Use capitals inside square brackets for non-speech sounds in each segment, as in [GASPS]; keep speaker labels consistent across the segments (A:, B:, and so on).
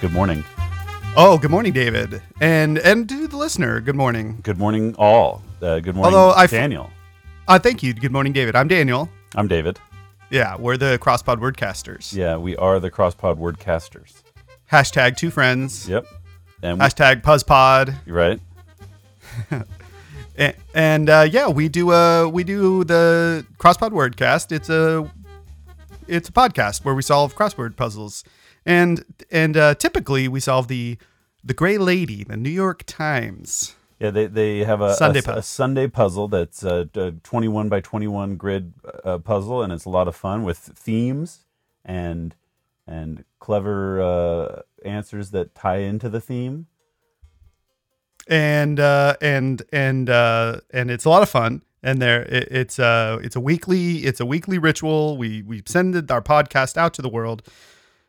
A: Good morning.
B: Oh, good morning, David, and and to the listener, good morning.
A: Good morning, all. Uh, good morning,
B: Although I f-
A: Daniel.
B: Uh, thank you. Good morning, David. I'm Daniel.
A: I'm David.
B: Yeah, we're the Crosspod Wordcasters.
A: Yeah, we are the Crosspod Wordcasters.
B: Hashtag two friends.
A: Yep. And we,
B: Hashtag PuzzPod.
A: you're right.
B: And, and uh, yeah, we do uh we do the Crosspod Wordcast. It's a it's a podcast where we solve crossword puzzles, and and uh, typically we solve the the Gray Lady, the New York Times.
A: Yeah, they, they have a, a-
B: Sunday
A: a
B: puzzle.
A: Sunday puzzle that's a, a 21 by 21 grid uh, puzzle, and it's a lot of fun with themes and and clever uh, answers that tie into the theme.
B: and uh, and and uh, and it's a lot of fun. And there, it, it's uh, it's a weekly it's a weekly ritual. We we send it- our podcast out to the world.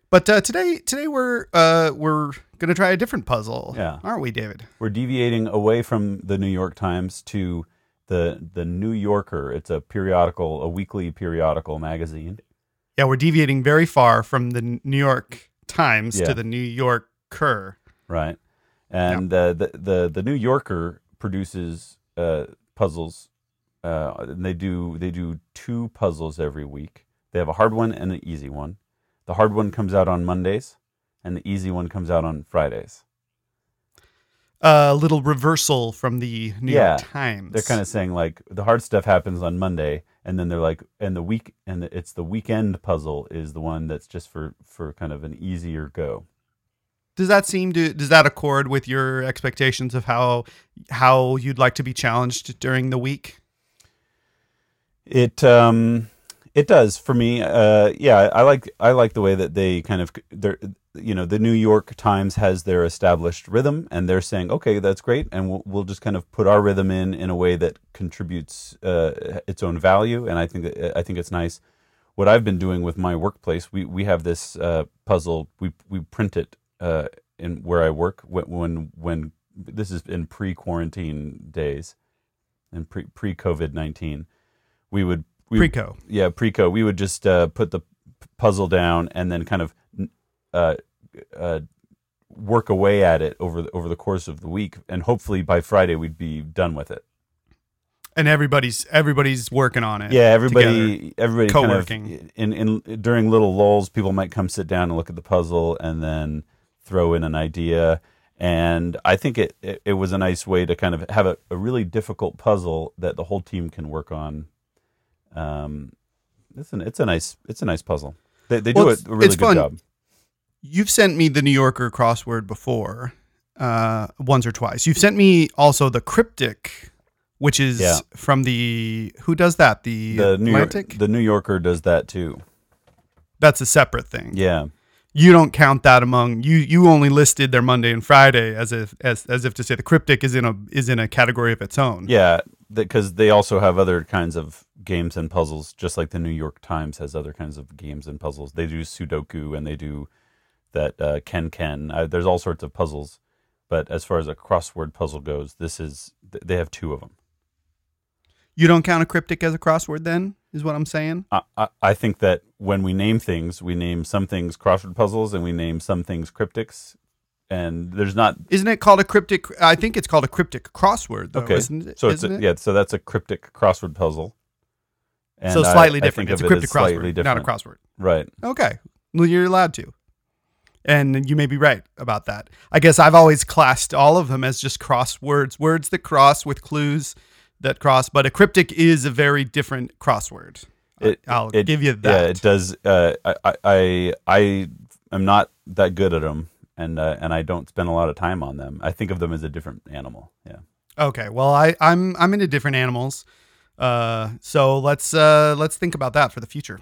B: But uh, today today we're uh, we're gonna try a different puzzle,
A: Yeah.
B: aren't we, David?
A: We're deviating away from the New York Times to the the New Yorker. It's a periodical, a weekly periodical magazine.
B: Yeah, we're deviating very far from the New York Times
A: Yeah.
B: to the New Yorker.
A: Right. And uh, the, the the New Yorker produces uh, puzzles. Uh, and they do they do two puzzles every week. They have a hard one and an easy one. The hard one comes out on Mondays, and the easy one comes out on Fridays.
B: A little reversal from the New
A: Yeah,
B: York Times.
A: They're kind of saying like the hard stuff happens on Monday, and then they're like, and the week and it's the weekend puzzle is the one that's just for for kind of an easier go.
B: Does that seem to does that accord with your expectations of how how you'd like to be challenged during the week?
A: It um it does for me. Uh yeah, I like I like the way that they kind of they're you know, the New York Times has their established rhythm and they're saying, "Okay, that's great and we'll we'll just kind of put our rhythm in in a way that contributes uh its own value and I think that, I think it's nice. What I've been doing with my workplace, we we have this uh puzzle we we print it uh in where I work when when, when this is in pre-quarantine days and pre pre-COVID-19. We would we
B: Preco.
A: yeah preco we would just uh, put the p- puzzle down and then kind of uh, uh, work away at it over the, over the course of the week and hopefully by friday we'd be done with it
B: and everybody's everybody's working on it.
A: yeah everybody everybody kind of-
B: Co-working.
A: in, in during little lulls people might come sit down and look at the puzzle and then throw in an idea and i think it, it, it was a nice way to kind of have a, a really difficult puzzle that the whole team can work on um, it's, an, it's a nice it's a nice puzzle they, they
B: Well,
A: do
B: it's-
A: a, a really
B: it's
A: good
B: fun.
A: job
B: You've sent me the New Yorker crossword before, uh, once or twice. You've sent me also the cryptic, which is
A: Yeah.
B: from the who does that? The,
A: the new York,
B: Atlantic.
A: the new yorker does that too
B: That's a separate thing.
A: yeah
B: You don't count that among you. You only listed their Monday and Friday as if as as if to say the cryptic is in a is in a category of its own.
A: yeah because they also have other kinds of games and puzzles just like the new york times has other kinds of games and puzzles they do sudoku and they do that uh, ken ken uh, there's all sorts of puzzles but as far as a crossword puzzle goes this is th- they have two of them
B: You don't count a cryptic as a crossword, then is what I'm saying.
A: I, I, I think that when we name things we name some things crossword puzzles and we name some things cryptics and there's not
B: Isn't it called a cryptic? I think it's called a cryptic crossword, though,
A: okay
B: Oh, isn't it?
A: so it's
B: isn't
A: a,
B: it?
A: yeah so that's a cryptic crossword puzzle and
B: so
A: I-
B: slightly
A: I
B: different.
A: think
B: It's a
A: of it
B: cryptic
A: as
B: crossword,
A: slightly
B: not a
A: different.
B: crossword.
A: right
B: Okay. Well, you're allowed to. And you may be right about that. I guess I've always classed all of them as just crosswords, words that cross with clues that cross, but a cryptic is a very different crossword. I-
A: It-
B: I'll
A: it-
B: give you
A: Yeah,
B: that.
A: it does. Uh, I, I, I, I am not that good at them, and uh, and I don't spend a lot of time on them. I think of them as a different animal. Yeah.
B: okay. Well, I, I'm I'm into different animals. Uh, so let's uh, let's think about that for the future.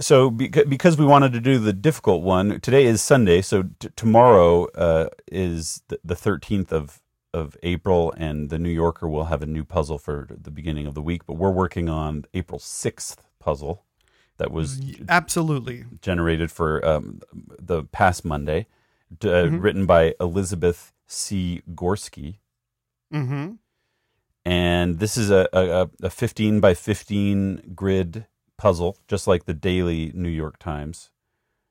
A: So beca- because we wanted to do the difficult one, today is Sunday. So t- tomorrow uh, is th- the thirteenth of of April, and the New Yorker will have a new puzzle for the beginning of the week. But we're working on April sixth puzzle that was
B: Mm, Absolutely.
A: generated for um, the past Monday, d- uh, written by Elizabeth C. Gorski.
B: Mm-hmm.
A: And this is a, a, a 15 by 15 grid puzzle, just like the daily New York Times.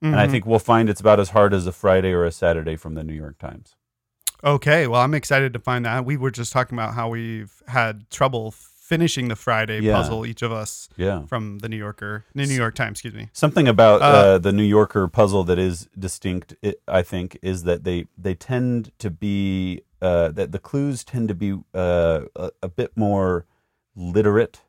B: Mm-hmm.
A: and I think we'll find it's about as hard as a Friday or a Saturday from the New York Times.
B: Okay, well, I'm excited to find that. We were just talking about how we've had trouble finishing the Friday
A: Yeah.
B: puzzle, each of us
A: Yeah.
B: from the New Yorker, the New York Times, excuse me.
A: Something about uh,
B: Uh,
A: the New Yorker puzzle that is distinct, i I think, is that they they tend to be uh, that the clues tend to be uh, a, a bit more literate,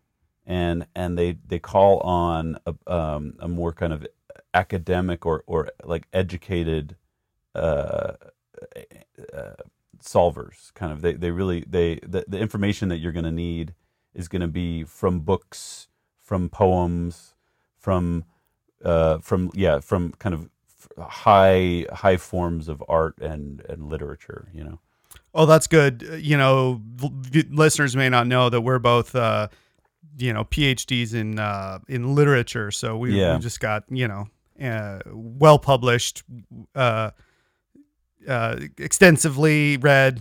A: and and they they call on a, um, a more kind of academic or or like educated uh, uh, solvers. Kind of they they really they the, the information that you're going to need is going to be from books, from poems, from uh, from yeah, from kind of f- high high forms of art and and literature. You know,
B: Oh, that's good. Uh, You know, l- v- listeners may not know that we're both, uh, you know, PhDs in uh, in literature. So we,
A: Yeah.
B: we just got you know, uh, well published, uh, uh, extensively read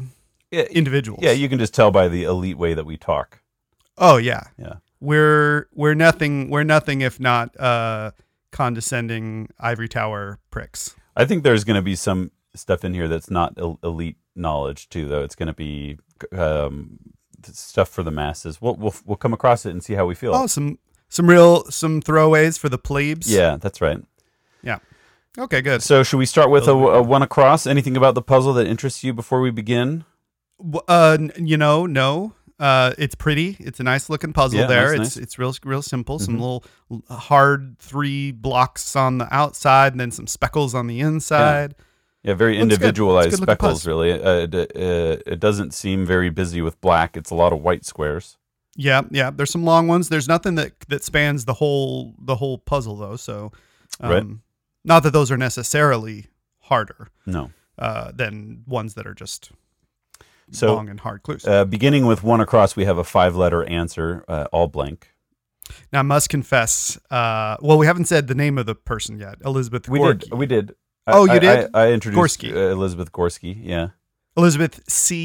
A: yeah,
B: individuals.
A: yeah. You can just tell by the elite way that we talk.
B: oh yeah.
A: Yeah.
B: We're we're nothing. We're nothing if not uh, condescending ivory tower pricks.
A: I think there's going to be some stuff in here that's not el- elite knowledge too, though. It's going to be um, stuff for the masses. We'll, we'll we'll come across it and see how we feel.
B: Oh, some some real some throwaways for the plebes.
A: Yeah, that's right.
B: Okay. Good.
A: So, should we start with a, a one across? Anything about the puzzle that interests you before we begin?
B: W- uh n- you know no uh it's pretty it's a nice looking puzzle
A: Yeah,
B: there
A: nice, Mm-hmm.
B: it's
A: nice.
B: it's real real simple some little l- hard three blocks on the outside and then some speckles on the inside
A: Yeah, very
B: Looks good. It's a
A: individualized
B: good-looking
A: speckles,
B: puzzle.
A: really. Uh, it, uh, it doesn't seem very busy with black. It's a lot of white squares.
B: yeah yeah there's some long ones there's nothing that that spans the whole the whole puzzle though so um,
A: Right.
B: not that those are necessarily harder
A: No.
B: uh than ones that are just
A: So-
B: long and hard clues
A: Uh, beginning with one across, we have a five letter answer, uh, all blank.
B: now i must confess uh well we haven't said the name of the person yet elizabeth
A: We
B: Gorgi.
A: did. We did.
B: Oh, you
A: I,
B: did?
A: I, I introduced
B: Gorski.
A: Uh, Elizabeth Gorski. Yeah.
B: elizabeth c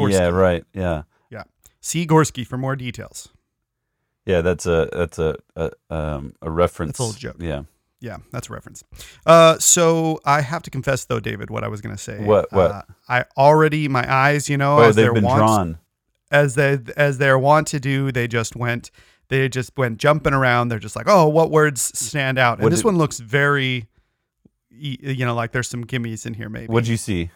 B: Gorski.
A: Yeah, right. Yeah.
B: See Gorski for more details.
A: Yeah, that's a that's a a, um, a reference.
B: little joke.
A: Yeah.
B: Yeah, that's a reference. Uh, so I have to confess, though, David, what I was going to say.
A: What- what?
B: Uh, I already my eyes, you know,
A: Oh,
B: as
A: they've
B: they're
A: been
B: wont,
A: drawn.
B: as they as they're wont to do, they just went, they just went jumping around. They're just like, oh, what words stand out? And
A: What
B: this
A: did-
B: one looks very, e- you know, like there's some gimmies in here. Maybe
A: What'd you see?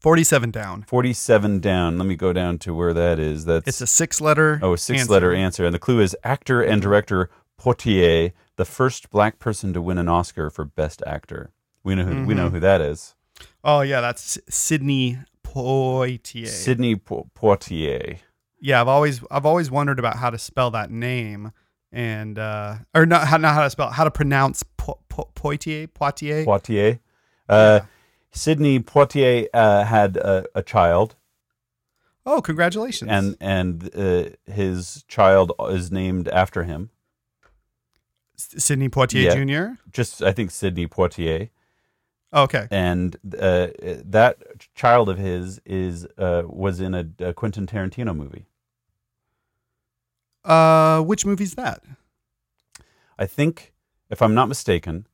B: forty-seven down.
A: Forty seven down. Let me go down to where that is. That's
B: It's a six-letter.
A: Oh, a six letter
B: answer.
A: answer. And the clue is actor and director Potier, the first black person to win an Oscar for Best Actor. We know who we know who that is.
B: Oh yeah, that's Sydney Poitier.
A: Sidney Po- Poitier.
B: yeah i've always i've always wondered about how to spell that name and uh or not how not how to spell it, how to pronounce po- po- poitiers poitiers
A: Poitier. Uh, Sidney Poitier uh, had a, a child,
B: oh congratulations
A: and and uh, his child is named after him.
B: S- sidney poitier
A: Yeah.
B: jr
A: Just I think Sidney Poitier,
B: okay
A: and uh, that child of his is uh, was in a, a Quentin Tarantino movie.
B: uh which movie's that
A: I think, if I'm not mistaken,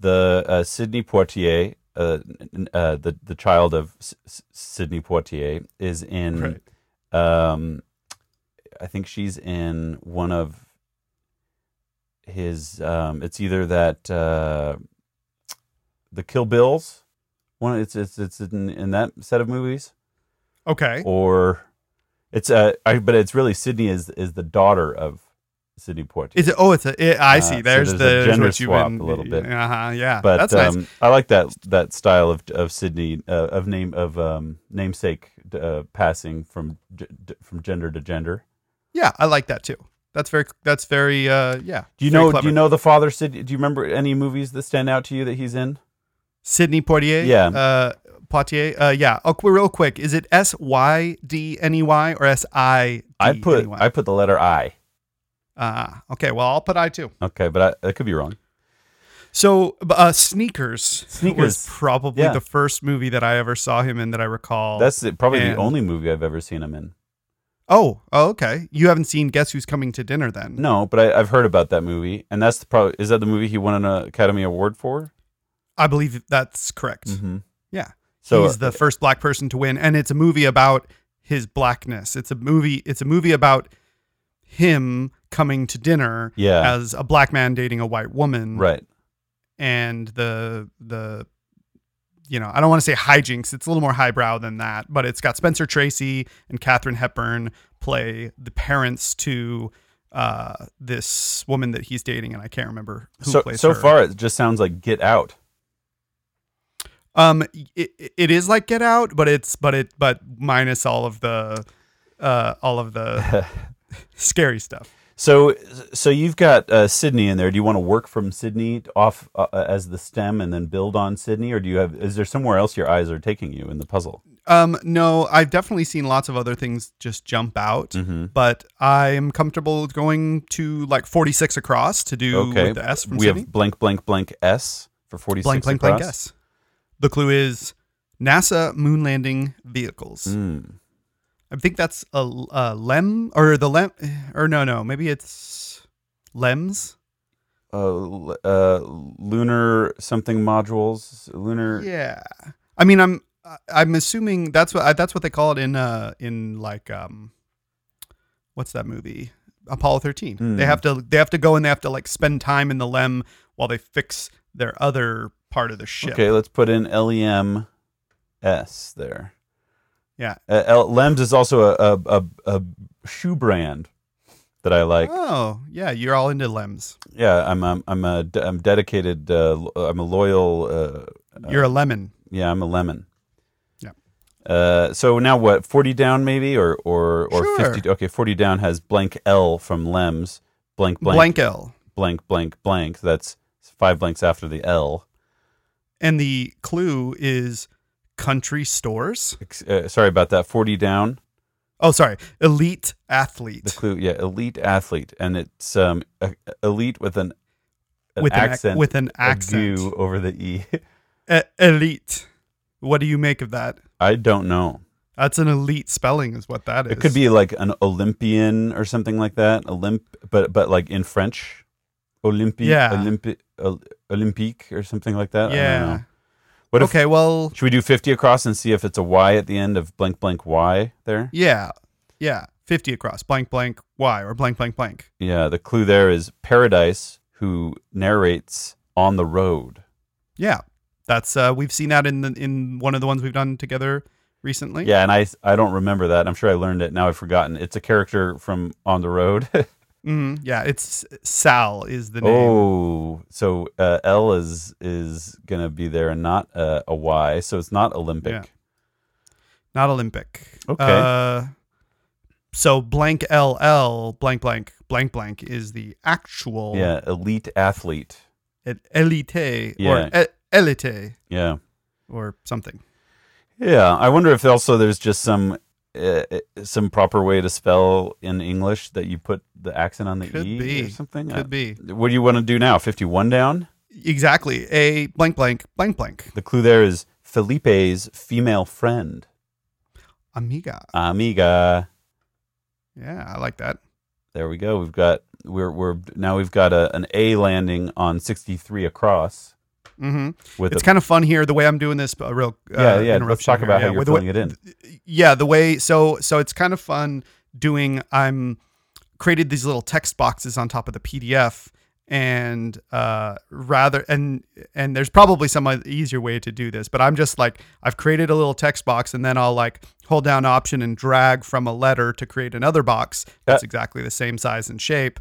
A: the uh, Sydney Poitier, uh, n- n- uh, the the child of S- S- Sydney Poitier, is in.
B: Right.
A: Um, I think she's in one of his. Um, it's either that uh, the Kill Bills, one. It's it's it's in, in that set of movies,
B: okay
A: or it's uh, I, but it's really Sydney is is the daughter of Sydney Poitier.
B: is it oh it's a it, i
A: Uh,
B: see
A: so
B: there's,
A: there's a
B: the there's
A: gender
B: what you've
A: swap
B: been-
A: a little bit.
B: uh-huh yeah
A: [LAUGHS] but
B: that's
A: um,
B: nice
A: I like that that style of of Sydney uh, of name of um, namesake uh, passing from g- d- from gender to gender.
B: yeah i like that too that's very that's very uh yeah
A: Do you
B: very
A: know?
B: clever.
A: Do you know the father? Sydney? Do you remember any movies that stand out to you that he's in?
B: sidney poitier
A: Yeah.
B: uh Poitier, uh, yeah. Oh, qu- real quick, is it S Y D N E Y or S I?
A: I put I put the letter I.
B: Ah, okay. Well, I'll put I too.
A: Okay, but I, I could be wrong.
B: So, b- uh, sneakers,
A: Sneakers.
B: was probably
A: Yeah.
B: the first movie that I ever saw him in that I recall.
A: That's the, probably the
B: and-
A: only movie I've ever seen him in.
B: Oh, oh, okay. You haven't seen Guess Who's Coming to Dinner then?
A: No, but I, I've heard about that movie, and that's the probably is that the movie he won an uh, Academy Award for?
B: I believe that's correct.
A: Mm-hmm.
B: Yeah.
A: So
B: He's
A: uh,
B: the first black person to win, and it's a movie about his blackness. It's a movie. It's a movie about him coming to dinner
A: yeah,
B: as a black man dating a white woman,
A: right.
B: and the the you know I don't want to say hijinks. It's a little more highbrow than that, but it's got Spencer Tracy and Katherine Hepburn play the parents to uh, this woman that he's dating, and I can't remember who
A: So
B: plays
A: so
B: her.
A: far, it just sounds like Get Out. [LAUGHS]
B: Um, it, it is like Get Out, but it's but it but minus all of the, uh, all
A: [LAUGHS]
B: of the scary stuff.
A: So so you've got uh, Sydney in there. Do you want to work from Sydney off uh, as the stem and then build on Sydney, or do you have is there somewhere else your eyes are taking you in the puzzle?
B: Um, no, I've definitely seen lots of other things just jump out,
A: Mm-hmm.
B: but I'm comfortable with going to like 46 across to do
A: Okay,
B: with the S from
A: we
B: Sydney.
A: have blank blank blank S for forty six.
B: Blank, blank, blank S. The clue is NASA moon landing vehicles.
A: Mm.
B: I think that's a, a lem or the lem or no no maybe it's lems.
A: Uh, l- uh, lunar something modules. Lunar.
B: Yeah, I mean, I'm I- I'm assuming that's what I, that's what they call it in uh in like um, what's that movie? Apollo 13.
A: Hmm.
B: They have to they have to go and they have to like spend time in the LEM while they fix their other part of the ship.
A: Okay, let's put in LEM S there.
B: Yeah.
A: Uh, L- Lems is also a, a, a, a shoe brand that I like.
B: oh yeah, you're all into LEMs.
A: Yeah, I'm I'm I'm a de- I'm dedicated. Uh, lo- I'm a loyal. Uh,
B: You're a lemon.
A: yeah, I'm a lemon.
B: Yeah.
A: Uh, so now what? Forty down, maybe, or or or
B: Sure.
A: fifty? Okay, forty down has blank L from Lems. Blank blank
B: Blank L.
A: blank blank blank. That's five blanks after the L.
B: And the clue is country stores.
A: Ex- Uh, sorry about that. Forty down.
B: Oh, sorry, elite athlete
A: The clue, yeah, elite athlete, and it's um a, elite with an, an
B: with
A: accent
B: an ac- with an
A: a
B: accent.
A: goo over the e. [LAUGHS]
B: E- elite. What do you make of that?
A: I don't know.
B: That's an elite spelling, is what that is.
A: It could be like an Olympian or something like that. Olymp, but but like in French, Olympique,
B: Yeah.
A: Olympi- Ol- Olympique or something like that. I don't
B: Yeah.
A: know. What if?
B: okay. Well.
A: Should we do fifty across and see if it's a Y at the end of blank blank Y there?
B: Yeah. Yeah. Fifty across. Blank. Blank. Y or blank. Blank. Blank.
A: Yeah. The clue there is Paradise, who narrates on the road.
B: Yeah. That's uh, we've seen that in the, in one of the ones we've done together recently.
A: Yeah, and I I don't remember that. I'm sure I learned it. Now I've forgotten. It's a character from On the Road. [LAUGHS]
B: Mhm, yeah. It's Sal is the name.
A: oh, so uh, L is is gonna be there and not uh, a Y. So it's not Olympic.
B: Yeah. Not Olympic.
A: Okay.
B: Uh, so blank LL blank blank blank blank is the actual
A: Yeah, elite athlete.
B: e- elite
A: Yeah.
B: or e- elite
A: Yeah,
B: or something.
A: yeah. I wonder if also there's just some uh, uh, some proper way to spell in English that you put the accent on the
B: Could
A: e or
B: be.
A: something.
B: Could be.
A: Uh, What do you want to do now? Fifty-one down.
B: Exactly. A blank blank blank blank.
A: The clue there is Felipe's female friend,
B: Amiga.
A: amiga.
B: Yeah, I like that.
A: There we go. We've got we're we're now we've got a, an A landing on sixty-three across
B: hmm
A: with
B: It's
A: a,
B: kind of fun here the way I'm doing this. A real uh,
A: yeah yeah. Let's
B: interruption
A: talk
B: here.
A: about
B: yeah,
A: how you're
B: with the way-
A: filling it in.
B: yeah, the way so so it's kind of fun doing. I'm created these little text boxes on top of the PDF, and uh, rather and and there's probably some other easier way to do this, but I'm just like I've created a little text box, and then I'll like hold down option and drag from a letter to create another box that's exactly the same size and shape.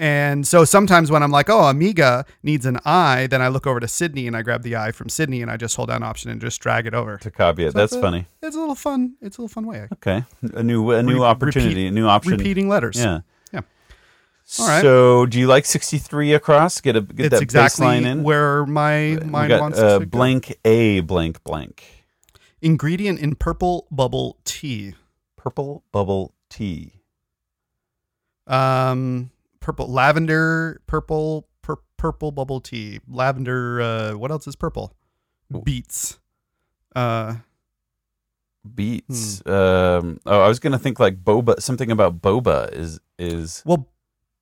B: And so sometimes when I'm like, oh, Amiga needs an I, then I look over to Sydney and I grab the I from Sydney and I just hold down option and just drag it over.
A: To copy it. That's
B: it's a-
A: funny.
B: It's a little fun. It's a little fun way.
A: Okay, a new a new
B: Re-
A: opportunity, a new option.
B: Repeating letters.
A: Yeah.
B: Yeah. All right.
A: So, do you like 63 across? Get a get
B: It's
A: that
B: exactly
A: baseline in.
B: where my
A: We
B: mind
A: got,
B: wants
A: uh,
B: to go.
A: blank A blank blank.
B: Ingredient in purple bubble tea.
A: Purple bubble tea.
B: Um, purple lavender, purple pur- purple bubble tea. Lavender. Uh, what else is purple? Beets. Uh,
A: beats. Um, oh, I was gonna think like boba. Something about boba is is
B: Well,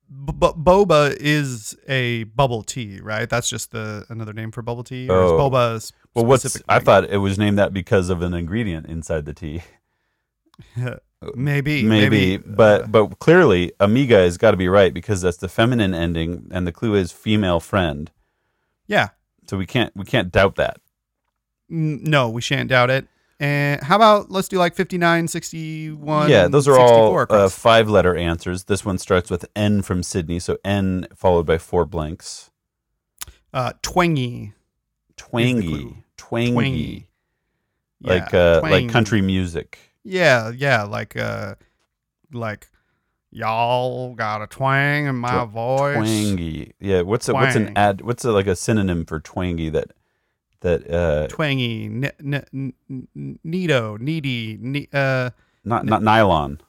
B: b- b- boba is a bubble tea, right? That's just the another name for bubble tea. Or is
A: Oh.
B: boba is
A: well. What's
B: specific
A: I
B: thing?
A: thought it was named that because of an ingredient inside the tea. [LAUGHS]
B: maybe, uh,
A: Maybe, but but clearly Amiga has got to be right because that's the feminine ending, and the clue is female friend.
B: yeah,
A: So we can't we can't doubt that.
B: N- no, we shan't doubt it. And how about let's do like 59, 61,
A: yeah, those are
B: 64
A: all uh,
B: across.
A: five letter answers. This one starts with N from Sydney, so N followed by four blanks.
B: uh, twangy,
A: Twangy,
B: clue.
A: twangy,
B: Twangy. Yeah,
A: like uh, like
B: twangy.
A: country music.
B: Yeah, yeah, like uh, like y'all got a twang in my
A: Tw-
B: voice.
A: Twangy, yeah. What's a, what's an
B: Twang.
A: ad? What's a, like a synonym for twangy that that uh
B: twangy, n- n- n- n- neato, needy, ne- uh,
A: not not nylon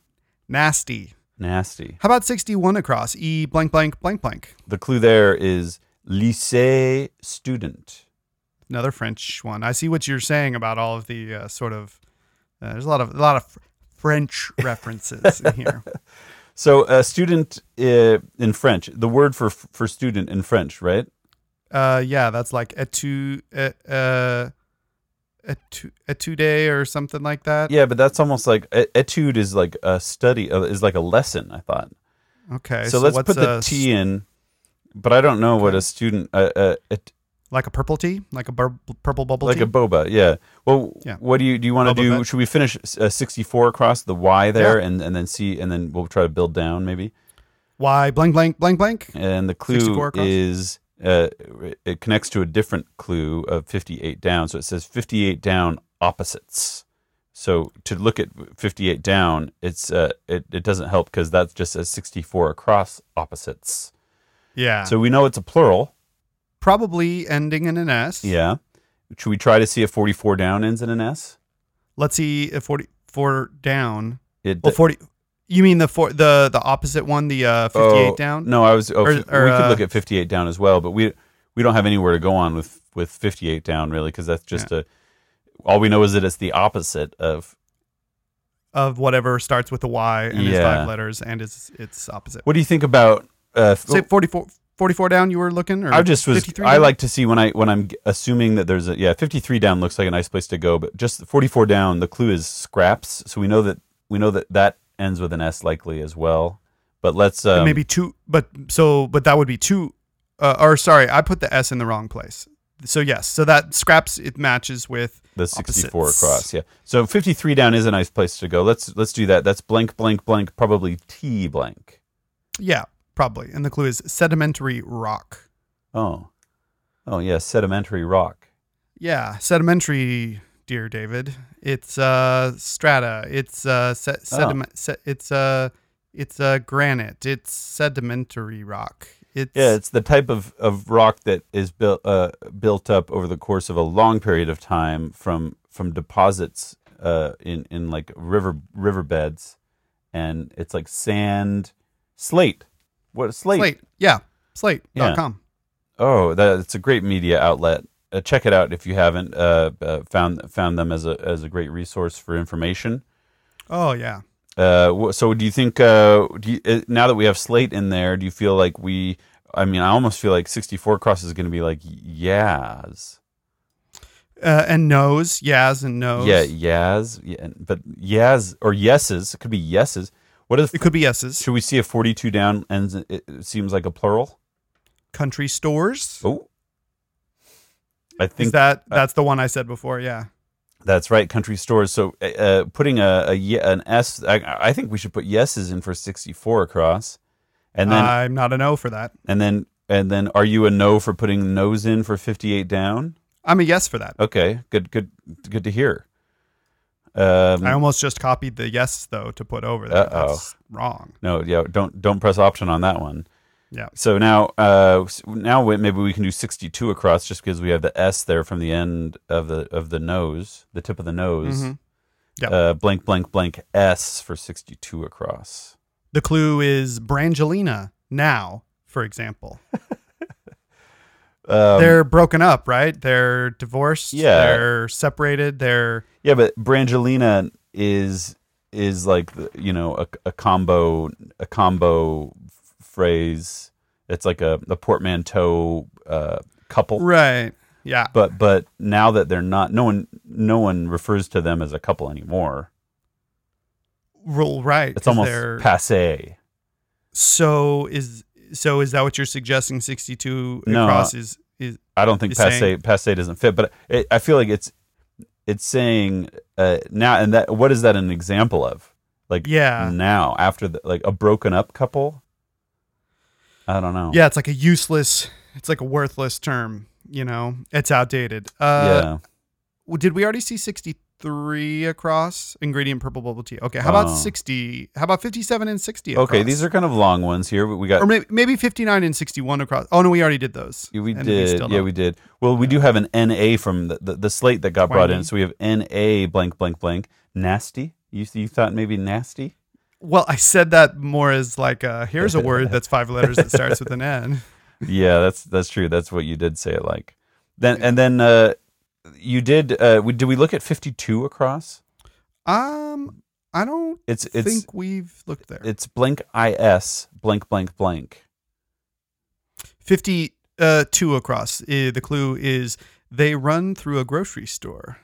B: nasty.
A: nasty.
B: How about 61 across? E blank blank blank blank.
A: The clue there is lycée student.
B: Another French one. I see what you're saying about all of the uh, sort of. Uh, there's a lot of a lot of fr- French [LAUGHS] references in
A: [LAUGHS]
B: here.
A: So a student uh, in French, the word for for student in French, right?
B: Uh, yeah, that's like etu uh, uh etu etude or something like that.
A: Yeah, but that's almost like e- etude is like a study uh, is like a lesson. I thought.
B: Okay.
A: so, let's
B: what's
A: put the
B: a s-
A: T in, but I don't know what a student uh, uh, et,
B: like a purple tea, like a bur- purple bubble
A: like
B: tea.
A: a boba. Yeah. Well,
B: Yeah.
A: what do you do? You want
B: Boba
A: to do?
B: fett.
A: Should we finish uh, sixty four across the Y there, and and then see, and then we'll try to build down maybe.
B: Why blank blank blank blank?
A: And the
B: 64
A: clue
B: across?
A: is uh, it- it connects to a different clue of 58 down. So it says 58 down opposites. So to look at 58 down, it's uh, it, it doesn't help because that's just a 64 across opposites.
B: Yeah. So
A: So we know it's a plural.
B: probably ending in an S.
A: Yeah. Should we try to see if 44 down ends in an S?
B: Let's see if 44 down.
A: It,
B: Well, 40 You mean the four, the the opposite one, the uh 58
A: oh,
B: down?
A: No, I was. Oh,
B: Or-
A: f-
B: or,
A: we could
B: uh,
A: look at 58 down as well, but we we don't have anywhere to go on with with 58 down really because that's just a. All we know is that it's the opposite of.
B: Of whatever starts with a Y and is
A: Yeah.
B: five letters and is its opposite.
A: What do you think about? Uh, f-
B: Say 44 44 down you were looking or
A: I just was.
B: 53
A: I
B: down?
A: like to see when I when I'm g- assuming that there's a yeah 53 down looks like a nice place to go, but just 44 down. The clue is scraps, so we know that we know that that ends with an S likely as well. But let's um,
B: maybe two but so but that would be two uh, or sorry, I put the S in the wrong place. So yes, so that scraps it matches with
A: the 64
B: Opposites.
A: across yeah so 53 down is a nice place to go let's let's do that that's blank blank blank probably t blank
B: yeah, probably. And the clue is sedimentary rock.
A: oh oh yeah sedimentary rock
B: Yeah, sedimentary, dear David. It's uh strata. It's uh se-
A: Oh.
B: sediment. Se- it's uh it's uh granite. It's sedimentary rock. It's
A: yeah it's the type of, of rock that is built uh, built up over the course of a long period of time from from deposits uh, in in like river riverbeds and it's like sand slate what slate,
B: slate. Yeah, slate.
A: Yeah.
B: dot com.
A: Oh, that, it's a great media outlet. Uh, check it out if you haven't uh, uh, found found them as a as a great resource for information.
B: Oh yeah.
A: Uh, wh- so, do you think uh, do you, uh, now that we have Slate in there, do you feel like we? I mean, I almost feel like sixty four cross is going to be like yas,
B: Uh, and nose. Yes and nose.
A: yeah, yas, yeah, but yas or yeses. It could be yeses. What if
B: It could be S's.
A: should we see if forty two down ends? It, it seems like a plural.
B: Country stores.
A: Oh, I
B: Is
A: think
B: that that's the one I said before? Yeah.
A: That's right, country stores. So uh, uh, putting a, a ye- an S, I, I think we should put yeses in for sixty four across, and then
B: I'm not a no for that.
A: and then and then are you a no for putting nose in for fifty eight down?
B: I'm a yes for that.
A: Okay, good, good, good to hear.
B: I
A: Um,
B: almost just copied the yes though to put over there.
A: Uh-oh.
B: That's wrong.
A: no, yeah, don't don't press option on that one.
B: Yeah.
A: So now, uh, s- now we- maybe we can do sixty two across just because we have the S there from the end of the of the nose, the tip of the nose.
B: Mhm. Yeah.
A: Uh, blank, blank, blank S for sixty two across.
B: The clue is Brangelina now, for example.
A: Um,
B: they're broken up, right? They're divorced.
A: Yeah.
B: They're separated. They're
A: yeah, but Brangelina is is like the, you know a, a combo a combo f- phrase. It's like a, a portmanteau uh, couple.
B: right. Yeah.
A: But but now that they're not, no one no one refers to them as a couple anymore.
B: Well, right.
A: It's
B: 'cause
A: almost
B: they're-
A: passe.
B: so is so is that what you're suggesting? Sixty two
A: No.
B: across is is
A: I don't think
B: You're
A: passe
B: saying-
A: passe doesn't fit, but it, I feel like it's it's saying uh, now and that what is that an example of? Like
B: yeah
A: now after the, like a broken up couple. I don't know.
B: yeah. It's like a useless. It's like a worthless term. You know, it's outdated. Uh,
A: yeah.
B: well, Did we already see sixty three across ingredient purple bubble tea? Okay. How about
A: Oh.
B: sixty? How about fifty seven and sixty?
A: Uh, Okay, these are kind of long ones here. but We got
B: or maybe, maybe fifty nine and sixty one across. Oh no, we already did those.
A: we
B: And
A: did.
B: still
A: yeah,
B: don't-
A: we did. Well, we do have an NA from the, the, the slate that got brought in.
B: Whiny.
A: So we have NA blank blank blank nasty. You you thought maybe nasty?
B: Well, I said that more as like uh
A: [LAUGHS]
B: here's a word that's five letters that starts with an N.
A: yeah, that's that's true. That's what you did say it like. Then and then uh you did uh we, did we look at 52 across?
B: Um, I don't
A: It's it's
B: think we've looked there.
A: it's blank IS blank blank blank.
B: 52 uh, two across. Uh, the clue is they run through a grocery store.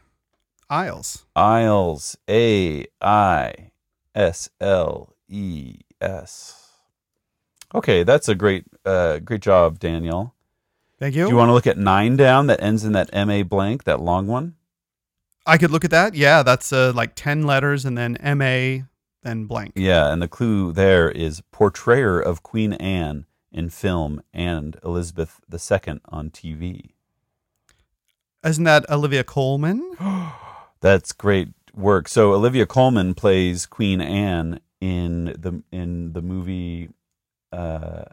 B: Aisles.
A: Isles A I S L E S. Okay, that's a great uh great job, Daniel.
B: Thank
A: Do
B: you.
A: you want to look at 9 down that ends in that MA blank, that long one?
B: I could look at that. Yeah, that's uh, like 10 letters and then MA, then blank.
A: Yeah, and the clue there is portrayer of Queen Anne in film and Elizabeth II on TV.
B: Isn't that
A: [GASPS]
B: Olivia Coleman?
A: That's great work. So Olivia Colman plays Queen Anne in the in the movie uh,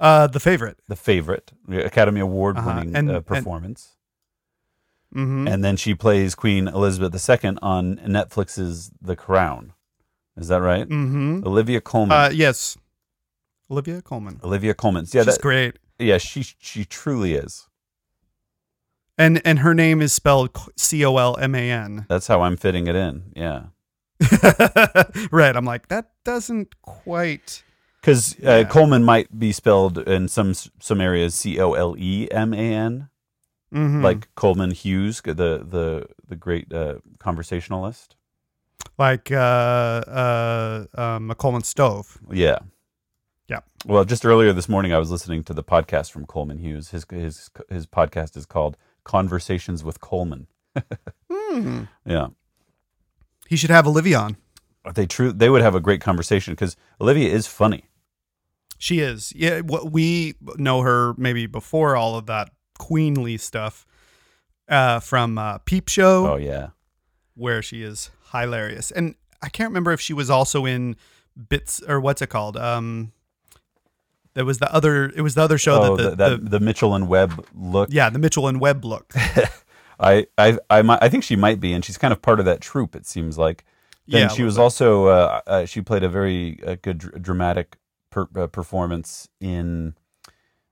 B: Uh, the favorite.
A: The Favorite, the Academy Award
B: Uh-huh.
A: winning
B: And-
A: uh,
B: and-
A: performance.
B: hmm
A: And, then she plays Queen Elizabeth II on Netflix's The Crown. Is that right?
B: hmm
A: Olivia Colman.
B: Uh, yes. Olivia Coleman.
A: Olivia Colman. Yeah,
B: She's
A: that,
B: great.
A: yeah, she she truly is.
B: And and her name is spelled C O L M A N.
A: [LAUGHS] That's how I'm fitting it in. Yeah.
B: right. I'm like, that doesn't quite.
A: Because uh,
B: Yeah.
A: Coleman might be spelled in some some areas C O L E M A N,
B: Mhm.
A: like Coleman Hughes, the the the great uh, conversationalist.
B: like uh, uh, um, a Coleman stove.
A: Yeah,
B: Yeah.
A: Well, just earlier this morning, I was listening to the podcast from Coleman Hughes. His his his podcast is called Conversations with Coleman.
B: Hmm.
A: Yeah,
B: He should have Olivia on.
A: they true they would have a great conversation because Olivia is funny.
B: She is. Yeah, what we know her maybe before all of that queenly stuff uh, from uh, Peep Show,
A: Oh yeah,
B: where she is hilarious. And I can't remember if she was also in Bits or what's it called. Um, there was the other. It was the other show
A: oh
B: that the,
A: the, that, the Mitchell and Webb look.
B: the yeah the Mitchell and
A: [LAUGHS]
B: Webb look.
A: I, I, I, mi- I think she might be, and she's kind of part of that troupe. It seems like. Then
B: Yeah, a
A: she
B: little
A: was also uh, uh, she played a very uh, good dr- dramatic per- uh, performance in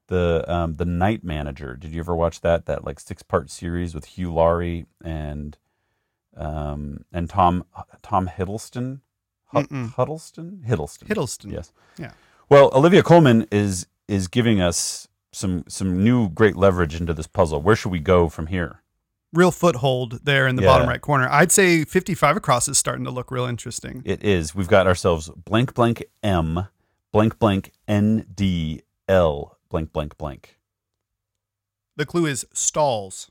A: the um, the Night Manager. Did you ever watch that? That like six part series with Hugh Laurie and um and Tom Tom Hiddleston Hud-
B: Mm-mm.
A: Huddleston Hiddleston
B: Hiddleston.
A: Yes.
B: Yeah.
A: Well, Olivia Coleman is is giving us some some new great leverage into this puzzle. Where should we go from here?
B: Real foothold there in the
A: Yeah.
B: bottom right corner. I'd say 55 across is starting to look real interesting.
A: It is. We've got ourselves blank blank M blank blank N D L blank blank blank
B: The clue is stalls.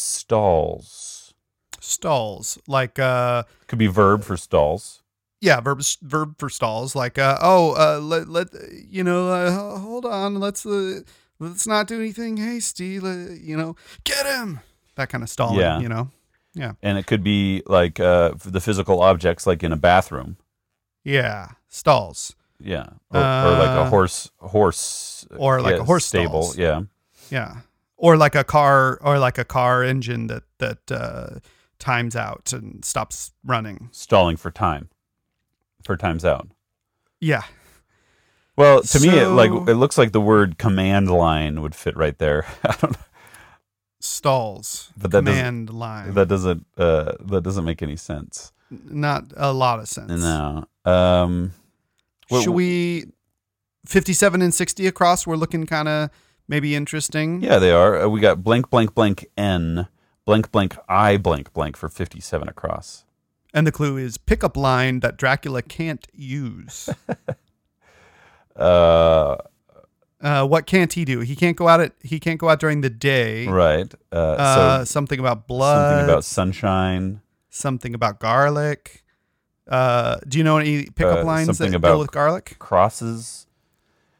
A: stalls.
B: Stalls. Like uh
A: Could be verb for stalls.
B: yeah, verb verb for stalls like uh oh, uh let let you know, uh, hold on, let's uh, let's not do anything hasty, let, you know. Get him. That kind of stalling,
A: Yeah.
B: you know.
A: And it could be like uh, f- the physical objects, like in a bathroom.
B: Yeah, stalls.
A: Yeah, or, or like a
B: Uh,
A: horse, horse,
B: or like
A: yeah,
B: a horse
A: stable.
B: stalls.
A: Yeah,
B: Yeah. Or like a car or like a car engine that that uh times out and stops running.
A: stalling for time, for times out.
B: Yeah.
A: Well, to me, it, like
B: So-
A: it looks like the word command line would fit right there. [LAUGHS] I don't know.
B: Stalls.
A: But that doesn't-
B: command line.
A: That doesn't uh, that doesn't make any sense.
B: Not a lot of sense.
A: No. Um, what-
B: Should we 57 and 60 across? We're looking kind of maybe interesting.
A: Yeah, they are. Uh, we got blank blank blank n blank blank i blank blank for fifty seven across.
B: And the clue is pickup line that Dracula can't
A: [LAUGHS]
B: use.
A: Uh,
B: uh, what can't he do? He can't go out at he can't go out during the day.
A: right. Uh,
B: Uh,
A: so
B: something about blood.
A: something about sunshine.
B: something about garlic. Uh, do you know any pickup
A: Uh,
B: lines
A: something
B: that
A: about-
B: deal with garlic?
A: crosses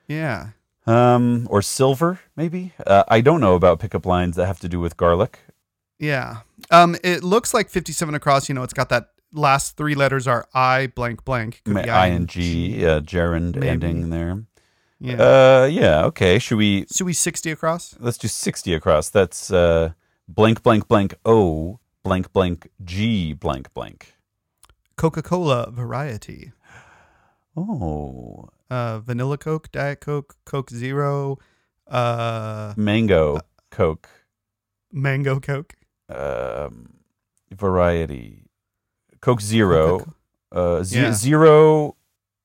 B: Yeah.
A: um, or silver, maybe. Uh, I don't know about pickup lines that have to do with garlic.
B: Yeah. Um, it looks like 57 across, you know, it's got that last three letters are I blank blank. Could
A: Ma-
B: be
A: ing, yeah, uh, gerund
B: Maybe.
A: ending there.
B: Yeah.
A: Uh, yeah, okay. Should we?
B: so we 60 across?
A: Let's do sixty across. That's uh, blank, blank, blank. O blank, blank. G blank, blank.
B: Coca Cola variety.
A: Oh,
B: Uh, vanilla Coke, Diet Coke, Coke Zero, uh,
A: mango, Coke,
B: Mango Coke.
A: um, variety, Coke Zero,
B: Coca-
A: uh, ze-
B: Yeah.
A: zero,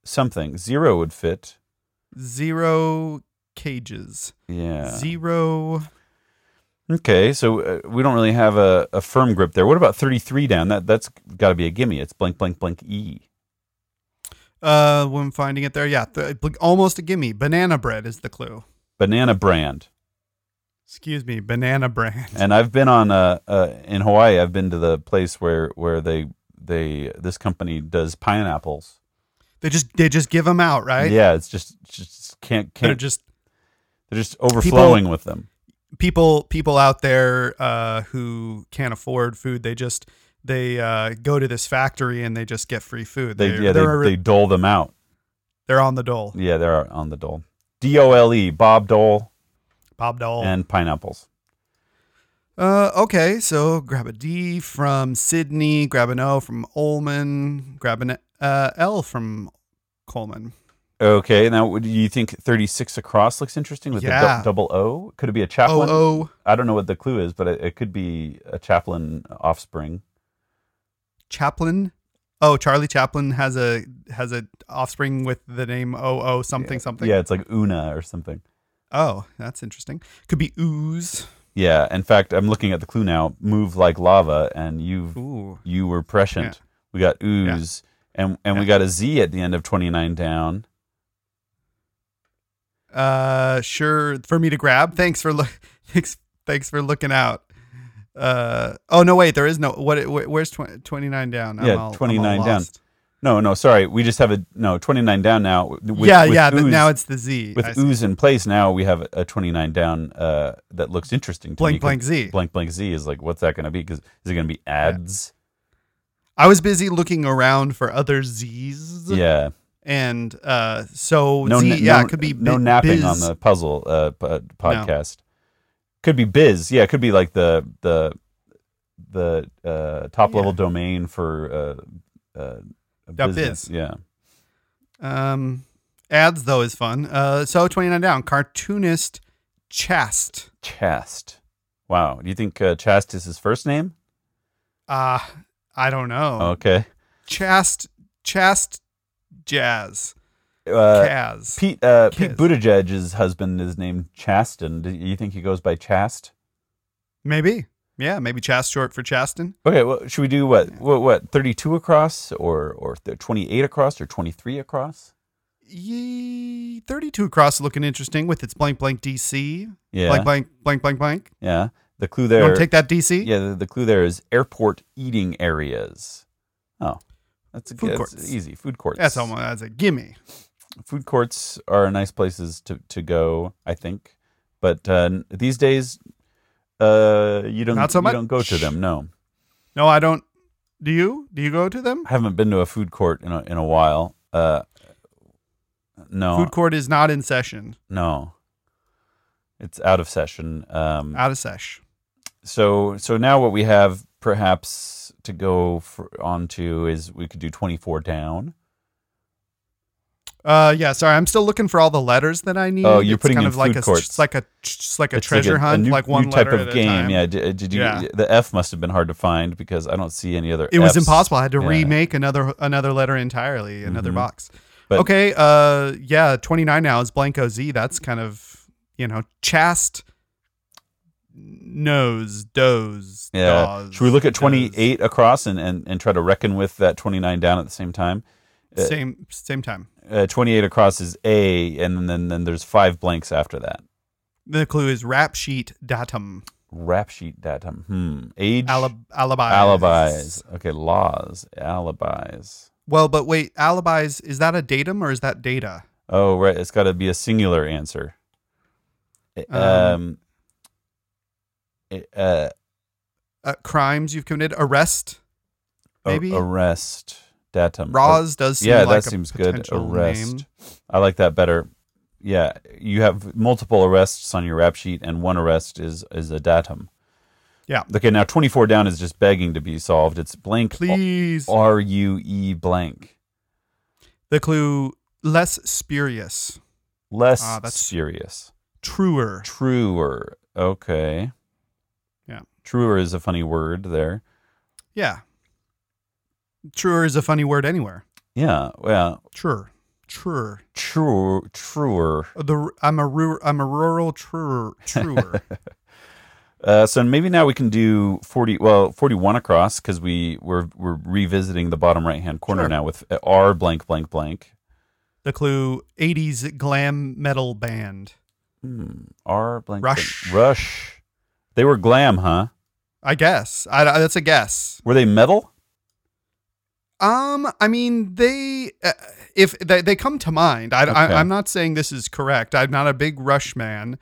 A: something. Zero would fit.
B: Zero cages.
A: Yeah.
B: Zero.
A: Okay, so uh, we don't really have a, a firm grip there. What about 33 down? That that's got to be a gimme. It's blank blank blank E.
B: Uh, when finding it there, yeah, th- almost a gimme. Banana bread is the clue.
A: Banana brand.
B: Excuse me, banana brand.
A: And I've been on uh, uh in Hawaii. I've been to the place where where they they this company does pineapples.
B: [LAUGHS] They just they just give them out, right?
A: Yeah, it's just just can't can't
B: They're
A: they're just,
B: just
A: overflowing with them.
B: people people out there uh, who can't afford food they just they uh, go to this factory and they just get free food
A: They
B: they're,
A: yeah
B: they're,
A: they, they dole them out.
B: they're on the dole
A: Yeah, they're on the dole. D O L E Bob Dole
B: bob dole
A: and pineapples.
B: uh, okay so grab a d from sydney grab an o from olman grab an uh, l from coleman
A: Okay, now would- do you think 36 across looks interesting with the
B: Yeah.
A: dou- double O? Could it be a
B: oh
A: chaplain?
B: oh
A: I don't know what the clue is, but it, it could be a chaplain offspring.
B: chaplin oh charlie chaplin has a has a offspring with the name oh oh something something
A: Yeah, it's like Una or something.
B: oh that's interesting could be ooze
A: Yeah, in fact, I'm looking at the clue now. Move like lava, and you
B: ooh
A: you were prescient. We got ooze, and and we got a Z at the end of 29 down.
B: Uh, sure. For me to grab. Thanks for look. [LAUGHS] Thanks. Thanks for looking out. Uh. Oh no. Wait. There is no. What? wh- Where's twenty twenty nine down?
A: Yeah, 29 down.
B: lost.
A: No, no, sorry, we just have a no 29 down now. With,
B: yeah.
A: with
B: yeah. th-
A: ooze-
B: now it's the Z. I
A: with
B: see.
A: ooze in place. Now we have a 29 down uh, that looks interesting. To me 'cause
B: blank blank Z.
A: blank blank Z is like what's that going to be? Because is it going to be ads?
B: I was busy looking around for other Z's.
A: Yeah.
B: And uh, so
A: no,
B: Z.
A: na-
B: yeah.
A: no-
B: it could be
A: no
B: bi-
A: napping
B: biz.
A: on the puzzle uh, p- uh, podcast. Could be biz, yeah. It could be like the the the uh, top level domain for uh, uh, a
B: Yeah,
A: business.
B: biz.
A: Yeah,
B: Um. Ads though is fun. Uh. So twenty nine down. Cartoonist. Chast.
A: Chast. Wow, do you think uh, Chast is his first name?
B: Uh. I don't know.
A: Okay,
B: Chast. Chast. Jazz.
A: uh,
B: Kaz.
A: Pete uh, Pete
B: Kiz.
A: Buttigieg's husband is named Chaston. Do you think he goes by Chast?
B: maybe. Yeah, maybe Chast short for Chaston.
A: Okay, well, should we do what what what thirty two across or or twenty eight across or twenty three across?
B: Yee, 32 across looking interesting with its blank blank DC.
A: Yeah,
B: Blank blank blank blank blank.
A: yeah. The clue
B: You
A: there.
B: want to take that DC?
A: Yeah, the, the clue there is airport eating areas. Oh, that's a
B: Food
A: that's
B: courts.
A: easy. Food courts.
B: That's almost that's a gimme.
A: Food courts are nice places to, to go, I think. But uh, n- these days, uh, you don't
B: Not so
A: you
B: much.
A: don't go to them. No,
B: No, I don't. Do you? Do you go to them?
A: I haven't been to a food court in a, in a while. Uh, no,
B: Food court is not in session.
A: no, it's out of session. Um,
B: Out of sesh.
A: so so now what we have perhaps to go for, on to is we could do twenty four down.
B: Uh, yeah. Sorry, I'm still looking for all the letters that I need.
A: Oh, you're putting
B: kind
A: in
B: of like
A: food
B: a
A: courts.
B: it's like a it's like a
A: It's
B: treasure
A: like
B: hunt,
A: new,
B: like one
A: new type
B: letter
A: of
B: at a
A: game.
B: time.
A: Yeah, uh, did, did you?
B: Yeah.
A: The F must have been hard to find because I don't see any other.
B: It was
A: Fs.
B: impossible. I had to
A: Yeah.
B: remake another another letter entirely, another
A: Mhm.
B: box.
A: But-
B: okay, uh yeah, 29 now is Blanco Z. That's kind of, you know, chast nose, does.
A: Yeah.
B: daws,
A: Should we look at
B: does.
A: 28 across and, and, and try to reckon with that 29 down at the same time?
B: Same same time.
A: Uh, 28 across is A, and then, then there's five blanks after that.
B: The clue is rap sheet datum.
A: Rap sheet datum. Hmm. Age.
B: Alib- alibis.
A: alibis. Okay. Laws. Alibis.
B: Well, but wait, alibis is that a datum or is that data?
A: Oh, right. It's got to be a singular answer. Um.
B: Um,
A: it- uh,
B: Uh, crimes you've committed, arrest.
A: a-
B: Maybe?
A: arrest datum.
B: Roz does seem
A: Oh, yeah,
B: like
A: that
B: a
A: seems good.
B: potential
A: Arrest. Oh,
B: name.
A: I like that better. Yeah, you have multiple arrests on your rap sheet, and one arrest is is a datum.
B: Yeah.
A: Okay, now twenty four down is just begging to be solved. It's blank.
B: Please.
A: R U E blank.
B: The clue less spurious,
A: Less
B: Ah, that's-
A: serious.
B: truer.
A: Truer. Okay.
B: Yeah.
A: Truer is a funny word there.
B: Yeah. Truer is a funny word anywhere.
A: Yeah. Well,
B: Truer. Truer.
A: true. Truer.
B: The I'm a rural I'm a rural truer
A: [LAUGHS]
B: truer.
A: Uh, so maybe now we can do forty. Well, forty-one across because we we're we're revisiting the bottom right-hand corner
B: Sure.
A: now with uh, R blank blank blank.
B: the clue 80s glam metal band.
A: Hmm. R blank blank.
B: Rush.
A: Rush. They were glam, huh?
B: I guess. I, I- that's a guess.
A: Were they metal?
B: Um I mean they uh, if they, they come to mind. I,
A: Okay.
B: I I'm not saying this is correct. I'm not a big rush man.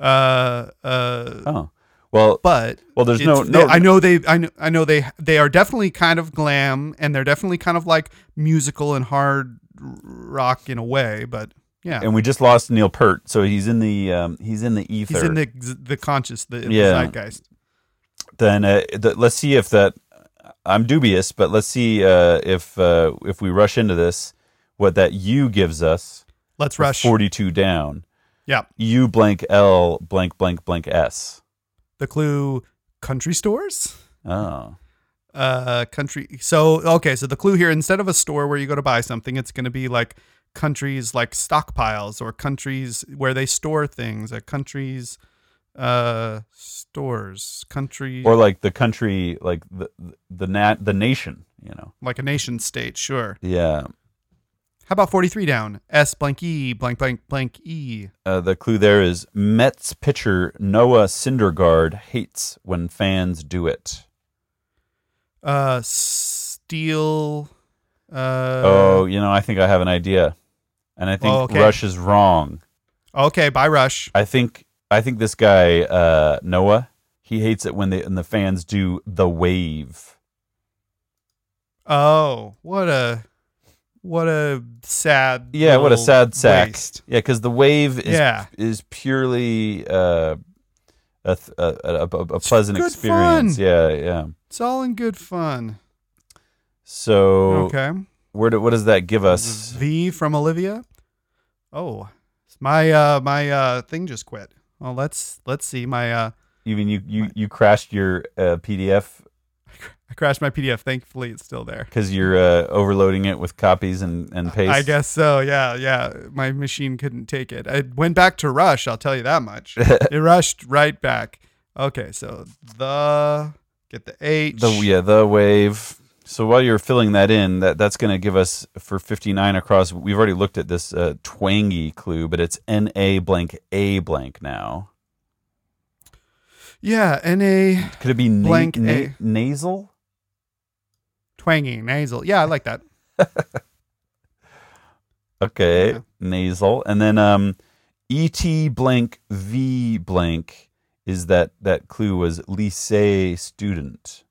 B: Uh uh
A: Oh. Well,
B: but
A: well. There's
B: It's-
A: no no.
B: they- I know they. I know. I know they. They are definitely kind of glam, and they're definitely kind of like musical and hard r- rock in a way. But yeah,
A: And we just lost Neil Pert, so he's in the um, he's in the ether.
B: he's in the the conscious, the, the
A: Yeah.
B: zeitgeist.
A: then uh, th- let's see if that. I'm dubious, but let's see uh, if uh, if we rush into this, what that U gives us.
B: Let's
A: with
B: rush.
A: 42 down.
B: Yeah,
A: U blank L blank blank blank S.
B: the clue: country stores.
A: Oh.
B: Uh, country. So okay, so the clue here instead of a store where you go to buy something, it's going to be like countries like stockpiles or countries where they store things. A countries. Uh, stores, country,
A: Or like the country, like the the nat the nation, you know.
B: like a nation state, sure.
A: Yeah.
B: How about 43 down? S blank E blank blank blank E.
A: Uh, the clue there is Mets pitcher Noah Syndergaard hates when fans do it.
B: Uh, steel. Uh,
A: oh, you know, I think I have an idea. And I think
B: Oh, okay.
A: Rush is wrong.
B: Okay, by Rush.
A: I think I think this guy uh, Noah, he hates it when the and the fans do the wave.
B: Oh, what a, what a sad.
A: Yeah, what a
B: little
A: sad sack.
B: waste.
A: Yeah, because the wave is
B: Yeah.
A: is purely uh, a, th- a, a, a- a pleasant
B: good
A: experience.
B: fun.
A: Yeah, yeah.
B: It's all in good fun.
A: So
B: Okay.
A: where do, what does that give us?
B: V from Olivia. Oh, my uh my uh thing just quit. Well, let's let's see. My uh,
A: Even you you you crashed your uh, PDF
B: I crashed my PDF. Thankfully, it's still there.
A: because you're uh, overloading it with copies and and paste.
B: I guess so. Yeah, yeah. My machine couldn't take it. I went back to rush. I'll tell you
A: [LAUGHS]
B: that much. it rushed right back. Okay, so the get the H.
A: the yeah the wave. So while you're filling that in, that that's going to give us for 59 across. We've already looked at this uh, twangy clue, but it's N A blank A blank now.
B: yeah, and a
A: Could it be na-
B: Blank
A: na-
B: A.
A: nasal?
B: twangy nasal. Yeah, I like that.
A: Okay,
B: Yeah.
A: nasal, and then um, et blank v blank is that that clue was lycée student.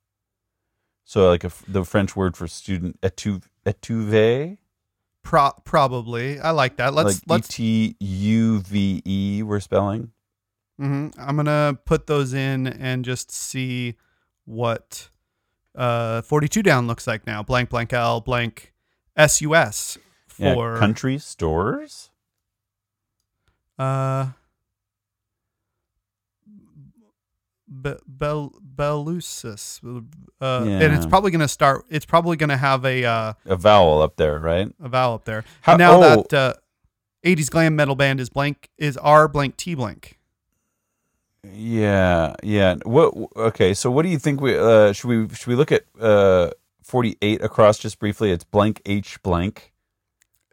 A: So like a f the French word for student etu etuve.
B: Pro- probably. I like that.
A: like
B: Let's let's.
A: et u v e we're spelling.
B: mhm. I'm gonna put those in and just see what uh 42 down looks like now. Blank blank L blank S U S
A: Yeah,
B: for
A: country stores.
B: uh Be- Bel- Belusis, uh, and it's
A: Yeah.
B: probably going to start. It's probably going to have a uh,
A: A vowel up there, right?
B: a vowel up there.
A: How-
B: now
A: oh.
B: that uh, '80s glam metal band is blank is R blank T blank.
A: Yeah, yeah. What? Okay, so what do you think we uh, should we should we look at uh, forty eight across just briefly? It's blank H blank.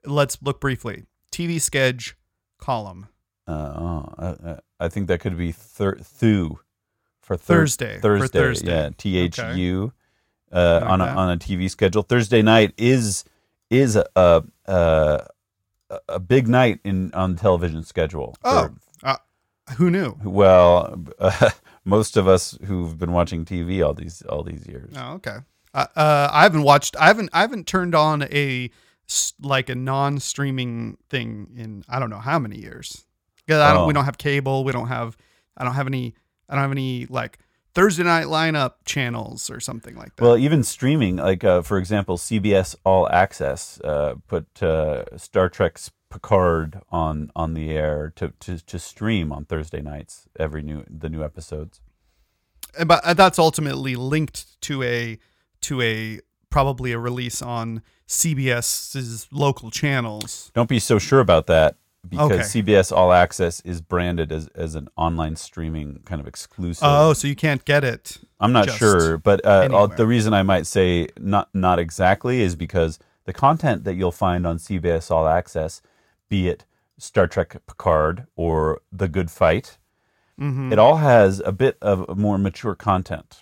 B: Let's look briefly. TV sketch column
A: Uh, oh, uh, uh, I think that could be thir- thu for Thursday.
B: Thursday,
A: Thursday,
B: for Thursday.
A: yeah, T H
B: Okay.
A: U, uh,
B: Like
A: on a,
B: that.
A: on a TV schedule. Thursday night is is a a, a, a big night in on the television schedule.
B: Oh. Who knew?
A: For- well, [LAUGHS] uh, most of us who've been watching TV all these all these years.
B: Oh, okay. Uh, uh, I haven't watched. I haven't. I haven't turned on a s- like a non-streaming thing in I don't know how many years. 'Cause I don't. We
A: Oh.
B: don't have cable. We don't have. I don't have any. I don't have any like Thursday night lineup channels or something like that.
A: Well, even streaming, like uh, for example, CBS All Access uh, put uh, Star Trek's Picard on on the air to, to to stream on Thursday nights every new the new episodes.
B: Uh, but uh, that's ultimately linked to a to a probably a release on CBS's local channels.
A: Don't be so sure about that because
B: Okay.
A: CBS All Access is branded as, as an online streaming kind of exclusive.
B: oh, so you can't get it.
A: I'm not
B: just
A: sure, but uh, I'll-
B: anywhere.
A: the reason I might say not not exactly is because the content that you'll find on CBS All Access, be it Star Trek Picard or The Good Fight,
B: Mhm.
A: it all has a bit of more mature content.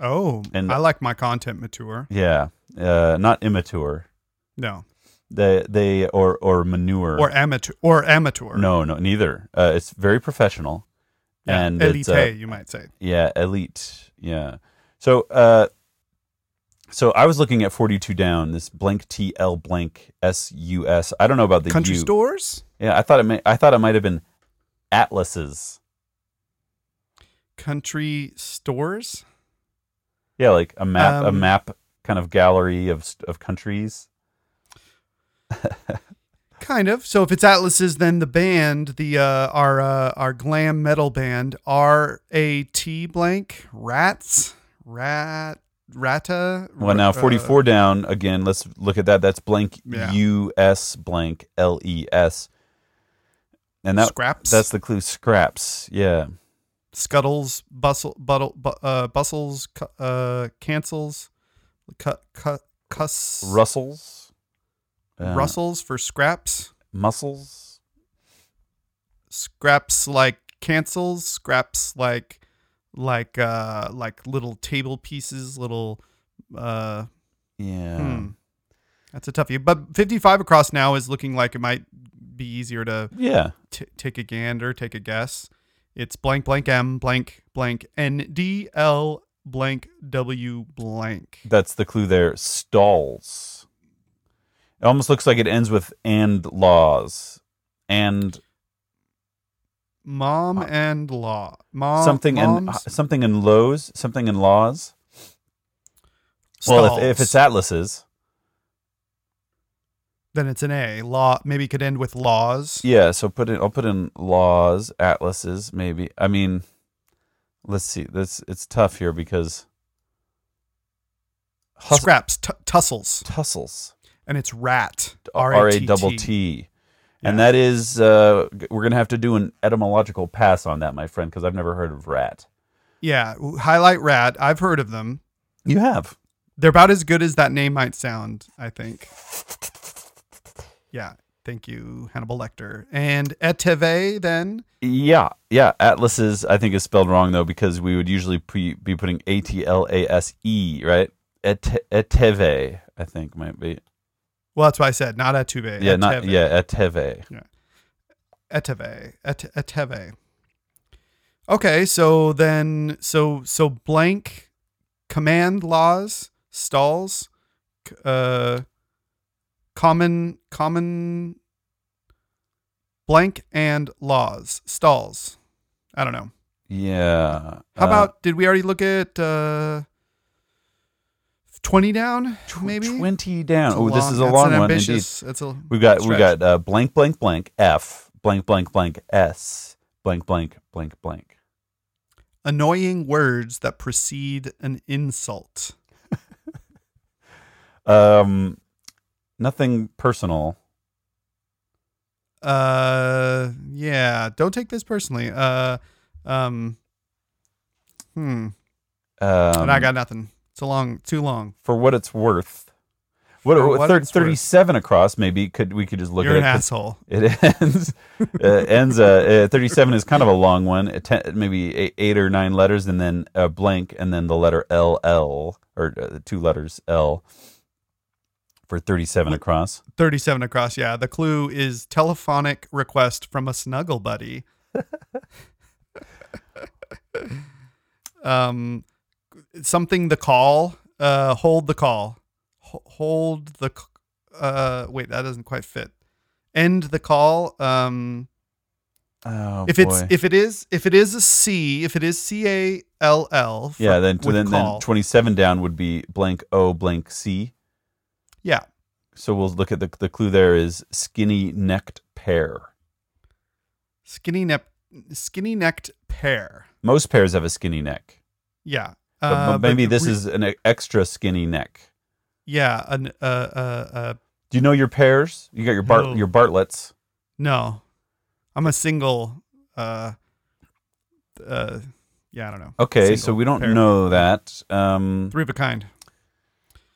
B: Oh,
A: And-
B: I like my content mature.
A: Yeah, uh, not immature.
B: No,
A: They they or or manure
B: or amateur, or amateur.
A: No, no, neither. Uh, it's very professional,
B: Yeah,
A: and
B: elite,
A: it's, uh,
B: you might say.
A: Yeah, elite. Yeah. So uh so I was looking at 42 down this blank T L blank S U S. I don't know about the
B: Country
A: U.
B: stores,
A: Yeah, I thought it may, I thought it might have been atlases.
B: country stores.
A: Yeah, like a map a
B: Um,
A: map kind of gallery of st- of countries.
B: Kind of. So if it's Atlases, then the band, the uh, our uh, our glam metal band, R A T blank Rats, Rat Rata. uh,
A: Well, now 44 down again. Let's look at that. That's blank
B: Yeah.
A: U S blank L E S. And
B: uh,
A: that
B: scraps.
A: that's the clue scraps. Yeah.
B: scuttles, bustle, buttle, bu- uh, bustles, cu- uh, cancels, cut, cut, cuss,
A: Russell's. Uh,
B: rustles for scraps.
A: Muscles.
B: scraps like cancels scraps like like uh like little table pieces little uh
A: Yeah.
B: hmm. that's a toughie but 55 across now is looking like it might be easier to
A: Yeah.
B: t- take a gander take a guess it's blank blank m blank blank n d l blank w blank
A: That's the clue there. Stalls. It almost looks like it ends with and laws. And
B: mom and law mom
A: something in uh,
B: moms,
A: something in lows, something in laws. Well, if, if
B: stalls.
A: it's atlases,
B: then it's an a law maybe it could end with laws
A: yeah. So put in, I'll put in laws, atlases, maybe. I mean, let's see. This it's tough here because hus-
B: scraps t- tussles
A: tussles,
B: and it's rat.
A: R A
B: R-A-T-T.
A: double T. And that is, uh, g- we're going to have to do an etymological pass on that, my friend, because I've never heard of rat.
B: Yeah, highlight rat. I've heard of them.
A: You have.
B: They're about as good as that name might sound. I think. Yeah. Thank you, Hannibal Lecter. And Eteve then.
A: Yeah, yeah. Atlases, I think, is spelled wrong, though, because we would usually pre- be putting A T L A S E, right? Et- eteve, I think, might be.
B: Well, that's what I said. Not Eteve.
A: Yeah,
B: Eteve.
A: not, yeah, eteve.
B: Eteve. Et- Eteve. Okay, so then, so so blank, command laws stalls, c- uh, common common blank and laws stalls. I don't know.
A: Yeah.
B: How
A: Uh,
B: about did we already look at uh, twenty down, maybe.
A: Twenty down.
B: It's a
A: Oh, this
B: long-
A: is a
B: that's
A: long
B: an
A: one. Indeed.
B: Ambitious. That's a
A: We've got we
B: stretch.
A: got uh, blank blank blank F blank blank blank S blank blank blank blank.
B: annoying words that precede an insult.
A: Um, nothing personal.
B: Uh, yeah. Don't take this personally. Uh, um, hmm.
A: Um,
B: but I got nothing. It's a long, too long.
A: for what it's worth. What,
B: For
A: what
B: what
A: thir-
B: it's worth.
A: thirty-seven across? Maybe could we could just look
B: You're an
A: at it?
B: asshole.
A: It ends. [LAUGHS] uh, ends. Uh, uh, Thirty-seven is kind of a long one. A ten, maybe eight, eight or nine letters, and then a blank, and then the letter L L or uh, two letters L for thirty-seven across.
B: Thirty-seven across. Yeah. The clue is telephonic request from a snuggle buddy. [LAUGHS] um, something the call. Uh, hold the call. Ho- hold the. c- Uh, wait, that doesn't quite fit. End the call. Um.
A: Oh
B: if
A: boy.
B: it's if it is if it is a C, if it is C A L L, for-
A: yeah, then
B: with
A: then, then
B: call.
A: twenty-seven down would be blank O blank C.
B: yeah,
A: So we'll look at the the clue. There is skinny necked pear.
B: skinny neck, skinny necked pear.
A: Most pears have a skinny neck.
B: Yeah,
A: But
B: Uh,
A: m- maybe
B: but
A: this
B: re-
A: is an e- extra skinny neck.
B: yeah. An, uh, uh, uh,
A: Do you know your pears? You got your Bart,
B: No.
A: your Bartlets.
B: no, I'm a single. Uh, uh, yeah, I don't know.
A: Okay, so
B: Single
A: we don't
B: pear.
A: know that. Um,
B: Three of a kind.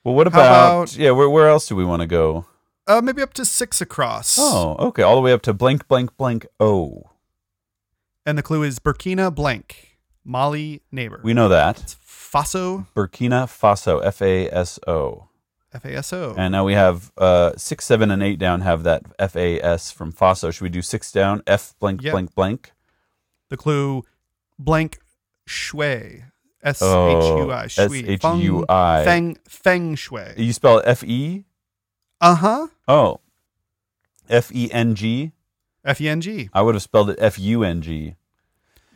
A: well, what
B: How
A: about,
B: about-
A: yeah? Where, where else do we want to go?
B: Uh, maybe up to six across.
A: Oh, okay, all the way up to blank, blank, blank. O.
B: and the clue is Burkina blank, Mali neighbor.
A: we know that
B: it's Faso,
A: Burkina Faso, F A S O,
B: F A S O.
A: and now we have uh, six, seven, and eight down. Have that F A S from Faso. Should we do six down? F blank,
B: Yeah.
A: blank, blank.
B: The clue blank shui. S H
A: Oh,
B: U I.
A: S H U I.
B: Feng, feng shui.
A: You spell F E?
B: Uh huh.
A: Oh, F E N G.
B: F E N G.
A: I would have spelled it F U N G.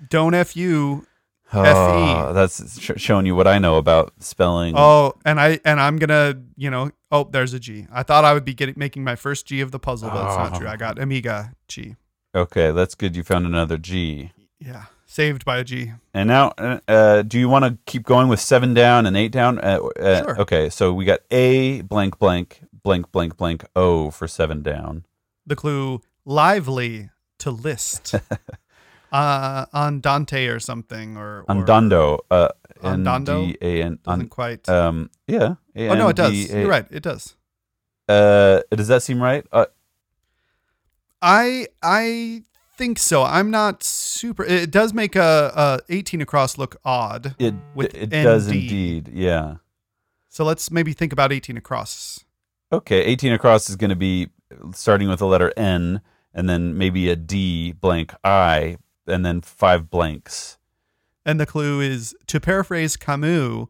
B: Don't F U.
A: Ah, That's sh- showing you what I know about spelling.
B: Oh, and I and I'm gonna you know oh there's a G. I thought I would be getting making my first G of the puzzle, but it's not true. I got Amiga G.
A: Okay, that's good. You found another G.
B: Yeah, saved by a G.
A: And now, uh, uh, do you want to keep going with seven down and eight down? Uh, uh,
B: Sure.
A: Okay, so we got A blank blank blank blank blank O for seven down.
B: The clue lively
A: [LAUGHS]
B: to list. uh, andante or something or, or
A: Andando. Uh,
B: Andando?
A: N-D-A-N-
B: doesn't quite.
A: Um, yeah.
B: oh no, it does.
A: A-N-D-A-
B: You're right. It does.
A: Uh, does that seem right? Uh,
B: I I think so. I'm not super. It does make a, a 18 across look odd.
A: it
B: With
A: it does
B: ND.
A: indeed. Yeah.
B: So let's maybe think about 18 across.
A: Okay, 18 across is going to be starting with the letter N and then maybe a D blank I and then five blanks.
B: And the clue is to paraphrase Camus,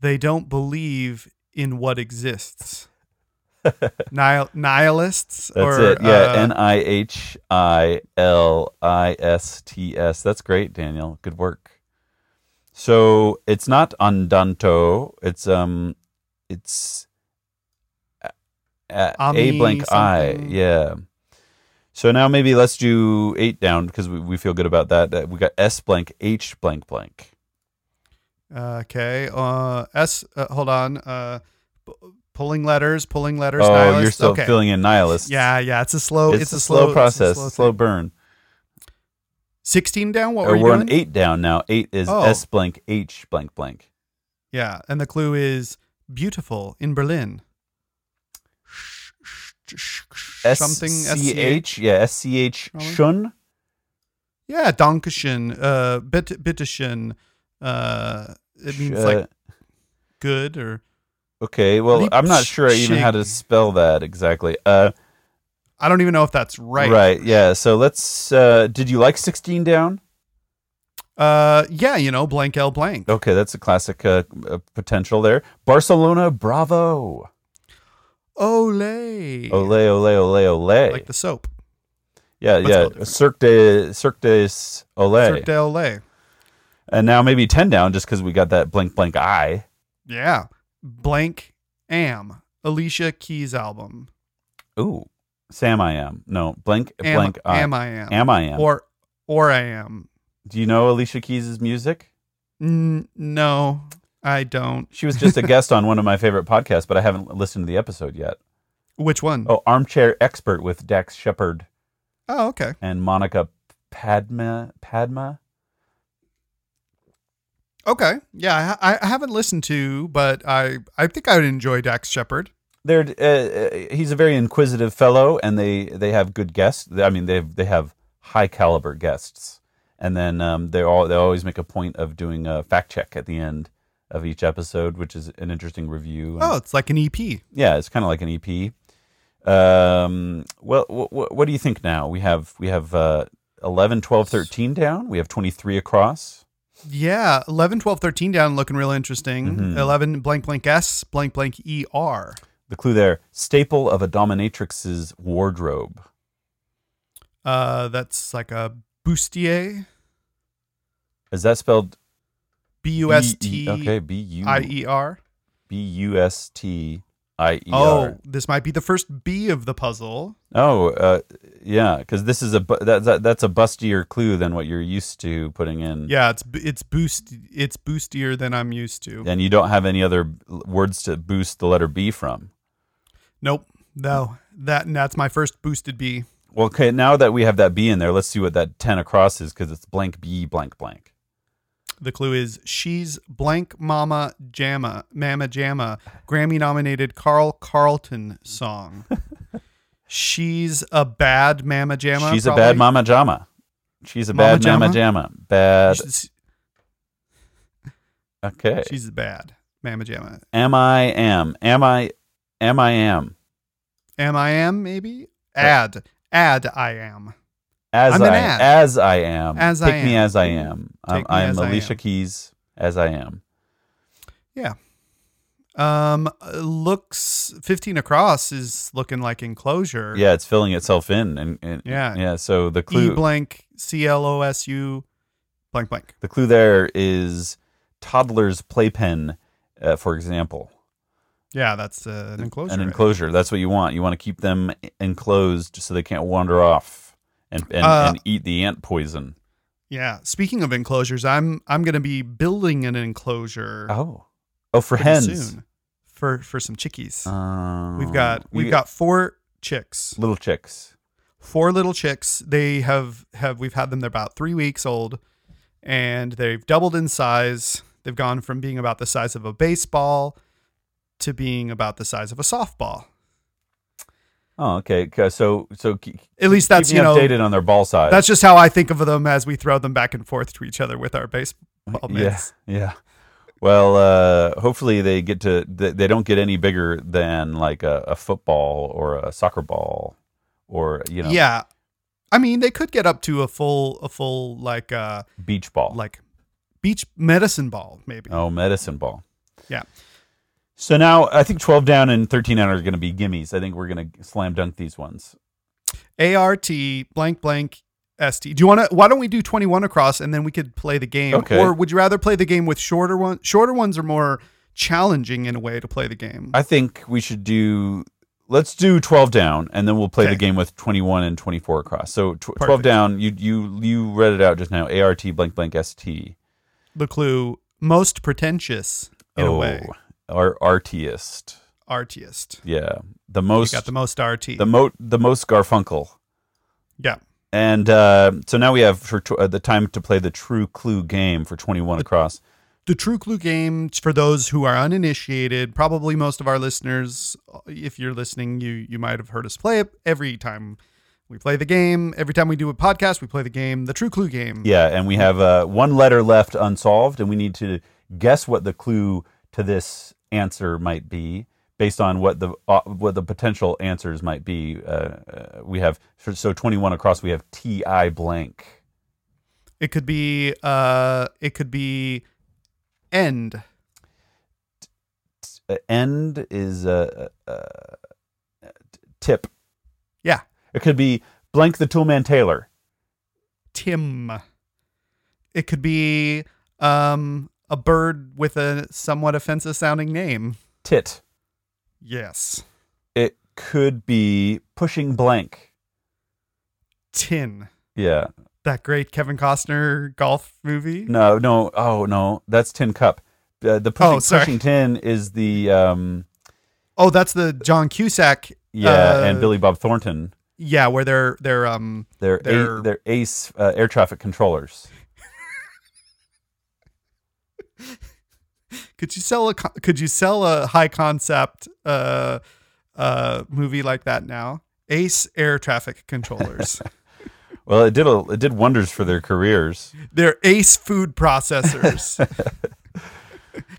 B: they don't believe in
A: [LAUGHS]
B: what exists. Nihil- nihilists
A: That's
B: or
A: it. Yeah,
B: uh,
A: N I H I L I S T S. That's great, Daniel. Good work. So, it's not andanto, it's um it's a- a, a
B: Ami
A: blank I.
B: something.
A: Yeah. So now maybe let's do 8 down because we, we feel good about that. Uh, We got S blank H blank blank.
B: okay. Uh, S. Uh, hold on. Uh, p- pulling letters. Pulling letters.
A: Oh,
B: nihilists.
A: you're still
B: okay.
A: filling in nihilists.
B: Yeah, yeah. It's a slow.
A: it's,
B: It's,
A: a, slow, process,
B: It's
A: slow,
B: a slow. thing.
A: burn.
B: 16 down. What
A: Or
B: were you
A: we're
B: doing?
A: on eight down now. Eight is
B: Oh.
A: S blank H blank blank.
B: Yeah, and the clue is beautiful in Berlin. Sh- sh- sh- sh-
A: S
B: Something
A: C
B: SCH?
A: H. Yeah, S C H
B: Probably.
A: Shun.
B: Yeah, Dankeschön, uh, bitte, bitteschön. Uh, it means like
A: Uh,
B: good or
A: okay. Well, I'm not sure even how to
B: Liebschig.
A: spell that exactly. Uh,
B: I don't even know if that's right.
A: Right. Yeah. So let's. Uh, did you like 16 down?
B: Uh, yeah, you know, blank L blank.
A: Okay, that's a classic uh, uh, potential there. Barcelona, bravo!
B: Ole.
A: Ole, ole, ole, ole.
B: Like the soap.
A: yeah,
B: that's
A: yeah.
B: spelled
A: Cirque de
B: different.
A: Cirque des Ole.
B: Cirque de Ole.
A: And now maybe 10 down just because we got that blank blank eye.
B: Yeah. blank am Alicia Keys album.
A: Ooh, Sam, I am. No, blank,
B: Am,
A: blank. I,
B: am I am.
A: Am I am.
B: or or I am.
A: Do you know Alicia Keys' music?
B: N- no, I don't.
A: She was just a guest on one of my favorite podcasts, but I haven't listened to the episode yet.
B: Which one?
A: Oh, Armchair Expert with Dax Shepard
B: Oh, okay.
A: and Monica Padma. Padma.
B: Okay. Yeah, I, I haven't listened to, but I I think I would enjoy Dax Shepard.
A: They're, uh, uh, he's a very inquisitive fellow, and they they have good guests. I mean, they have, they have high caliber guests, and then um, they all they always make a point of doing a fact check at the end of each episode, which is an interesting review. and-
B: Oh, it's like an EP.
A: yeah, it's kind of like an EP. Um, well, wh- wh- what do you think now? We have we have uh, 11, 12, 13 down. We have 23 across.
B: Yeah, 11, 12, 13 down looking real interesting.
A: Mm-hmm.
B: 11 blank blank S blank blank ER.
A: The clue there, staple of a dominatrix's wardrobe.
B: Uh, that's like a bustier.
A: Is that spelled
B: B
A: B-
B: U S
A: E-
B: T
A: Okay, B U
B: I E R.
A: B U S T I E
B: Oh,
A: R.
B: this might be the first B of the puzzle.
A: Oh, uh, yeah, because this is a bu- that, that that's a bustier clue than what you're used to putting in.
B: Yeah, it's b- it's boost it's boostier than I'm used to.
A: And you don't have any other l- words to boost the letter B from.
B: Nope. No. That that's my first boosted B.
A: Well, okay, now that we have that B in there, let's see what that 10 across is because it's blank B, blank, blank.
B: The clue is she's blank mama jamma, mama jamma, Grammy nominated Carl Carlton
A: [LAUGHS]
B: song. she's a bad mama jamma.
A: She's a bad
B: probably.
A: mama jama. She's a
B: Mama
A: bad mama jama. Bad.
B: She's,
A: Okay.
B: she's bad mama jamma.
A: Am I am. Am I am I am.
B: Am I am maybe? Ad. Ad I am.
A: As
B: I'm
A: I
B: an ad.
A: as I am.
B: As
A: Take
B: I
A: me
B: am.
A: as I am. I'm,
B: Take me
A: I'm
B: as I
A: Alicia
B: am.
A: Keys as I am.
B: Um looks 15 across is looking like enclosure.
A: Yeah, it's filling itself in and, and
B: Yeah.
A: Yeah, so the
B: E
A: clue
B: blank C L O S U blank blank.
A: the clue there is toddler's playpen uh, for example.
B: Yeah, that's uh, an enclosure.
A: an
B: right?
A: enclosure. That's what you want. You want to keep them e, enclosed so they can't wander off and and,
B: Uh,
A: and eat the ant poison.
B: Yeah. Speaking of enclosures, I'm I'm gonna be building an enclosure
A: Oh, oh, for
B: pretty
A: hens.
B: soon for for some chickies.
A: Uh,
B: we've got
A: you
B: we've got four chicks,
A: little chicks.
B: four little chicks. They have have we've had them. They're about three weeks old, and they've doubled in size. They've gone from being about the size of a baseball to being about the size of a softball.
A: Oh, okay. Okay, So so keep,
B: At least that's
A: keep me
B: you know
A: updated on their ball size.
B: that's just how I think of them as we throw them back and forth to each other with our
A: yeah,
B: baseball mitts.
A: yeah. Well, uh, hopefully they get to they, they don't get any bigger than like a, a football or a soccer ball or you know
B: Yeah. I mean, they could get up to a full a full like uh
A: beach ball
B: like beach medicine ball maybe.
A: oh medicine ball.
B: Yeah.
A: So now I think 12 down and 13 down are going to be gimmies. I think we're going to slam dunk these ones.
B: ART blank blank ST. Do you want to why don't we do 21 across and then we could play the game
A: Okay.
B: or would you rather play the game with shorter ones? Shorter ones are more challenging in a way to play the game.
A: I think we should do let's do 12 down and then we'll play the
B: Okay.
A: game with 21 and 24 across. So tw- 12
B: Perfect.
A: down, you you you read it out just now. ART blank blank ST.
B: the clue most pretentious in
A: Oh,
B: a way.
A: Our artiest.
B: Artiest.
A: Yeah. The
B: You
A: most
B: got the most RT.
A: the mo the most Garfunkel.
B: yeah.
A: And uh, so now we have for tw- uh, the time to play the true clue game for 21 across.
B: the True Clue game for those who are uninitiated, probably most of our listeners, uh, if you're listening, you you might have heard us play it every time we play the game. Every time we do a podcast, we play the game, the True Clue game.
A: Yeah, and we have uh, one letter left unsolved, and we need to guess what the clue to this answer might be based on what the uh, what the potential answers might be. Uh, uh, we have so twenty one across. We have T I blank.
B: It could be uh it could be end.
A: Uh, end is a uh, uh, t- tip.
B: Yeah.
A: It could be blank the Toolman Taylor.
B: Tim. It could be um a bird with a somewhat offensive sounding name.
A: tit.
B: Yes.
A: It could be pushing blank.
B: Tin.
A: Yeah.
B: That great Kevin Costner golf movie.
A: No, no. Oh, no. That's tin cup. Uh, the pushing,
B: Oh, sorry.
A: pushing tin is the um
B: Oh, that's the John Cusack.
A: yeah,
B: Uh,
A: and Billy Bob Thornton.
B: Yeah, where they're they're um
A: They're they're,
B: they're-
A: they're ace uh, air traffic controllers.
B: could you sell a co- could you sell a high concept uh uh movie like that now? Ace air traffic controllers.
A: Well, it did a, it did wonders for their careers.
B: They're ace food processors.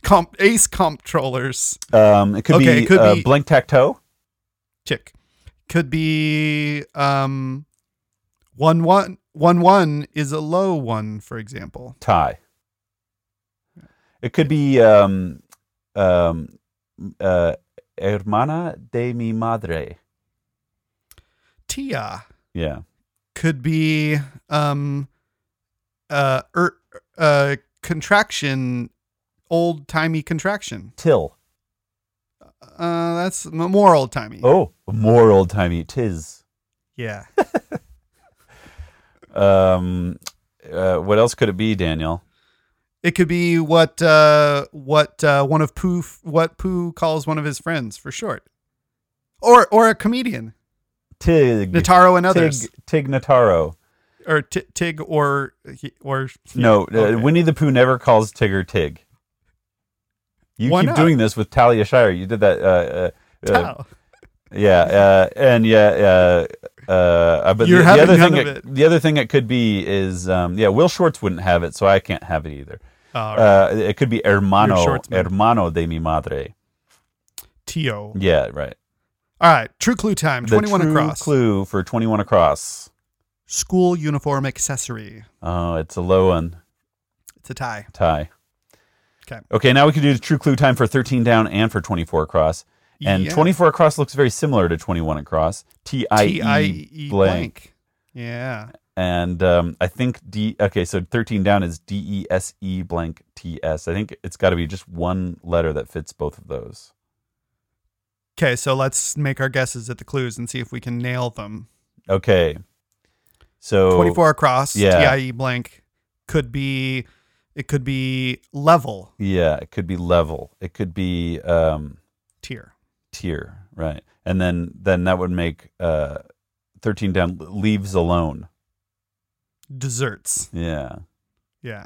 B: Comp, ace comptrollers.
A: Um, it could
B: Okay,
A: be
B: it could
A: uh,
B: be-
A: blank tac toe.
B: Chick. Could be um one one one one is a low one, for example.
A: tie. It could be um, um, uh, hermana de mi madre.
B: Tia
A: Yeah,
B: could be um uh er, uh contraction old timey contraction.
A: till.
B: Uh that's m- more old timey.
A: Oh, more old timey tis.
B: Yeah.
A: Um, uh, what else could it be, Daniel?
B: It could be what uh, what uh, one of Pooh what Pooh calls one of his friends for short, or or a comedian
A: Tig.
B: Nataro and
A: Tig,
B: others,
A: Tig Notaro.
B: or t- Tig or he- or he-
A: No,
B: okay.
A: uh, Winnie the Pooh never calls Tigger Tig. You
B: Why
A: keep
B: not?
A: doing this with Talia Shire. You did that. Uh, uh, uh,
B: Tao.
A: Yeah, uh, and yeah, uh, uh, but
B: You're
A: the, the
B: having
A: other
B: none
A: thing,
B: of
A: it, the other thing it could be is, um, yeah, Will Schwartz wouldn't have it, so I can't have it either.
B: All right.
A: Uh, it could be hermano,
B: You're a Schwartz man.
A: hermano de mi madre.
B: Tio.
A: Yeah, right.
B: All right, true clue time.
A: The
B: Twenty one
A: true
B: across.
A: clue for twenty-one across.
B: School uniform accessory.
A: Oh, it's a low one
B: It's a tie.
A: tie.
B: Okay.
A: Okay, now we can do the true clue time for thirteen down and for twenty-four across. And
B: Yeah.
A: twenty-four across looks very similar to twenty-one across. T
B: T I
A: I
B: E
A: E blank.
B: Yeah.
A: and um, I think D. Okay, so thirteen down is D E S E blank T S. I think it's got to be just one letter that fits both of those.
B: Okay, so let's make our guesses at the clues and see if we can nail them.
A: Okay, so
B: 24 across
A: Yeah.
B: tie blank could be it could be level
A: Yeah, it could be level. It could be um,
B: tier
A: tier, right? And then then that would make uh, thirteen down leaves alone.
B: desserts
A: Yeah.
B: yeah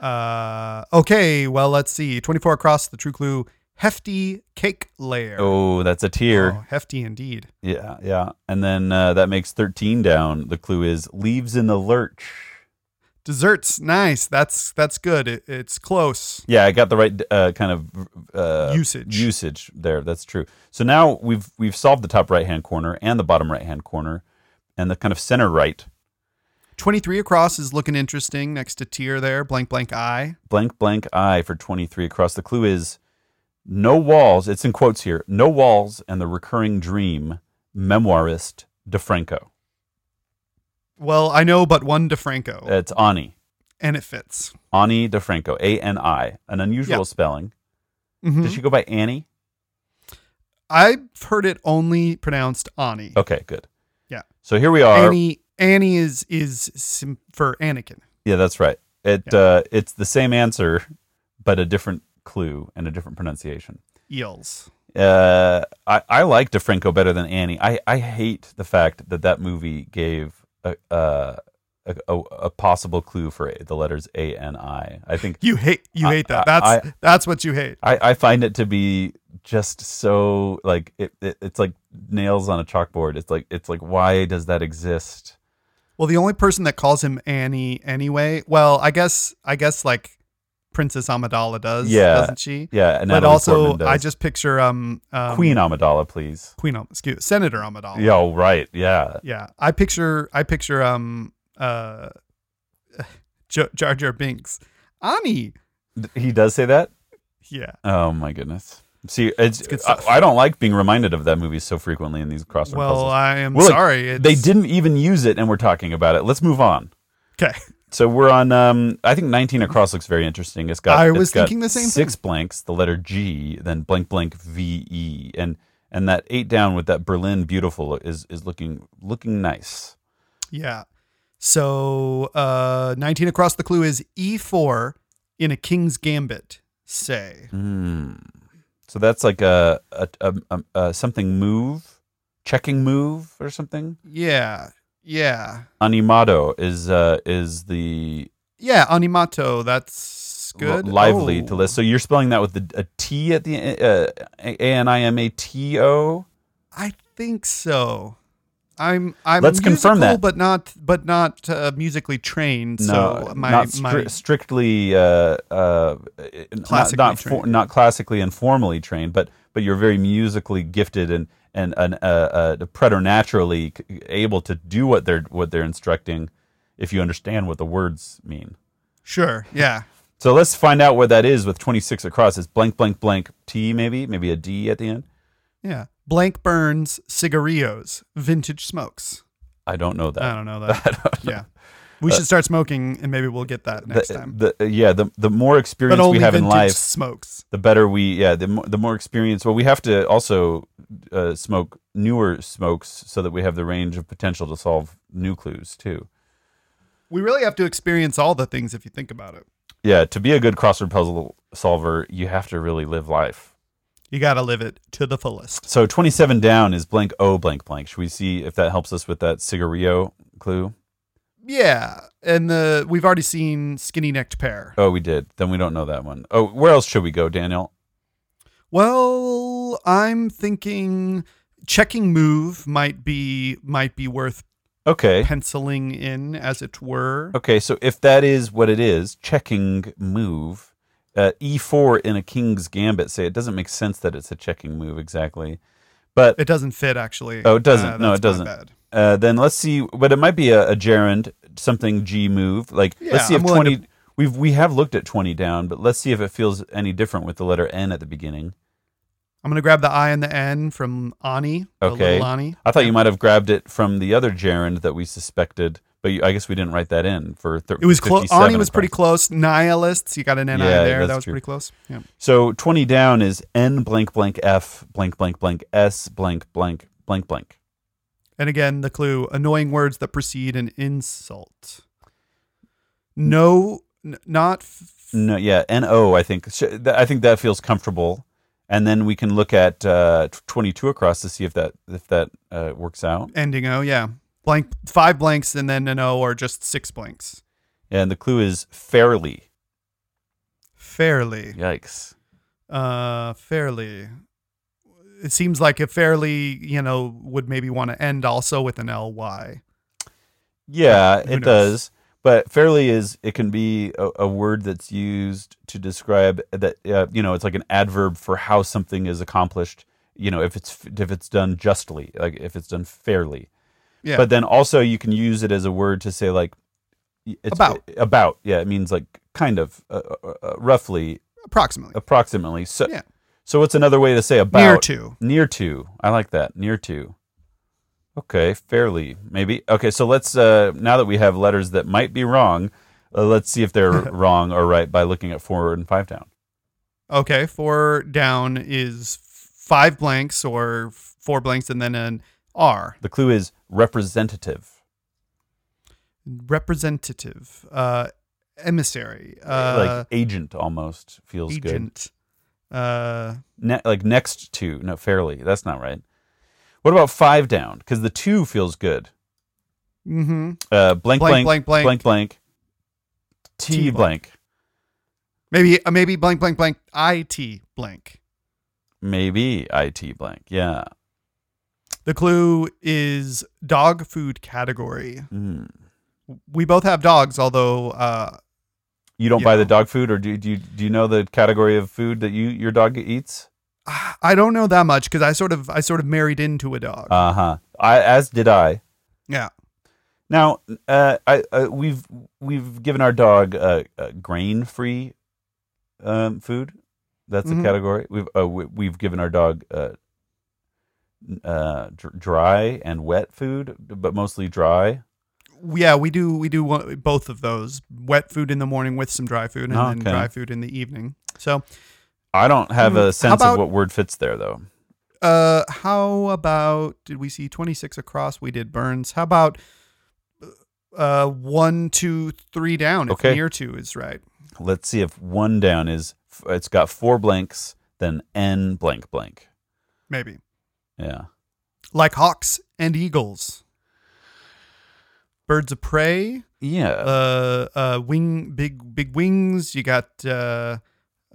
B: uh okay well let's see 24 across the true clue hefty cake layer
A: Oh, that's a tier.
B: Oh, hefty indeed
A: Yeah, yeah. And then uh, that makes thirteen down. The clue is leaves in the lurch.
B: desserts nice that's that's good it, it's close
A: Yeah, I got the right uh, kind of uh,
B: Usage.
A: Usage there. That's true. So now we've we've solved the top right hand corner and the bottom right hand corner, and the kind of center right
B: 23 across is looking interesting next to tier there blank blank eye
A: blank blank eye for twenty three across. The clue is no walls. It's in quotes here. No walls and the recurring dream memoirist DeFranco.
B: well i know but one defranco
A: It's Ani
B: and it fits
A: Ani DeFranco. A N I. An unusual
B: Yeah.
A: spelling.
B: Mhm.
A: Does she go by Annie?
B: i've heard it only pronounced ani
A: Okay, good.
B: Yeah.
A: So here we are.
B: Annie Annie is is sim- for Anakin.
A: Yeah, that's right. It
B: Yeah.
A: uh, it's the same answer, but a different clue and a different pronunciation.
B: Eels.
A: Uh, I I like DeFranco better than Annie. I I hate the fact that that movie gave a uh, a, a, a possible clue for the letters A and I. I think
B: You hate you
A: I-
B: hate that.
A: I-
B: That's that's what you hate.
A: I I find it to be just so like it, it it's like nails on a chalkboard. It's like it's like why does that exist?
B: Well, the only person that calls him Annie anyway. Well, I guess I guess like Princess Amidala does.
A: Yeah.
B: doesn't she?
A: Yeah, and
B: but
A: Natalie
B: also,
A: Portman does.
B: I just picture um, um
A: Queen Amidala, please.
B: Queen Am- excuse Senator Amidala.
A: Yeah, oh, right. Yeah,
B: yeah. I picture I picture um uh [LAUGHS] Jar Jar Jar Binks Annie.
A: D- he does say that.
B: Yeah,
A: Oh my goodness! See, it's,
B: good stuff.
A: I, I don't like being reminded of that movie so frequently in these crossword
B: well,
A: puzzles.
B: I am
A: Well,
B: sorry.
A: they
B: it's-
A: didn't even use it, and we're talking about it. Let's move on.
B: Okay. [LAUGHS]
A: So we're on. Um, I think nineteen across looks very interesting. It's got.
B: I
A: it's
B: was
A: got
B: thinking the same
A: Six blanks, the letter G, then blank blank V E, and and that eight down with that Berlin beautiful is is looking looking nice.
B: Yeah. So uh, 19 across the clue is E4 in a king's gambit, say.
A: Mm. So that's like a a, a, a a something move, checking move or something.
B: Yeah. Yeah.
A: Animado is uh is the
B: Yeah. Animato. That's
A: li-
B: good.
A: lively
B: Oh.
A: to list. So you're spelling that with the, a T at the uh, a n i m a t o.
B: I think so. I'm I'm
A: Let's confirm
B: musical,
A: that.
B: but not but not uh, musically trained. so my
A: not
B: my
A: stri- strictly uh, uh, not
B: Classically
A: not, for,
B: trained.
A: not classically and formally trained, but but you're very musically gifted and and and uh, uh, preternaturally c- able to do what they're what they're instructing, if you understand what the words mean.
B: sure yeah
A: So let's find out what that is with 26 across. It's blank blank blank T maybe maybe a D at the end.
B: yeah. Blank Burns cigarillos, vintage smokes.
A: I don't know that.
B: I don't know
A: [LAUGHS]
B: that.
A: I don't know.
B: yeah, we should start smoking, and maybe we'll get that next time.
A: the, the yeah the the more
B: But
A: experience
B: only
A: we have in
B: vintage
A: life,
B: smokes.
A: the better we yeah the more, the more experience well we have to also uh, smoke newer smokes so that we have the range of potential to solve new clues too
B: We really have to experience all the things if you think about it.
A: yeah to be a good crossword puzzle solver you have to really live life
B: You got to live it to the fullest.
A: so 27 down is blank o blank blank should we see if that helps us with that cigarillo clue
B: Yeah, and the we've already seen skinny necked pear.
A: oh we did then we don't know that one. Oh, where else should we go daniel
B: Well, I'm thinking checking move might be might be worth
A: okay
B: penciling in, as it were.
A: Okay, so if that is what it is, checking move, uh, e4 in a king's gambit. Say it doesn't make sense that it's a checking move exactly, but
B: It doesn't fit actually.
A: Oh, it doesn't. No,
B: that's
A: it
B: my
A: doesn't.
B: bad.
A: uh, then let's see. But it might be a, a gerund, something g move. Like
B: Yeah,
A: let's see if
B: I'm willing
A: twenty. We've we have looked at twenty down, but let's see if it feels any different with the letter n at the beginning.
B: I'm gonna grab the I and the N from Ani. the
A: Okay.
B: little Ani.
A: I thought you might have grabbed it from the other gerund that we suspected, but you, I guess we didn't write that in for. Thir-
B: It was close.
A: 57
B: Ani was pretty
A: across.
B: close. Nihilists. You got an N I
A: Yeah,
B: there.
A: that's
B: That was
A: true.
B: pretty close. Yeah.
A: So 20 down is N blank blank F blank blank blank S blank blank blank blank.
B: And again, the clue: annoying words that precede an insult. No, n- not. F-
A: No, yeah, N O I think. Sh- th- I think that feels comfortable. And then we can look at uh, tw- 22 across to see if that if that uh, works out.
B: ending O, yeah. Blank five blanks and then an O or just six blanks.
A: And the clue is fairly.
B: Fairly.
A: Yikes.
B: Uh fairly. It seems like a fairly, you know, would maybe want to end also with an L Y.
A: Yeah,
B: Who
A: it
B: knows?
A: does. But fairly is it can be a, a word that's used to describe that uh, you know it's like an adverb for how something is accomplished. You know, if it's if it's done justly, like if it's done fairly.
B: Yeah.
A: But then also you can use it as a word to say like y- it's
B: About.
A: about. Yeah, it means like kind of, uh, uh, uh, roughly,
B: Approximately.
A: approximately. So
B: Yeah.
A: So what's another way to say about?
B: Near to.
A: Near to. I like that. Near to. Okay, fairly maybe. Okay, so let's uh, now that we have letters that might be wrong, uh, let's see if they're
B: [LAUGHS]
A: wrong or right by looking at four and five down.
B: Okay. Four down is five blanks or four blanks and then an R.
A: The clue is representative,
B: Representative. Uh emissary. Uh
A: like agent almost feels good.
B: agent. Uh
A: Ne- like next to, no, fairly. That's not right. What about five down? Because the two feels good.
B: mm-hmm.
A: Uh, blank,
B: Blank,
A: blank,
B: blank, blank.
A: blank, blank. T,
B: T blank.
A: blank.
B: Maybe uh, maybe blank blank blank I T blank.
A: Maybe it blank. Yeah.
B: The clue is dog food category.
A: Mm.
B: We both have dogs, although uh,
A: You don't
B: You
A: buy
B: know.
A: the dog food, or do, do you do you know the category of food that you your dog eats?
B: I don't know that much because I sort of I sort of married into a dog.
A: Uh huh. I as did I.
B: yeah,
A: Now, uh, I uh, we've we've given our dog uh, uh, grain free um, food. That's
B: Mhm.
A: a category. We've uh, we, we've given our dog uh, n- uh, dr- dry and wet food, but mostly dry.
B: yeah, we do we do one- both of those: wet food in the morning with some dry food, and then
A: Okay.
B: dry food in the evening. So,
A: I don't have
B: Mm, how
A: a sense
B: about-
A: of what word fits there though.
B: uh, how about did we see twenty six across? We did Burns. How about uh one, two, three down?
A: Okay.
B: If near two is right.
A: Let's see if one down is it's got four blanks, then n blank blank.
B: Maybe
A: Yeah.
B: like hawks and eagles, birds of prey.
A: Yeah.
B: uh, uh, wing, big, big wings. You got uh,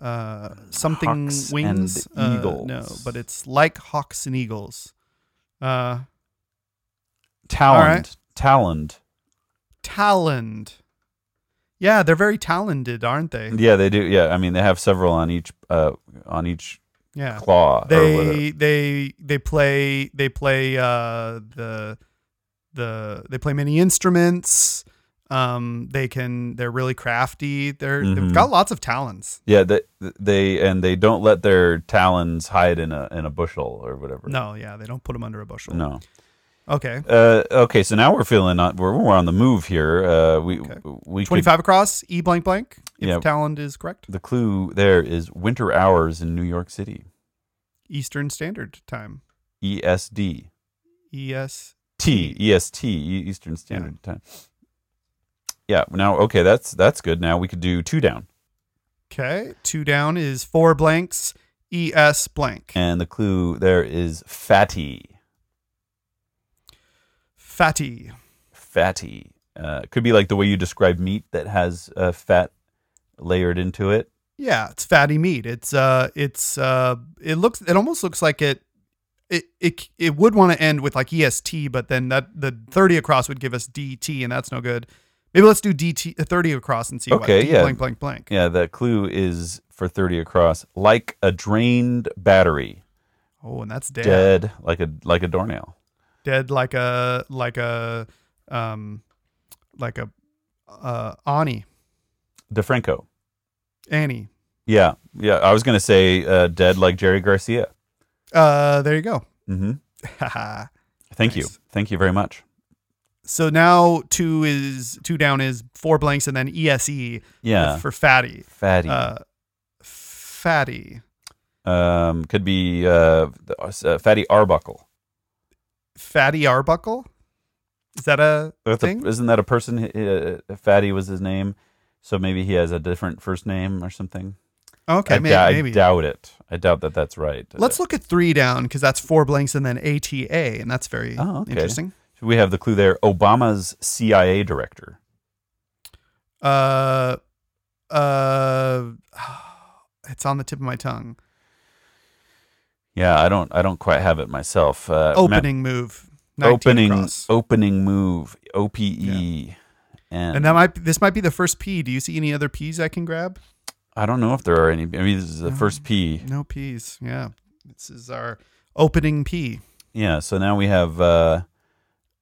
B: uh, something
A: Hawks and
B: wings. Uh, no,
A: eagles.
B: but it's like hawks and eagles. Uh,
A: taloned.
B: right.
A: Taloned.
B: taloned. Yeah, they're very talented, aren't they?
A: Yeah, they do. Yeah, I mean they have several on each uh on each
B: Yeah.
A: claw or whatever.
B: They they they play they play uh, the the they play many instruments. Um, they can they're really crafty. They're
A: Mhm.
B: they've got lots of talents.
A: Yeah, they they and they don't let their talons hide in a in a bushel or whatever.
B: No, yeah, they don't put them under a bushel.
A: No.
B: Okay.
A: Uh, okay, so now we're feeling on, we're we're on the move here. Uh, we
B: Okay.
A: we could-
B: 25 across, E blank blank, if
A: Yeah.
B: talent is correct.
A: the clue there is winter hours in New York City.
B: Eastern Standard Time, E
A: ESD.
B: ES.
A: T EST E- Eastern Standard Time. Yeah. Now, okay, that's that's good. Now we could do two down,
B: Okay. Two down is four blanks, ES blank.
A: and the clue there is fatty,
B: Fatty.
A: fatty. Uh, it could be like the way you describe meat that has uh, fat layered into it.
B: Yeah, it's fatty meat. It's, uh, it's, uh, it looks, it almost looks like it, it, it, it would want to end with like EST, but then that, the 30 across would give us DT, and that's no good. Maybe let's do DT, uh, 30 across and see what.
A: Okay,
B: D
A: yeah.
B: Blank, blank, blank.
A: Yeah, the clue is for thirty across, like a drained battery,
B: Oh, and that's dead.
A: dead like a like a doornail.
B: dead like a like a um like a uh Ani
A: DeFranco.
B: Annie.
A: Yeah, yeah. I was gonna say uh, dead like Jerry Garcia.
B: Uh there you go. [LAUGHS]
A: hmm
B: Haha.
A: Thank you,
B: Nice.
A: thank you very much.
B: so now two is two down is four blanks and then ESE
A: Yeah,
B: for fatty.
A: fatty.
B: Uh fatty.
A: um, could be uh, the- uh, Fatty Arbuckle.
B: Fatty Arbuckle? Is that a
A: That's a-
B: Thing?
A: isn't that a person? Uh, fatty was his name, so maybe he has a different first name or something.
B: okay,
A: I,
B: maybe,
A: dou- I
B: maybe.
A: doubt it. I doubt that that's right.
B: Let's look at three down because that's four blanks and then ATA, and that's very
A: Oh, okay.
B: interesting.
A: Uh, we have the clue there. Obama's CIA director.
B: Uh, uh, [SIGHS] it's on the tip of my tongue.
A: Yeah, I don't. I don't quite have it myself. Uh, ma-
B: opening move. 19
A: opening.
B: across.
A: Opening move. OPE. And,
B: And that might this might be the first P. Do you see any other P's I can grab?
A: I don't know if there are any. I mean, this is the first P.
B: No P's. Yeah, this is our opening P.
A: Yeah, so now we have. Uh,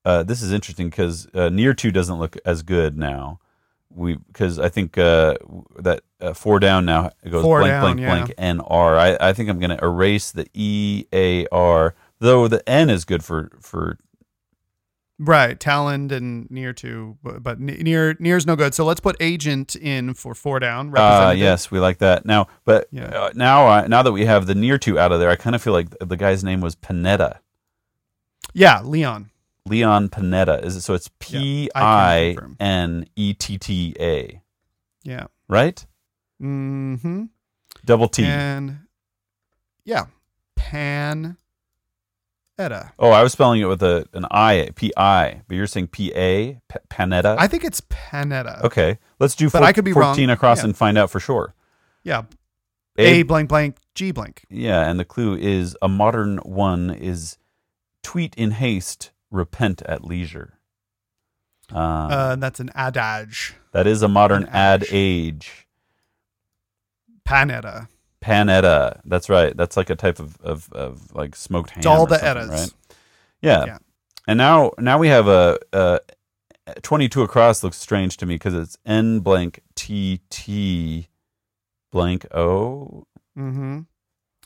A: uh, this is interesting because uh, near two doesn't look as good now. We because I think uh, w- that uh, four down now it goes
B: Four
A: blank
B: down,
A: blank
B: yeah.
A: blank N R. I, I think I'm going to erase the E A R. Though the N is good for for
B: Right, talent and near to, but but ne- near near is no good. So let's put agent in for four down.
A: ah
B: representative.
A: yes we like that now. But
B: Yeah.
A: uh, now I, now that we have the near two out of there, I kind of feel like th- the guy's name was Panetta.
B: yeah, Leon.
A: Leon Panetta is it? So it's P
B: I
A: I
B: can confirm.
A: N E T T A,
B: Yeah.
A: right?
B: Mm-hmm.
A: Double T.
B: And yeah, Pan. Etta.
A: Oh, I was spelling it with a an I, P I, but you're saying P A, P- Panetta.
B: I think it's Panetta.
A: Uh, okay, let's do
B: But
A: four-
B: I could be wrong.
A: 14 across
B: Yeah.
A: and find out for sure.
B: Yeah.
A: A-
B: A, blank blank G blank.
A: yeah, and the clue is a modern one is tweet in haste, repent at leisure. Uh,
B: Uh, that's an adage.
A: that is a modern
B: an
A: ad
B: ash.
A: age.
B: Panetta.
A: Panetta. That's right. That's like a type of, of, of like smoked ham.
B: It's all
A: or
B: the
A: something,
B: Eddas.
A: right? Yeah.
B: Yeah.
A: And now now we have a, a 22 across looks strange to me because it's N blank T T blank O.
B: Mm-hmm.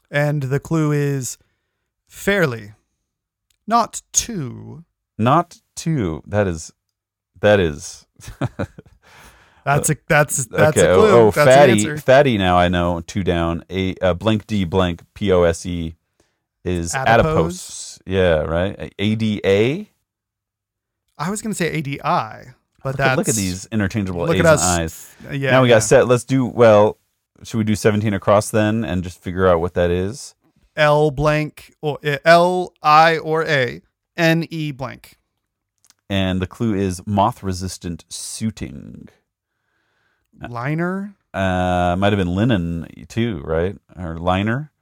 B: And the clue is fairly, not too.
A: Not two. That is That is. [LAUGHS]
B: That's a that's that's
A: Uh, okay.
B: a clue.
A: Oh, oh,
B: that's
A: fatty,
B: the answer.
A: fatty. Now I know two down. A uh, blank D blank P O S E is adipose.
B: Adipose?
A: Yeah, right. A D A.
B: I was gonna say ADI, but
A: Look
B: that's
A: at- look at these interchangeable
B: look
A: A's
B: at
A: and
B: us.
A: I's.
B: Yeah.
A: now we
B: yeah.
A: got set. Let's do well. Should we do seventeen across then, and just figure out what that is?
B: L blank or uh, L I or A N E blank.
A: And the clue is moth resistant suiting.
B: Liner.
A: Uh, might have been linen too, right? Or liner.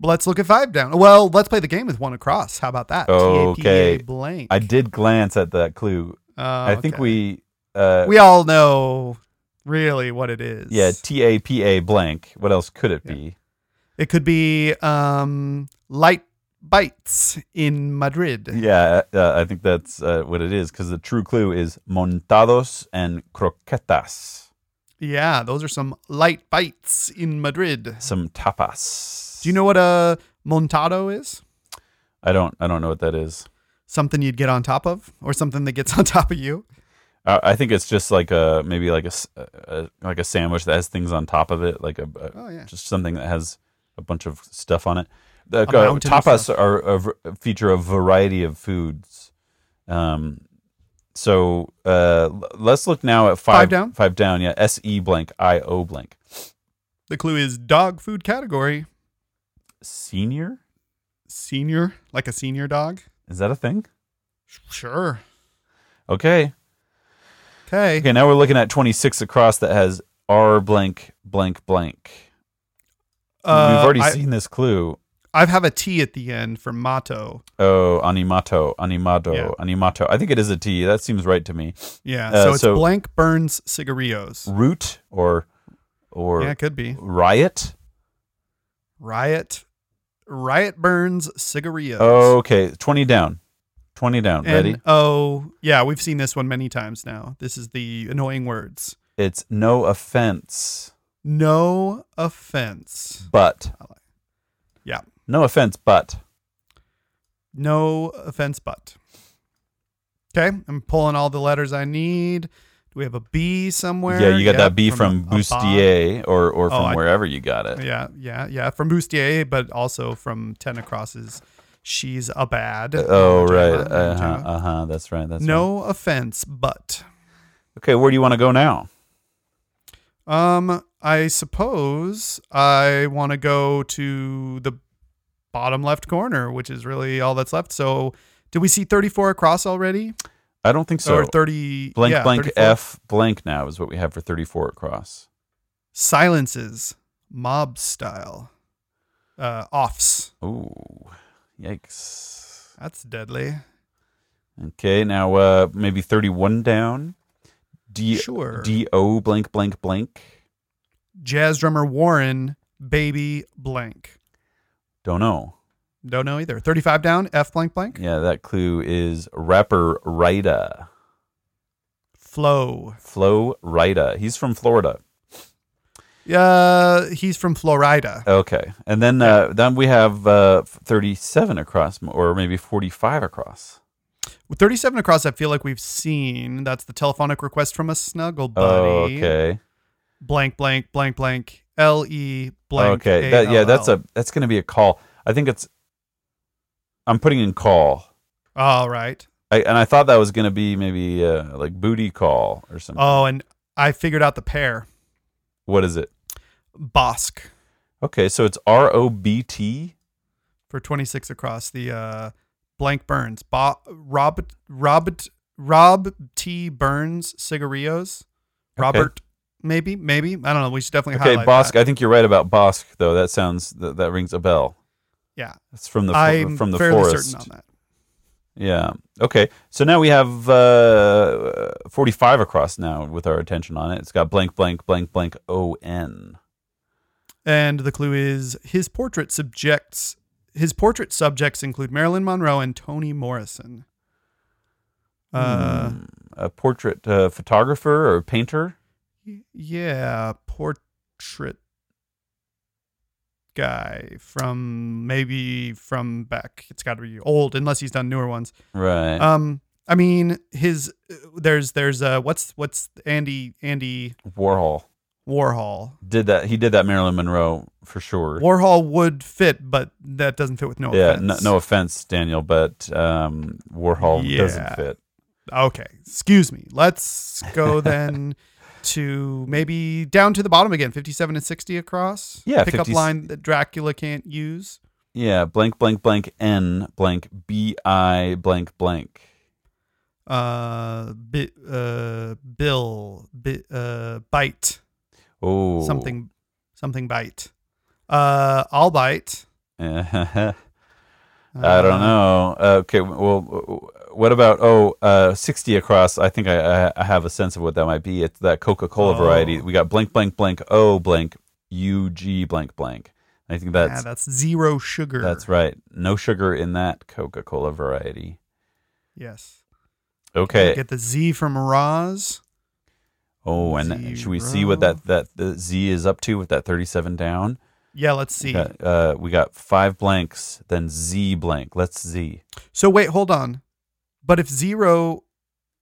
B: Let's look at five down. Well, let's play the game with one across. How about that?
A: Okay.
B: TAPA blank.
A: I did glance at that clue.
B: Oh,
A: I think
B: okay.
A: we. Uh,
B: we all know really what it is.
A: yeah, T A P A blank. What else could it
B: Yeah.
A: be?
B: it could be um, light bites in Madrid.
A: Yeah, uh, I think that's uh, what it is because the true clue is montados and croquetas,
B: Yeah, those are some light bites in Madrid.
A: some tapas.
B: Do you know what a montado is?
A: I don't. I don't know what that is.
B: Something you'd get on top of, or something that gets [LAUGHS] on top of you.
A: I, I think it's just like a maybe like a, s- a- a- like a sandwich that has things on top of it, like a, a-
B: Oh yeah,
A: just something that has a bunch of stuff on it. The,
B: A
A: uh,
B: mountain of
A: tapas
B: stuff.
A: are a v- feature a variety of foods. Um, so uh, l- let's look now at five,
B: Five down?
A: Five down. Yeah, S E blank I O blank.
B: the clue is dog food category.
A: Senior
B: Senior, like a senior dog.
A: is that a thing?
B: Sure.
A: Okay.
B: Okay.
A: Okay. Now we're looking at twenty six across that has R blank blank blank.
B: Uh,
A: We've already
B: I,
A: seen this clue.
B: I have a T at the end for motto.
A: Oh, animato, animado,
B: Yeah.
A: animato. I think it is a T. That seems right to me.
B: Yeah.
A: Uh,
B: so it's
A: so-
B: blank burns cigarillos.
A: Root or or
B: Yeah, it could be
A: riot.
B: riot. Riot burns cigarillos.
A: Okay, twenty down, twenty down. Ready?
B: And oh, yeah, we've seen this one many times now. This is the annoying words.
A: It's no offense,
B: No offense.
A: but
B: Yeah.
A: no offense, but
B: No offense, but. Okay, I'm pulling all the letters I need. Do we have a B somewhere?
A: yeah, you got that B
B: a-
A: from,
B: a
A: Bustier or or from
B: Oh, I-
A: wherever you got it.
B: bot. Yeah, yeah, yeah. From Bustier, but also from Ten Across's She's a Bad.
A: Oh right,
B: Jama,
A: uh huh,
B: Jama.
A: uh huh. That's right. That's right.
B: No offense, but.
A: Okay, where do you want to go now?
B: Um, I suppose I want to go to the bottom left corner, which is really all that's left. So, did we see 34 across already?
A: I don't think so.
B: or 30
A: blank
B: yeah,
A: blank
B: 34.
A: F blank now is what we have for thirty four across.
B: silences mob style uh offs.
A: Ooh, yikes.
B: That's deadly.
A: Okay, now uh maybe 31 down. D
B: Sure.
A: D O blank blank blank.
B: Jazz drummer Warren baby blank.
A: Don't know.
B: Don't know either. 35 down F blank blank.
A: Yeah, that clue is rapper Rida.
B: Flow.
A: Flo Rida. He's from Florida.
B: Yeah, he's from Florida.
A: Okay. And then uh then we have uh 37 across m- or maybe 45 across.
B: 37 across I feel like we've seen. That's the telephonic request from a snuggle buddy.
A: Oh, okay.
B: blank blank blank blank L E blank.
A: okay. That, yeah, that's
B: ALL.
A: a that's going to be a call. I think it's I'm putting in call.
B: All right.
A: I, and I thought that was going to be maybe uh, like booty call or something.
B: Oh, and I figured out the pair.
A: What is it?
B: Bosk
A: Okay, so it's R O B T.
B: for 26 across the uh, blank Burns. Bo- Robert Robert Rob T Burns cigarillos.
A: Okay.
B: Robert maybe maybe I don't know. We should definitely
A: Okay,
B: highlight
A: Bosk.
B: that.
A: I think you're right about Bosk, though. That sounds that, that rings a bell.
B: Yeah,
A: It's from the fo-
B: I'm
A: from the
B: fairly
A: forest.
B: certain on that.
A: Yeah. Okay. So now we have uh, 45 across now with our attention on it. It's got blank blank blank blank O N.
B: And the clue is his portrait subjects. His portrait subjects include Marilyn Monroe and Toni Morrison. Uh,
A: Hmm. a portrait uh, photographer or painter.
B: Y- Yeah, portrait guy from maybe from back. It's got to be old, unless he's done newer ones.
A: Right.
B: Um, I mean, his there's there's uh what's what's Andy Andy
A: Warhol
B: Warhol.
A: did that. He did that Marilyn Monroe for sure.
B: Warhol would fit, but that doesn't fit with no
A: yeah, no,
B: offense.
A: no offense, Daniel, but um, Warhol
B: Yeah.
A: doesn't fit.
B: Okay, excuse me. Let's
A: [LAUGHS]
B: go then to maybe down to the bottom again, 57 and 60 across.
A: Yeah,
B: pickup
A: 50
B: line that Dracula can't use.
A: Yeah, blank, blank, blank, N, blank, B, I, blank, blank.
B: Uh, bi- uh, bill, bi- uh, bite,
A: Oh,
B: something, something bite. Uh, I'll bite.
A: [LAUGHS] I
B: Uh,
A: don't know. Uh, Okay, well, what about oh, uh, 60 across? I think I, I- I have a sense of what that might be. It's that Coca Cola
B: Oh.
A: variety. We got blank, blank, blank, O, blank, U, G, blank, blank. I think
B: That's,
A: that's
B: yeah, that's zero sugar.
A: that's right. No sugar in that Coca Cola variety.
B: Yes.
A: Okay.
B: Get the Z from Roz.
A: Oh, and that- should we see what
B: Zero.
A: that that the Z is up to with that 37 down?
B: Yeah, let's see.
A: Got, uh, we got five blanks, then Z blank. Let's Z.
B: So wait, hold on. But if zero,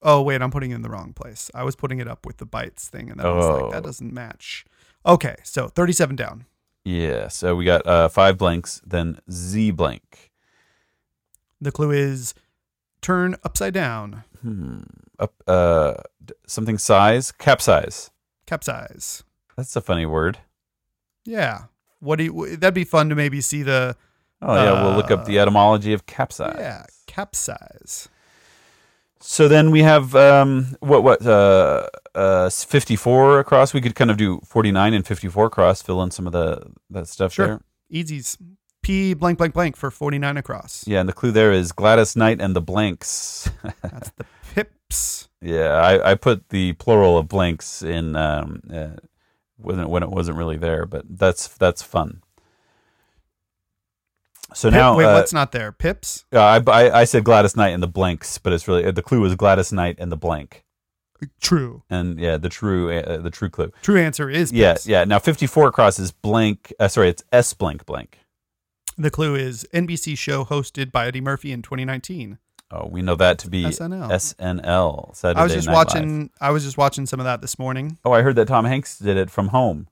B: oh wait, I'm putting it in the wrong place. I was putting it up with the bytes thing, and then I was like, that
A: Oh.
B: doesn't match. Okay, so 37 down.
A: Yeah. So we got uh, five blanks, then Z blank.
B: The clue is turn upside down,
A: Hmm. Up. Uh, d- something size. Capsize.
B: capsize.
A: That's a funny word.
B: Yeah. What do you, that'd be fun to maybe see the
A: Oh yeah, we'll look up the
B: Uh,
A: etymology of capsize.
B: yeah capsize.
A: So then we have um, what what uh, uh, fifty four across. We could kind of do forty nine and fifty four across. Fill in some of the that stuff
B: Sure.
A: there.
B: Easy's P blank blank blank for 49 across.
A: Yeah, and the clue there is Gladys Knight and the blanks. [LAUGHS]
B: That's the pips.
A: yeah, I, I put the plural of blanks in um, uh, wasn't when it wasn't really there, but that's that's fun. So
B: Pip-
A: now
B: wait,
A: uh,
B: what's not there? Pips?
A: I, I I said Gladys Knight and the blanks, but it's really uh, the clue is Gladys Knight and the blank,
B: True.
A: and yeah, the true uh, the true clue.
B: True answer is
A: Yeah,
B: pips.
A: yeah. Now fifty four across is blank. Uh, sorry, it's S blank blank.
B: The clue is NBC show hosted by Eddie Murphy in 2019.
A: Oh, we know that to be
B: SNL.
A: SNL. Saturday
B: I was just
A: Night Live.
B: watching. I was just watching some of that this morning.
A: Oh, I heard that Tom Hanks did it from home.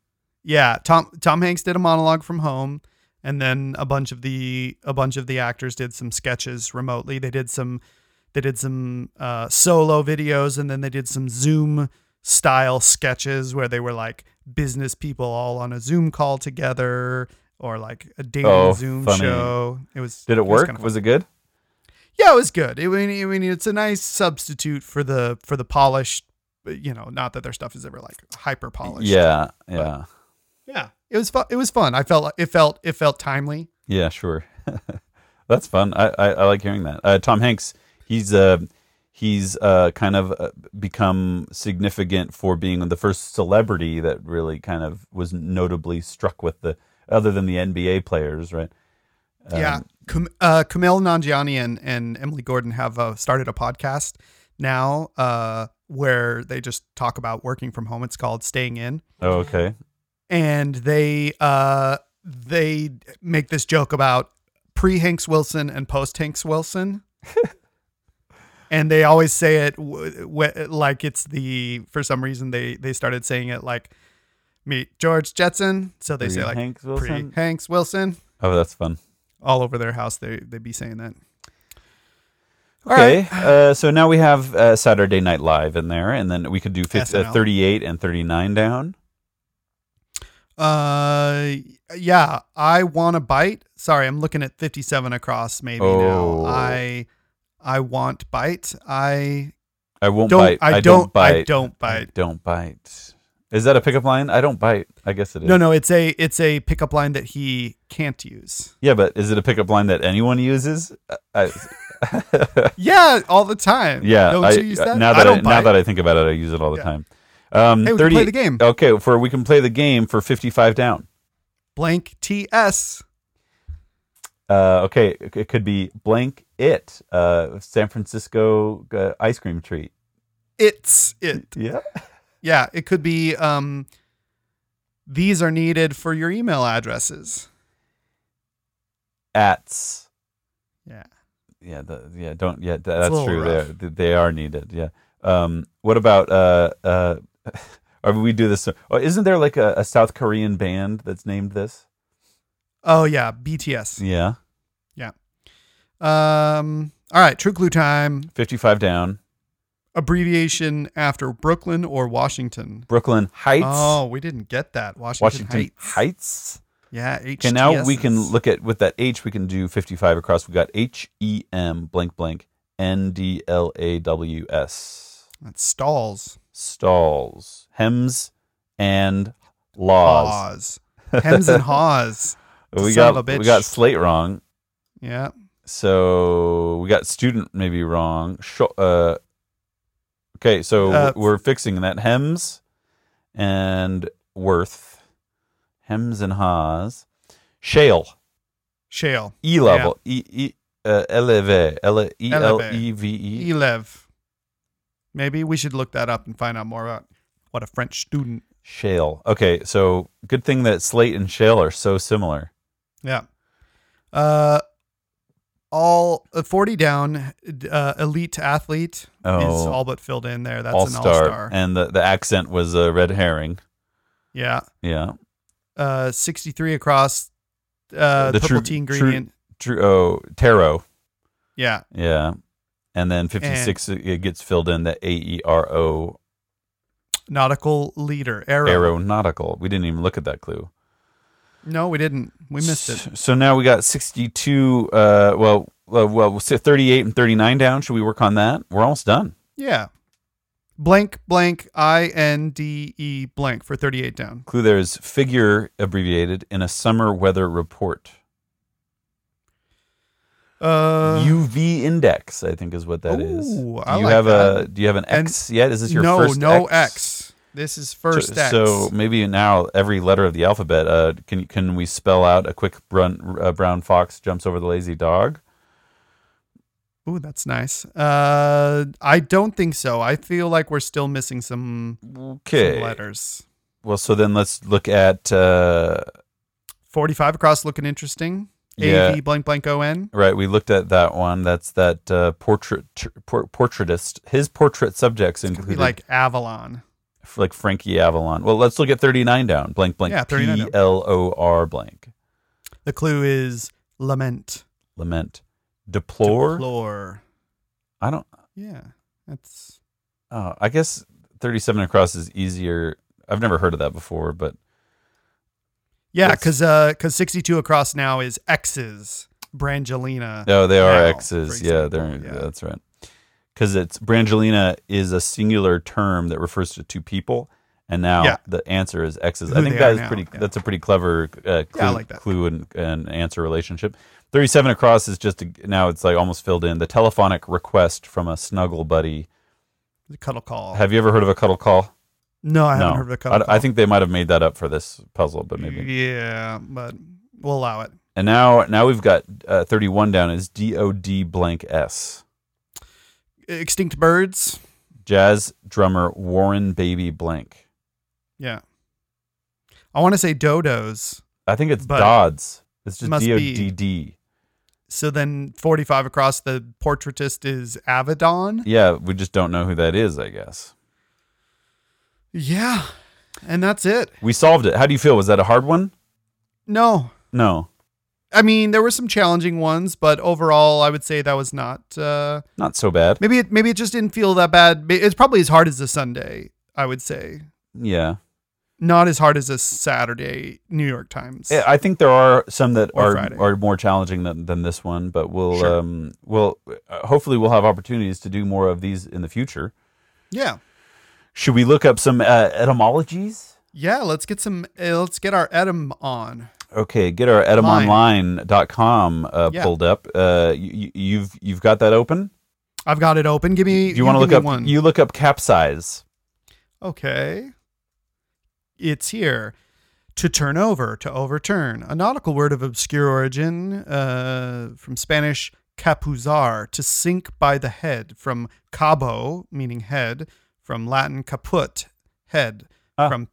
B: Yeah, Tom Tom Hanks did a monologue from home, and then a bunch of the a bunch of the actors did some sketches remotely. They did some they did some uh, solo videos, and then they did some Zoom style sketches where they were like business people all on a Zoom call together, or like a dating
A: Oh,
B: Zoom
A: funny.
B: show. It was
A: Did it
B: was
A: work?
B: kinda fun.
A: was it good?
B: Yeah, it was good. I mean, I mean, it's a nice substitute for the for the polished. You know, not that their stuff is ever like hyper polished.
A: Yeah, yeah,
B: yeah. It was fun. It was fun. I felt it felt it felt timely.
A: yeah. Sure, [LAUGHS] that's fun. I, I, I like hearing that. Uh, Tom Hanks, he's uh, he's uh, kind of uh, become significant for being the first celebrity that really kind of was notably struck with the other than the NBA players, right?
B: yeah, Cam- uh, Camille Nanjiani and and Emily Gordon have uh, started a podcast now uh, where they just talk about working from home. It's called Staying In.
A: Oh, okay.
B: and they uh they make this joke about pre Hanks Wilson and post
A: [LAUGHS]
B: Hanks Wilson. and they always say it w- w- like it's the for some reason they they started saying it like meet George Jetson, so they say
A: Pre-
B: like
A: Hanks
B: pre
A: Wilson?
B: Hanks Wilson
A: Oh, that's fun.
B: all over their house they they be saying that. All
A: Okay,
B: right.
A: uh, so now we have uh, Saturday Night Live in there, and then we could do 50, uh,
B: SNL.
A: 38 and 39 down.
B: Uh yeah, I want to bite. Sorry, I'm looking at 57 across maybe
A: Oh.
B: now. I I want bite. I
A: I won't
B: don't
A: bite.
B: I, don't,
A: bite.
B: I don't
A: I
B: bite.
A: don't bite. Is that a pickup line? I don't bite. I guess it is.
B: No, no, it's a it's a pickup line that he can't
A: [LAUGHS]
B: use.
A: Yeah, but is it a pickup line that anyone uses? I, I-
B: Yeah, all the time.
A: yeah.
B: Don't
A: I, uh,
B: you use that?
A: Now
B: I
A: that I,
B: don't
A: now
B: bite.
A: that I think about it, I use it all the
B: Yeah.
A: time. Um,
B: Hey, we can
A: 30,
B: play the game.
A: Okay, for we can play the game for fifty-five down.
B: blank TS.
A: Uh, okay, it it could be blank it uh, San Francisco uh, ice cream treat.
B: It's it.
A: Yeah.
B: Yeah, it could be um these are needed for your email addresses.
A: Ats.
B: Yeah.
A: yeah, the, yeah. Don't yeah. th- that's
B: little
A: true. They are,
B: rough.
A: th- they are needed. Yeah. Um, what about uh uh? [LAUGHS] Or we do this. Or isn't there like a, a South Korean band that's named this?
B: Oh yeah, BTS.
A: Yeah,
B: Um, all right, True Glue time.
A: fifty-five down,
B: Abbreviation after Brooklyn or Washington.
A: Brooklyn Heights,
B: Oh, we didn't get that. Washington,
A: Washington
B: Heights.
A: Heights.
B: Yeah.
A: Okay, now we can
B: HTSs.
A: look at with that H, we can do 55 across. We got H E M blank blank N D L A W S
B: That's stalls.
A: stalls, hems, and laws.
B: Haws. Hems and haws.
A: we
B: son
A: got
B: of a
A: we
B: bitch.
A: got slate wrong,
B: Yeah.
A: so we got student maybe wrong. Sho- uh, okay, so
B: Uh,
A: we're fixing that hems and worth, hems and haws, shale.
B: Shale.
A: E level, E E uh, eleve, ele, E L E V E.
B: Elev. Maybe we should look that up and find out more about what a French student.
A: Shale. Okay, so good thing that slate and shale are so similar.
B: Yeah. Uh, all uh, forty down. Uh, elite athlete is
A: Oh,
B: all but filled in there. That's
A: all
B: an all
A: star,
B: star.
A: and the the accent was a red herring.
B: yeah.
A: Yeah,
B: Uh, sixty three across. Uh,
A: The
B: purple
A: true-
B: tea
A: true-
B: ingredient.
A: true. Oh, taro.
B: Yeah.
A: Yeah, and then fifty six it gets filled in the A E R O
B: Nautical leader. Arrow.
A: aeronautical. We didn't even look at that clue.
B: No, we didn't. We missed it.
A: S- So now we got 62 uh well uh, well we'll say 38 and 39 down. Should we work on that? We're almost done.
B: Yeah. Blank blank I N D E blank for thirty eight down.
A: Clue there is figure abbreviated in a summer weather report.
B: Uh,
A: UV index, I think, is what that is.
B: Ooh,
A: Do
B: I
A: you
B: like
A: have a
B: that.
A: Do you have an
B: And-
A: X yet? Is this your
B: no,
A: first?
B: no X? This is first
A: so,
B: X.
A: so maybe now every letter of the alphabet. Uh, can can we spell out a quick brun, uh, brown fox jumps over the lazy dog?
B: Ooh, that's nice. Uh, I don't think so. I feel like we're still missing some, some
A: Okay.
B: letters.
A: Well, so then let's look at uh,
B: Forty five across looking interesting.
A: Yeah.
B: A V blank blank O N.
A: Right, we looked at that one. That's that uh, portrait por- portraitist. His portrait subjects
B: It's gonna be
A: included
B: like Avalon.
A: f- like Frankie Avalon. Well, let's look at 39 down. Blank blank.
B: Yeah, 39
A: P
B: down.
A: L O R blank.
B: The clue is lament.
A: Lament. Deplore.
B: Deplore.
A: I don't
B: Yeah, that's
A: oh, I guess 37 across is easier. I've never heard of that before, but
B: yeah,
A: That's-
B: because uh, because sixty two across now is X's. Brangelina.
A: no, they are
B: Now,
A: X's.
B: for
A: Yeah, they're
B: example, yeah.
A: that's right. Cuz it's Brangelina is a singular term that refers to two people. And now
B: Yeah.
A: the answer is X's. I
B: Who
A: think
B: they
A: that
B: are
A: is
B: now,
A: pretty.
B: yeah.
A: That's a pretty clever uh, clue,
B: Yeah, I like that.
A: clue and, and answer relationship. Thirty-seven across is just a, now it's like almost filled in. The telephonic request from a snuggle buddy.
B: The cuddle call.
A: Have you ever heard of a cuddle call?
B: no, I haven't
A: no,
B: heard of a
A: I,
B: cuddle call.
A: I think they might have made that up for this puzzle, but maybe.
B: Yeah, but we'll allow it.
A: And now, now we've got uh, 31 down is DOD blank S.
B: Extinct birds.
A: Jazz drummer Warren Baby blank.
B: Yeah. I want to say dodos.
A: I think it's
B: But-
A: Dodds. It's just
B: Must be.
A: DODD.
B: So then 45 across the portraitist is Avedon.
A: Yeah, we just don't know who that is, I guess.
B: Yeah. And that's it.
A: We solved it. How do you feel? Was that a hard one?
B: No.
A: No,
B: I mean, there were some challenging ones, but overall, I would say that was not. Uh,
A: not so bad.
B: maybe it maybe it just didn't feel that bad. Ma- It's probably as hard as a Sunday, I would say.
A: Yeah.
B: Not as hard as a Saturday New York Times.
A: Yeah, I think there are some that
B: Or
A: are
B: Friday.
A: are more challenging than, than this one, but we'll
B: Sure.
A: um we'll uh, hopefully we'll have opportunities to do more of these in the future.
B: yeah.
A: Should we look up some uh, etymologies?
B: Yeah, let's get some. Uh, let's get our Edam on.
A: Okay, get our etymonline.com uh,
B: Yeah.
A: pulled up. Uh, you, you've you've got that open.
B: I've got it open. Give me.
A: Do you want to
B: give
A: look
B: me
A: up?
B: one?
A: You look up capsize.
B: Okay. It's here. To turn over, to overturn. A nautical word of obscure origin uh, from Spanish capuzar, to sink by the head, from cabo, meaning head, from Latin caput, head,
A: Ah.
B: from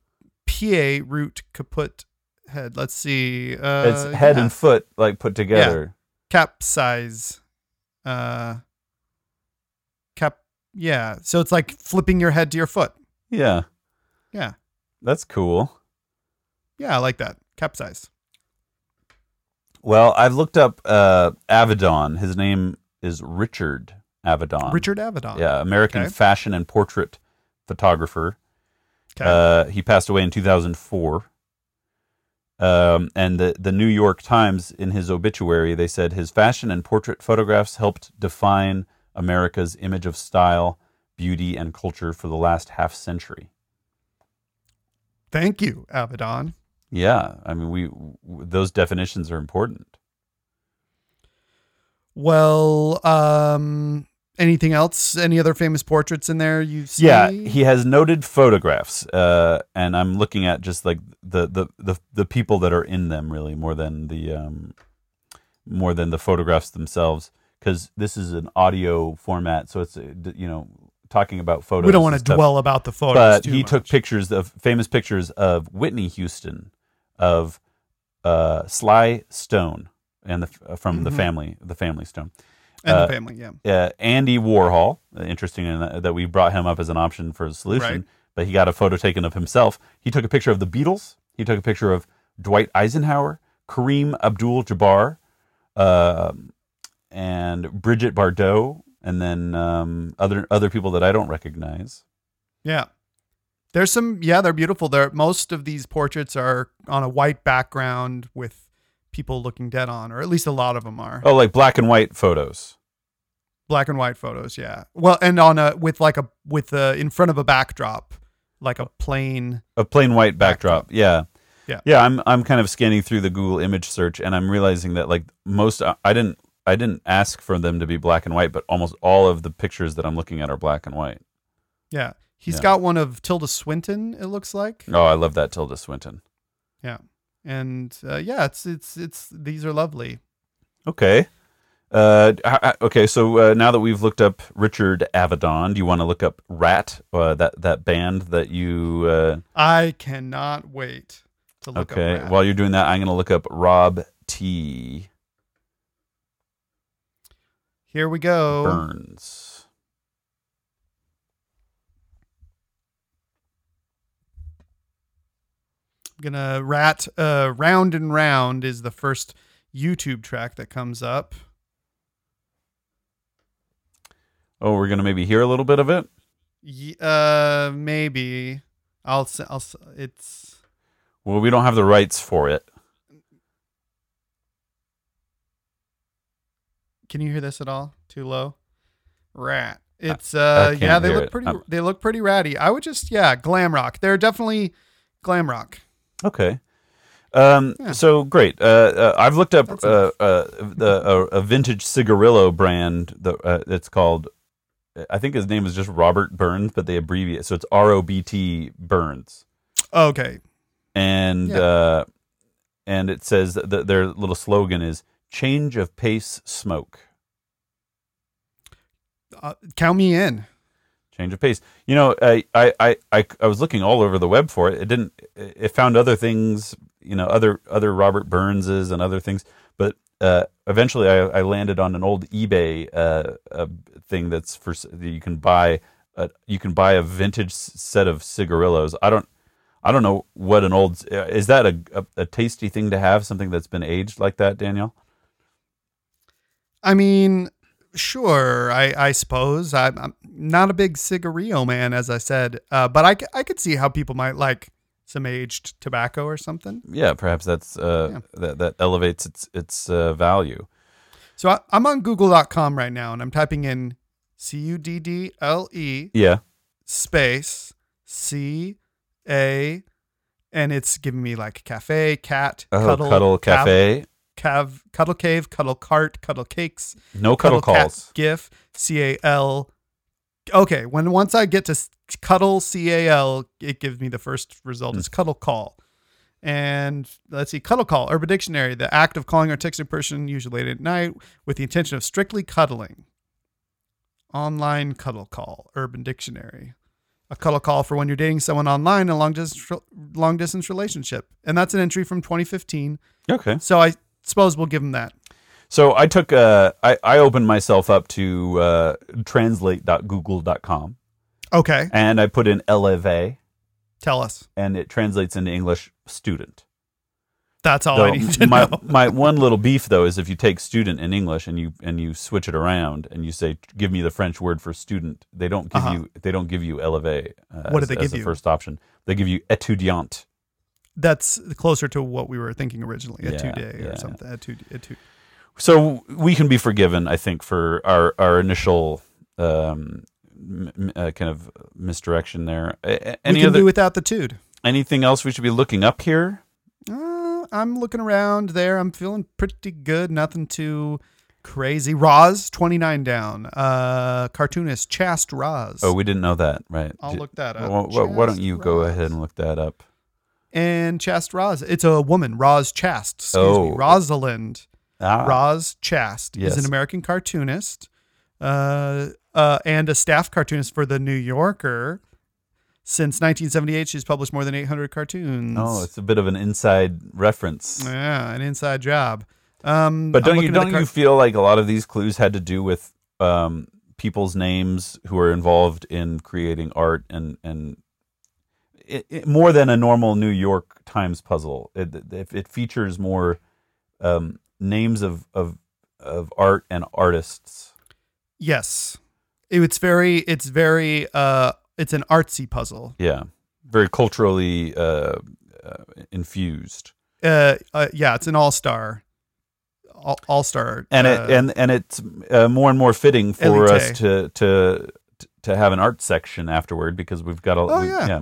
B: pie, root, caput, head. Let's see. Uh,
A: it's head
B: yeah.
A: and foot like put together.
B: capsize. uh cap yeah so it's like flipping your head to your foot
A: Yeah.
B: Yeah.
A: That's cool.
B: yeah i like that capsize
A: Well, I've looked up uh, Avedon. His name is Richard Avedon.
B: richard avedon
A: Yeah, American
B: Okay.
A: fashion and portrait photographer.
B: okay.
A: Uh, he passed away in 2004. Um, and the, the New York Times, in his obituary, they said his fashion and portrait photographs helped define America's image of style, beauty, and culture for the last half century.
B: thank you avedon
A: Yeah, I mean, we w- those definitions are important.
B: well um anything else any other famous portraits in there you see
A: Yeah, he has noted photographs, uh, and I'm looking at just like the, the the the people that are in them really more than the um, more than the photographs themselves because this is an audio format, so it's uh, d- you know talking about photos.
B: we don't
A: and
B: want to
A: stuff.
B: dwell about the photos
A: But
B: too
A: he took
B: much.
A: pictures of famous pictures of Whitney Houston, of uh, Sly Stone, and the f- from the
B: Mhm.
A: family the family Stone
B: and
A: uh,
B: the family yeah
A: uh, Andy Warhol. uh, Interesting in that, that we brought him up as an option for a solution,
B: Right.
A: but he got a photo taken of himself. He took a picture of the Beatles. He took a picture of Dwight Eisenhower, Kareem Abdul-Jabbar, um and Bridget Bardot, and then um, other other people that I don't recognize.
B: Yeah. There's some yeah, they're beautiful. There most of these portraits are on a white background with people looking dead on, or at least a lot of them are.
A: Oh, like black and white photos.
B: Black and white photos, yeah. Well, and on a with like a with a in front of a backdrop, like a plain
A: a plain white backdrop. Yeah.
B: Yeah.
A: Yeah, I'm I'm kind of scanning through the Google image search and I'm realizing that like most uh, I I didn't I didn't ask for them to be black and white, but almost all of the pictures that I'm looking at are black and white.
B: yeah. He's
A: Yeah.
B: got one of Tilda Swinton, it looks like.
A: Oh, I love that Tilda Swinton.
B: And uh, yeah, it's it's it's these are lovely.
A: Okay. Uh, h- h- okay, so uh, now that we've looked up Richard Avedon, do you want to look up Rat, uh, that that band that you? Uh,
B: I cannot wait to look up
A: okay,
B: Rat.
A: while you're doing that, I'm going to look up Rob T.
B: Here we go.
A: Burns.
B: gonna rat uh round and round is the first youtube track that comes up
A: Oh, we're going to maybe hear a little bit of it.
B: Ye- uh maybe i'll s- i'll s- it's
A: Well, we don't have the rights for it.
B: can you hear this at all too low rat it's
A: I
B: uh
A: can't
B: yeah they
A: hear
B: look
A: it.
B: pretty
A: I'm-
B: they look pretty ratty i would just yeah glam rock they're definitely glam rock
A: Okay. Um,
B: Yeah.
A: So great. Uh, uh, I've looked up
B: That's
A: uh, uh, the, a, a vintage cigarillo brand that uh, it's called. I think his name is just Robert Burns, but they abbreviate. So it's R O B T Burns,
B: okay
A: and
B: Yeah.
A: uh, and it says that th- their little slogan is "Change of pace, smoke."
B: uh, count me in
A: change of pace. You know, I, I, I, I, I was looking all over the web for it. It didn't. It found other things. You know, other other Robert Burns's and other things. But uh, eventually, I, I landed on an old eBay uh, uh, thing that's for s- that you can buy. A, you can buy a vintage s- set of cigarillos. I don't. I don't know what an old uh, is that a, a, a tasty thing to have something that's been aged like that, Daniel.
B: i mean sure i i suppose i'm, I'm not a big cigarillo man as i said uh but I, c- I could see how people might like some aged tobacco or something
A: Yeah, perhaps that's uh,
B: Yeah.
A: that that elevates its its uh, value.
B: So I, I'm on google.com right now and I'm typing in C U D D L E
A: Yeah,
B: space C A and it's giving me like cafe, cat,
A: oh,
B: cuddle,
A: cuddle,
B: cav-
A: cafe.
B: cav, cuddle cave, cuddle cart, cuddle cakes,
A: No cuddle, calls.
B: cat, gif, C A L. Okay, when once I get to s- cuddle C A L, it gives me the first
A: Hmm.
B: result is cuddle call. And let's see, cuddle call, Urban Dictionary, the act of calling or texting a person, usually late at night, with the intention of strictly cuddling. Online cuddle call, Urban Dictionary. A cuddle call for when you're dating someone online in a long distance, long distance relationship. And that's an entry from 2015.
A: Okay.
B: So I suppose we'll give them that.
A: So I took uh, I I opened myself up to uh, translate.google.com
B: Okay,
A: and I put in LEVE
B: tell us.
A: and it translates into English student.
B: That's all
A: Though
B: Oh, I need to
A: my,
B: know. [LAUGHS]
A: my one little beef though is if you take student in English and you and you switch it around and you say give me the French word for student, they don't give
B: Uh-huh.
A: you they don't give you eleve. Uh,
B: What do
A: as,
B: they
A: as
B: give
A: the
B: you?
A: first option? They give you étudiant.
B: That's closer to what we were thinking originally. A
A: Yeah,
B: two day
A: yeah.
B: or something. A two. A two.
A: So we can be forgiven, I think, for our our initial um, m- m- uh, kind of misdirection there. A- a-
B: we
A: Any
B: can
A: other
B: do without the tude.
A: anything else we should be looking up here?
B: Uh, I'm looking around there. I'm feeling pretty good. Nothing too crazy. Roz, 29 down. Uh, cartoonist Chast Roz.
A: Oh, we didn't know that, right?
B: I'll
A: J-
B: look that
A: wh-
B: up.
A: wh- why don't
B: Chast
A: you go
B: Roz.
A: ahead and look that up?
B: And Chast Roz. It's a woman, Roz Chast. Excuse me.
A: Oh.
B: Rosalind.
A: Ah,
B: Roz Chast is
A: Yes.
B: an American cartoonist uh, uh, and a staff cartoonist for The New Yorker. Since 1978, she's published more than 800 cartoons.
A: Oh, it's a bit of an inside reference.
B: yeah, an inside job. Um,
A: But
B: I'm
A: don't you
B: looking at the
A: don't
B: car-
A: you feel like a lot of these clues had to do with um, people's names who are involved in creating art and and it, it, more than a normal New York Times puzzle. It it, it features more um, names of of of art and artists.
B: Yes. It- It's very it's very uh it's an artsy puzzle.
A: Yeah, very culturally uh, uh, infused.
B: Uh, uh yeah, it's an all-star all, all-star
A: and
B: uh,
A: it and and it's uh, more and more fitting for
B: Elite.
A: us to to to have an art section afterward because we've got a
B: Oh,
A: we-
B: yeah.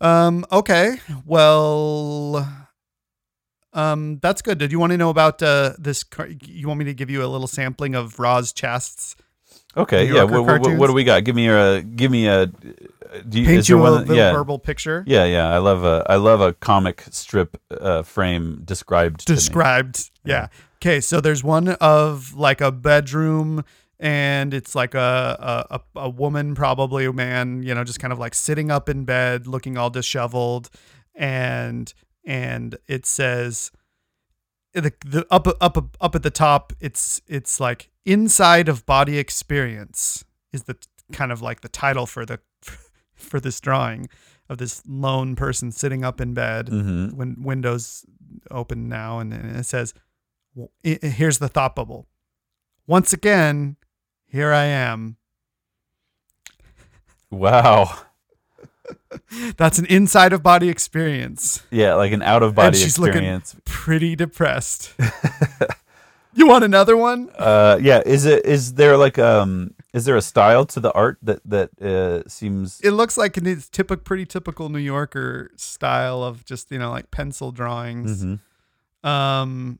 B: um okay. Well um that's good. Did you want to know about uh this car- you want me to give you a little sampling of Roz Chast's
A: okay
B: New
A: yeah
B: Yorker
A: what, what, what,
B: cartoons?
A: do we got give me a give me a do you, is
B: paint
A: there
B: you a
A: one that-
B: little
A: yeah
B: verbal picture
A: yeah yeah I love a I love a comic strip uh, frame described to me.
B: described.
A: Yeah.
B: Yeah. Okay, so there's one of like a bedroom and it's like a, a a a woman probably a man, you know, just kind of like sitting up in bed looking all disheveled and and it says the, the up up up at the top it's it's like inside of body experience is the kind of like the title for the [LAUGHS] for this drawing of this lone person sitting up in bed
A: Mhm.
B: when Windows open now, and, and it says, w- i- i- "Here's the thought bubble." Once again, here I am.
A: wow
B: That's an inside of body experience.
A: yeah like an out of body
B: And she's looking-
A: experience
B: Pretty depressed. you want another one?
A: uh yeah is it is there like um is there a style to the art that that uh seems
B: It looks like it's typical, pretty typical New Yorker style of just you know like pencil drawings.
A: Mhm.
B: Um,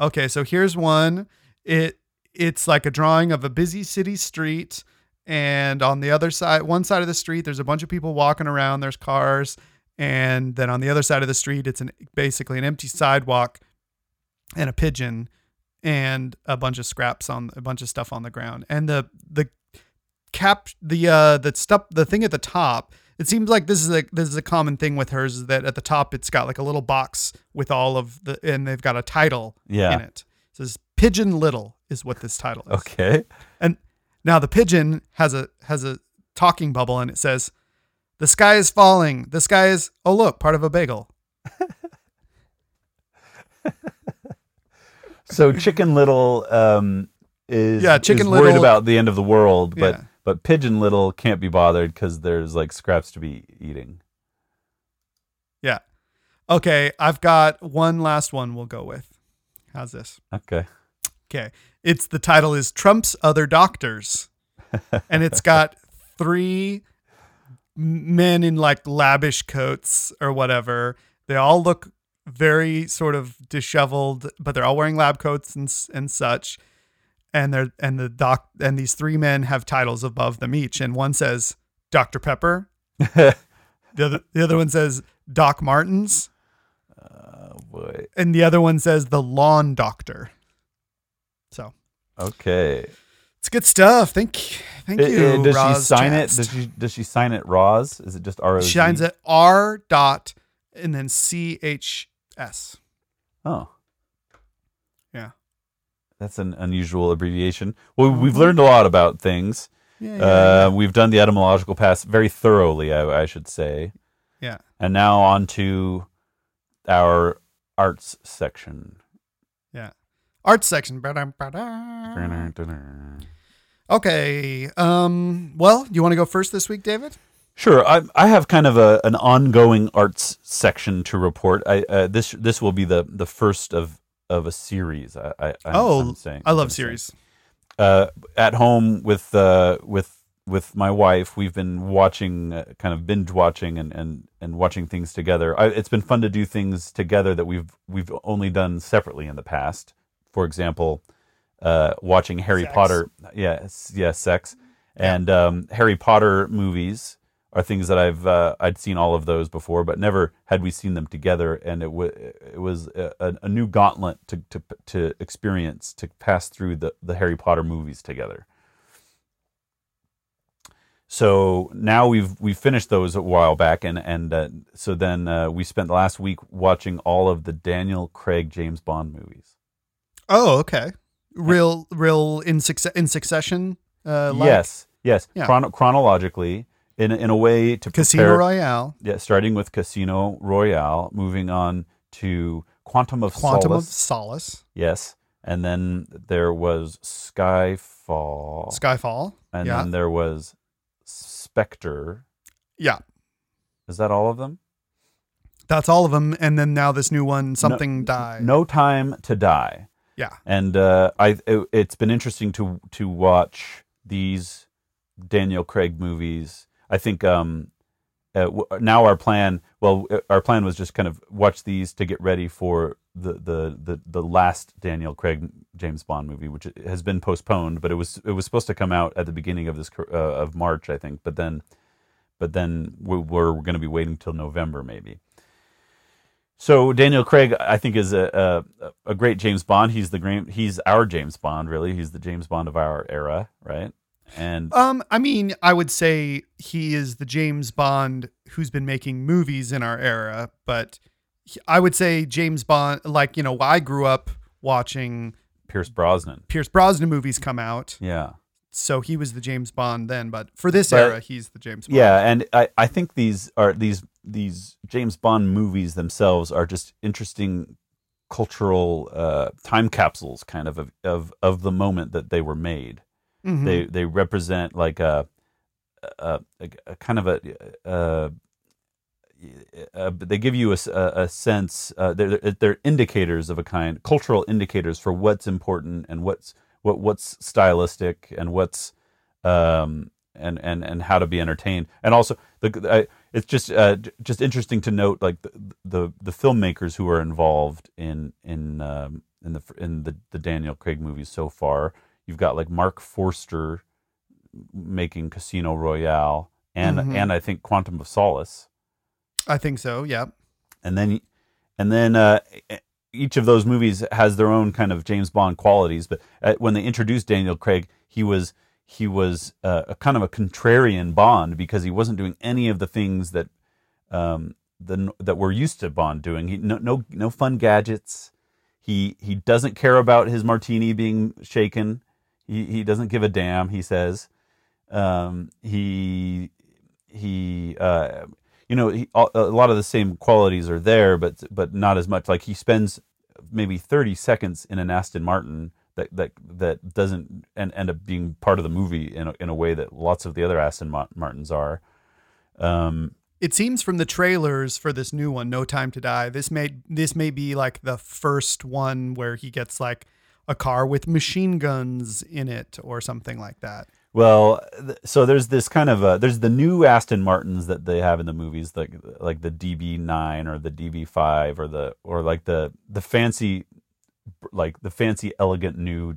B: okay, so here's one. It it's like a drawing of a busy city street, and on the other side, one side of the street, there's a bunch of people walking around. There's cars, and then on the other side of the street, it's an basically an empty sidewalk, and a pigeon, and a bunch of scraps on a bunch of stuff on the ground, and the the cap the uh the stuff the thing at the top it seems like this is a this is a common thing with hers is that at the top it's got like a little box with all of the and they've got a title
A: Yeah.
B: in it. it says pigeon little is what this title is
A: okay
B: and now the pigeon has a has a talking bubble and it says the sky is falling the sky is oh look part of a bagel
A: So Chicken Little um, is
B: Yeah, Chicken
A: is worried
B: Little-
A: about the end of the world, but
B: Yeah.
A: but Pigeon Little can't be bothered because there's like scraps to be eating.
B: yeah okay i've got one last one we'll go with how's this
A: Okay,
B: Okay. It's the title is Trump's Other Doctors. and it's got three m- men in like lavish coats or whatever. They all look very sort of disheveled, but they're all wearing lab coats and s- and such. And they're and the doc and these three men have titles above them each and one says Dr. Pepper. the other the other one says Doc Martens
A: oh boy.
B: and the other one says the lawn doctor. So
A: Okay.
B: It's good stuff. Thank, thank
A: I- I-
B: you.
A: does she
B: Roz
A: sign
B: Chast.
A: it? Does she does she sign it? Roz? Is it just R O Z?
B: She signs it R dot and then C H S.
A: Oh,
B: Yeah.
A: That's an unusual abbreviation. Well, we've learned a lot about things.
B: Mm-hmm. Yeah, yeah,
A: Uh, we've done the etymological pass very thoroughly, I, I should say.
B: yeah.
A: And now on to our arts section.
B: Yeah. Arts section. Ba-dum, ba-dum. Mm.
A: Sure,
B: Okay. Um, well, you want to go first this week, David?
A: I, I have kind of a, an ongoing arts section to report. I uh, this this will be the the first of of a series. I, I I'm,
B: oh,
A: I'm saying
B: I love
A: I'm saying.
B: series.
A: uh, at home with uh, with with my wife. We've been watching, uh, kind of binge watching, and and and watching things together. I, it's been fun to do things together that we've we've only done separately in the past. For example, uh, watching Harry
B: Sex.
A: Potter. Yes, yes, sex and um, Harry Potter movies. Are things that I've uh, I'd seen all of those before, but never had we seen them together, and it, wa it was a, a- a new gauntlet to, to to experience to pass through the the Harry Potter movies together. So now we've we finished those a while back, and and uh, so then uh, we spent the last week watching all of the Daniel Craig James Bond movies.
B: Oh, okay. Real, real in, succe- in succession. Uh, like
A: yes, yes,
B: Yeah.
A: Chrono- chronologically, in in a way to
B: Casino
A: prepare,
B: Royale,
A: yeah, starting with Casino Royale, moving on to Quantum of
B: Quantum
A: Solace,
B: of Solace,
A: yes, and then there was Skyfall,
B: Skyfall.
A: and
B: yeah.
A: then there was Spectre.
B: yeah.
A: Is that all of them?
B: That's all of them. And then now this new one, Something Die.
A: No Time to Die.
B: Yeah.
A: and uh, I it, it's been interesting to to watch these Daniel Craig movies. I think um, uh, w- now our plan well uh, our plan was just kind of watch these to get ready for the the the, the last Daniel Craig James Bond movie, which has been postponed, but it was it was supposed to come out at the beginning of this cur- uh, of March, I think, but then but then we- we're, going to be waiting till November maybe. So Daniel Craig, I think, is a, a a great James Bond. He's the great, he's our James Bond, really. He's the James Bond of our era, right? And
B: Um, I mean, I would say he is the James Bond who's been making movies in our era, but he- I would say James Bond, like you know, I grew up watching
A: Pierce Brosnan,
B: Pierce Brosnan movies come out,
A: yeah.
B: so he was the James Bond then. But for this
A: But-
B: era, he's the James Bond.
A: Yeah, and I, I think these are these these James Bond movies themselves are just interesting cultural uh, time capsules, kind of, of of of the moment that they were made.
B: Mhm.
A: They they represent like a a, a, a kind of a. uh uh, but they give you a, s- a- a sense. Uh, they're, they're- they're indicators of a kind, cultural indicators for what's important and what's what what's stylistic and what's um, and and and how to be entertained. And also, the I, it's just uh, j- just interesting to note, like the, the the filmmakers who are involved in in um, in the fr- in the, the Daniel Craig movies so far. You've got like Mark Forster making Casino Royale, and
B: Mhm.
A: and I think Quantum of Solace
B: I think so. Yeah,
A: and then and then uh, each of those movies has their own kind of James Bond qualities. But uh, when they introduced Daniel Craig, he was he was uh, a kind of a contrarian Bond because he wasn't doing any of the things that um, the that we're used to Bond doing. He no no no fun gadgets. He he doesn't care about his martini being shaken. He he doesn't give a damn. He says um, he he uh, you know he, a a lot of the same qualities are there, but but not as much. Like he spends maybe thirty seconds in an Aston Martin that that that doesn't and end up being part of the movie in a, in a way that lots of the other Aston Ma- Martins are. Um,
B: it seems from the trailers for this new one, No Time to Die, this may this may be like the first one where he gets like a car with machine guns in it or something like that.
A: Well, th- so there's this kind of uh there's the new Aston Martins that they have in the movies, like like the DB9 or the DB5 or the or like the the fancy, like the fancy elegant new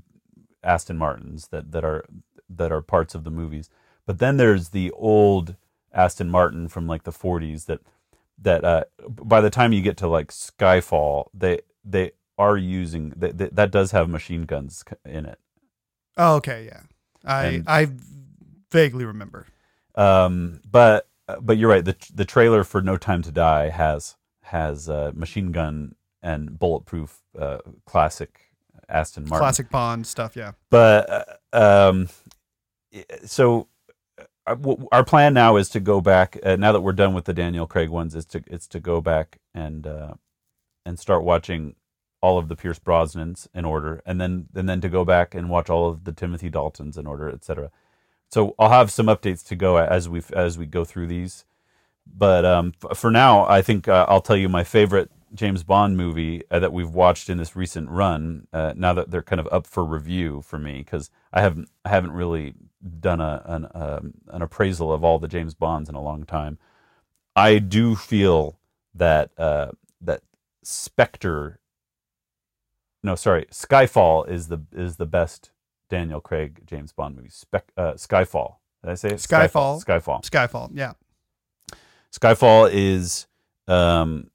A: Aston Martins that that are that are parts of the movies. But then there's the old Aston Martin from like the 40s that that uh, by the time you get to like Skyfall, they they are using they, they, that does have machine guns c- in it.
B: Oh, okay, yeah. I
A: And-
B: I vaguely remember.
A: Um, but but you're right. The the trailer for No Time to Die has has uh, machine gun and bulletproof uh, classic Aston Martin.
B: Classic Bond stuff. Yeah.
A: But uh, um, so uh, w- our plan now is to go back. Uh, now that we're done with the Daniel Craig ones, is to it's to go back and uh, and start watching all of the Pierce Brosnans in order, and then and then to go back and watch all of the Timothy Daltons in order, etc. So I'll have some updates to go as we as we go through these. But um, f- for now, I think uh, I'll tell you my favorite James Bond movie uh, that we've watched in this recent run. Uh, now that they're kind of up for review for me, because I haven't I haven't really done a an, um, an appraisal of all the James Bonds in a long time. I do feel that uh, that Spectre. No, sorry, Skyfall is the is the best Daniel Craig James Bond movie. Spec, uh, Skyfall. Did I say it?
B: Skyfall.
A: Skyfall.
B: Skyfall. Yeah.
A: Skyfall is um,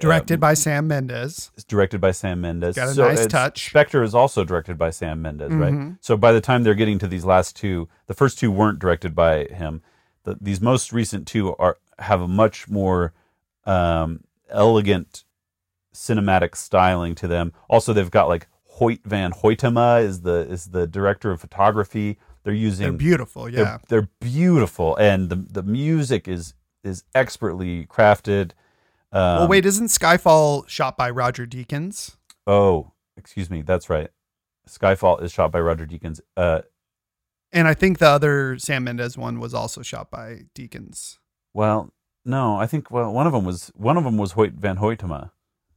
B: Directed
A: um,
B: by Sam Mendes.
A: it's directed by Sam Mendes.
B: Got a nice
A: it's-
B: touch.
A: Spectre is also directed by Sam Mendes, right?
B: Mhm.
A: So by the time they're getting to these last two, the first two weren't directed by him. The, these most recent two are have a much more um, elegant cinematic styling to them. Also, they've got like Hoyt van Hoytema is the is the director of photography. They're using
B: They're beautiful. Yeah.
A: they're, they're beautiful, and the the music is is expertly crafted. Um,
B: well, wait, isn't Skyfall shot by Roger Deakins?
A: Oh, excuse me. That's right. Skyfall is shot by Roger Deakins. Uh,
B: And I think the other Sam Mendes one was also shot by Deakins.
A: well, no, I think well one of them was one of them was Hoyt Van Hoytema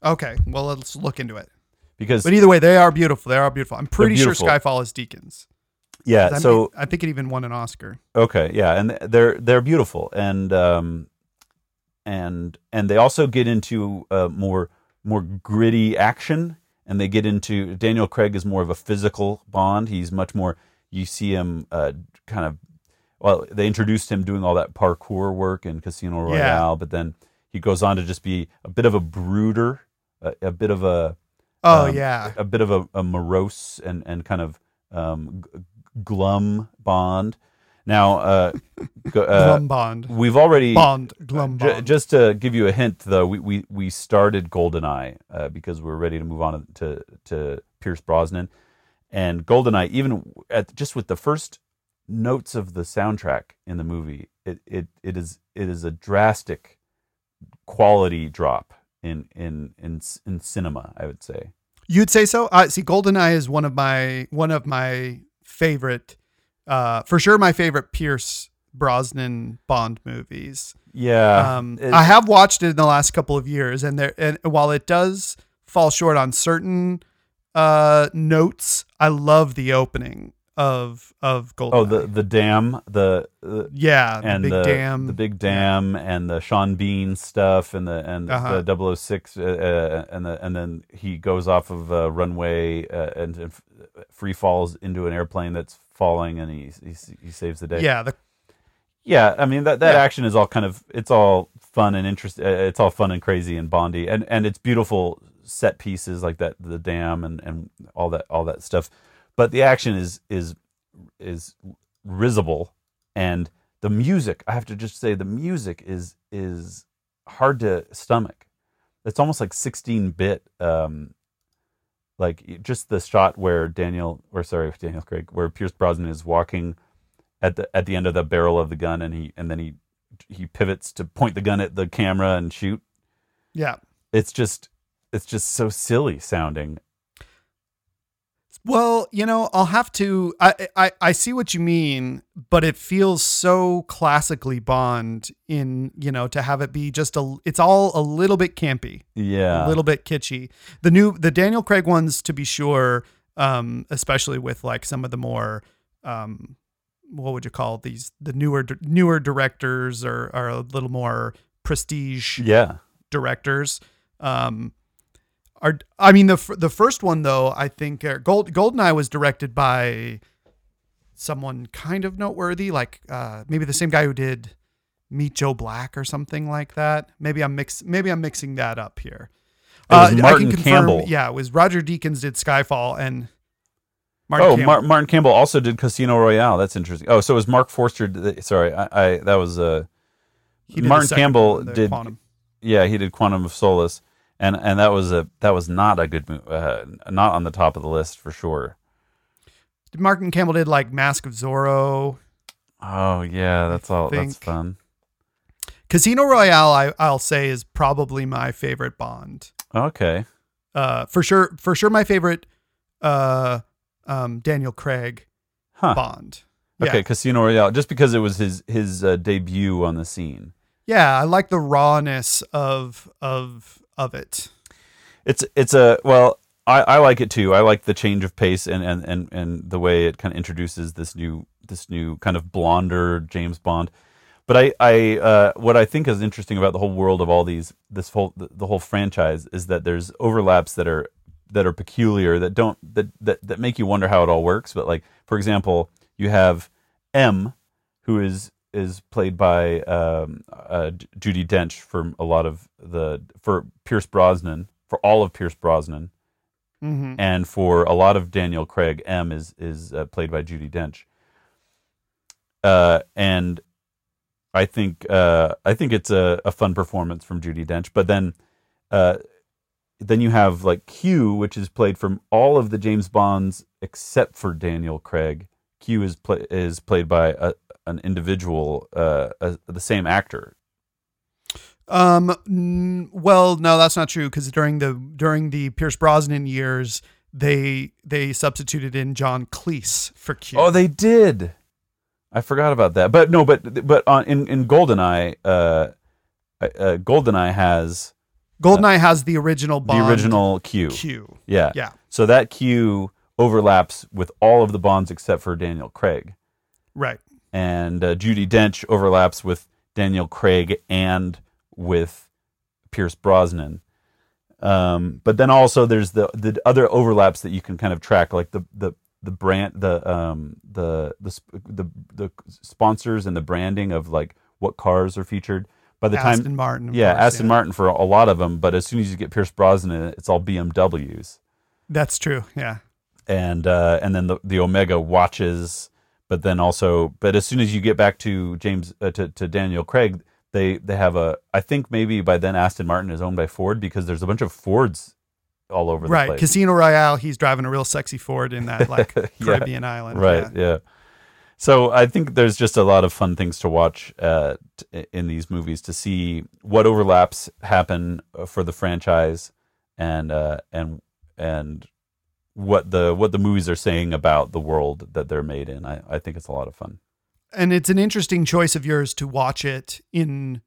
B: Okay, well let's look into it.
A: because
B: But either way, they are beautiful. They are beautiful. I'm pretty
A: beautiful.
B: sure Skyfall is Deakins.
A: yeah.
B: I
A: So
B: mean, I think it even won an Oscar.
A: okay, yeah, and they're they're beautiful and um and and they also get into uh, more more gritty action and they get into Daniel Craig is more of a physical Bond. He's much more. You see him uh, kind of. Well, they introduced him doing all that parkour work in Casino Royale,
B: Yeah.
A: but then he goes on to just be a bit of a brooder, a, a bit of a
B: Oh
A: Um,
B: yeah,
A: a bit of a, a morose and, and kind of um, g- glum Bond. Now, uh, go, uh,
B: Glum Bond,
A: we've already
B: Bond, Glum
A: Ju-
B: Bond.
A: just to give you a hint, though, we we, we started Goldeneye uh, because we are ready to move on to to Pierce Brosnan, and Goldeneye, even at just with the first notes of the soundtrack in the movie, it it, it is it is a drastic quality drop in in in c- in cinema. I would say.
B: You'd say so. Uh, see, Goldeneye is one of my one of my favorite, uh, for sure, my favorite Pierce Brosnan Bond movies.
A: Yeah,
B: um,
A: it-
B: I have watched it in the last couple of years, and there and while it does fall short on certain uh, notes, I love the opening of of Goldeneye.
A: oh the the dam the. the
B: yeah,
A: and
B: the big
A: the,
B: dam.
A: the big dam, and the Sean Bean stuff, and the and
B: Uh-huh.
A: the 006, uh, uh, and the and then he goes off of a runway uh, and, and f- free falls into an airplane that's falling, and he he, s- he saves the day.
B: yeah, the
A: yeah. I mean that that
B: Yeah.
A: action is all kind of it's all fun and interest. uh, It's all fun and crazy and Bondy, and and it's beautiful set pieces like that, the dam, and and all that all that stuff. But the action is is is risible and the music i have to just say the music is is hard to stomach it's almost like 16 bit um like just the shot where daniel or sorry daniel craig where pierce brosnan is walking at the at the end of the barrel of the gun and he and then he he pivots to point the gun at the camera and shoot
B: yeah.
A: it's just it's just so silly sounding
B: Well, you know, I'll have to. I, I I see what you mean, but it feels so classically Bond in you know to have it be just a. It's all a little bit campy,
A: yeah
B: a little bit kitschy. The new the Daniel Craig ones, to be sure, um, especially with like some of the more um, what would you call these the newer newer directors or are a little more prestige
A: yeah
B: directors. Um, are I mean the f- the first one though I think uh, Gold Goldeneye was directed by someone kind of noteworthy, like uh, maybe the same guy who did Meet Joe Black or something like that. Maybe I'm mix maybe I'm mixing that up here. Uh,
A: It was Martin Campbell.
B: Yeah, it was Roger Deakins did Skyfall and Martin
A: oh,
B: Campbell.
A: Mar- Martin Campbell also did Casino Royale. That's interesting. Oh, so it was Mark Forster. th- Sorry, I, I that was uh,
B: He did the
A: Martin
B: second
A: Campbell
B: one, the
A: did-
B: Quantum.
A: yeah, he did Quantum of Solace, and and that was a that was not a good move, uh, not on the top of the list for sure.
B: Martin Campbell did like Mask of Zorro,
A: Oh yeah, that's all. That's
B: think-
A: fun.
B: Casino Royale. I, I'll say is probably my favorite Bond.
A: Okay.
B: Uh, for sure, for sure, my favorite uh, um, Daniel Craig
A: Huh.
B: Bond. Yeah.
A: Okay, Casino Royale, just because it was his his uh, debut on the scene.
B: Yeah, I like the rawness of of of it.
A: It's it's a well, I, I like it too. I like the change of pace and and and and the way it kind of introduces this new this new kind of blonder James Bond. But I I uh, what I think is interesting about the whole world of all these this whole the, the whole franchise is that there's overlaps that are that are peculiar that don't that, that that make you wonder how it all works. But like for example, you have M, who is is played by um, uh, J- Judy Dench for a lot of the for Pierce Brosnan for all of Pierce Brosnan
B: hmm
A: and for a lot of Daniel Craig, M is is uh, played by Judy Dench. Uh, and I think uh, I think it's a, a fun performance from Judy Dench. But then, uh, then you have like Q, which is played from all of the James Bonds except for Daniel Craig. Q is pla is played by a, an individual, uh, a, the same actor.
B: Um. n- Well, no, that's not true because during the during the Pierce Brosnan years, they they substituted in John Cleese for Q.
A: Oh, they did. I forgot about that. But no, but but on in in Goldeneye, uh, uh Goldeneye has
B: Goldeneye has the original Bond.
A: the original Q.
B: Q.
A: Yeah.
B: Yeah.
A: So that Q overlaps with all of the Bonds except for Daniel Craig,
B: Right.
A: and uh, Judy Dench overlaps with Daniel Craig and with Pierce Brosnan. Um, but then also there's the the other overlaps that you can kind of track, like the the the brand the um the the sp- the, the sponsors and the branding of like what cars are featured by the
B: Aston
A: time
B: Martin. of
A: yeah
B: course,
A: Aston Martin for a lot of them but as soon as you get Pierce Brosnan it's all BMWs
B: That's true. Yeah.
A: and uh, and then the, the Omega watches, but then also, but as soon as you get back to James uh, to to Daniel Craig, they they have a. I think maybe by then Aston Martin is owned by Ford because there's a bunch of Fords all over
B: Right.
A: the place.
B: Casino Royale. He's driving a real sexy Ford in that like
A: [LAUGHS] Yeah.
B: Caribbean island.
A: right, yeah. So I think there's just a lot of fun things to watch uh, t- in these movies to see what overlaps happen uh, for the franchise, and uh, and and what the what the movies are saying about the world that they're made in. I, I think it's a lot of fun.
B: and it's an interesting choice of yours to watch it in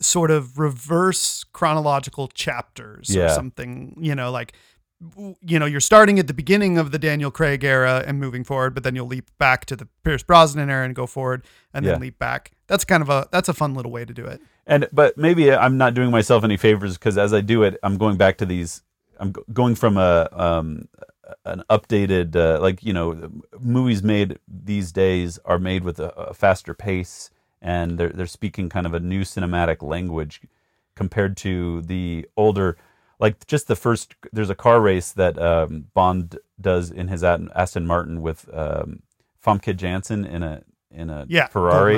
B: sort of reverse chronological chapters or
A: Yeah.
B: something you know like w- you know you're starting at the beginning of the daniel craig era and moving forward but then you'll leap back to the pierce brosnan era and go forward and
A: Yeah.
B: then leap back that's kind of a that's a fun little way to do it
A: And but maybe I'm not doing myself any favors because as I do it, I'm going back to these. I'm go- going from a um, an updated uh, like you know movies made these days are made with a, a faster pace and they're they're speaking kind of a new cinematic language compared to the older like just the first there's a car race that um, Bond does in his Aston Aston Martin with um, Famke Janssen in a in a
B: yeah
A: Ferrari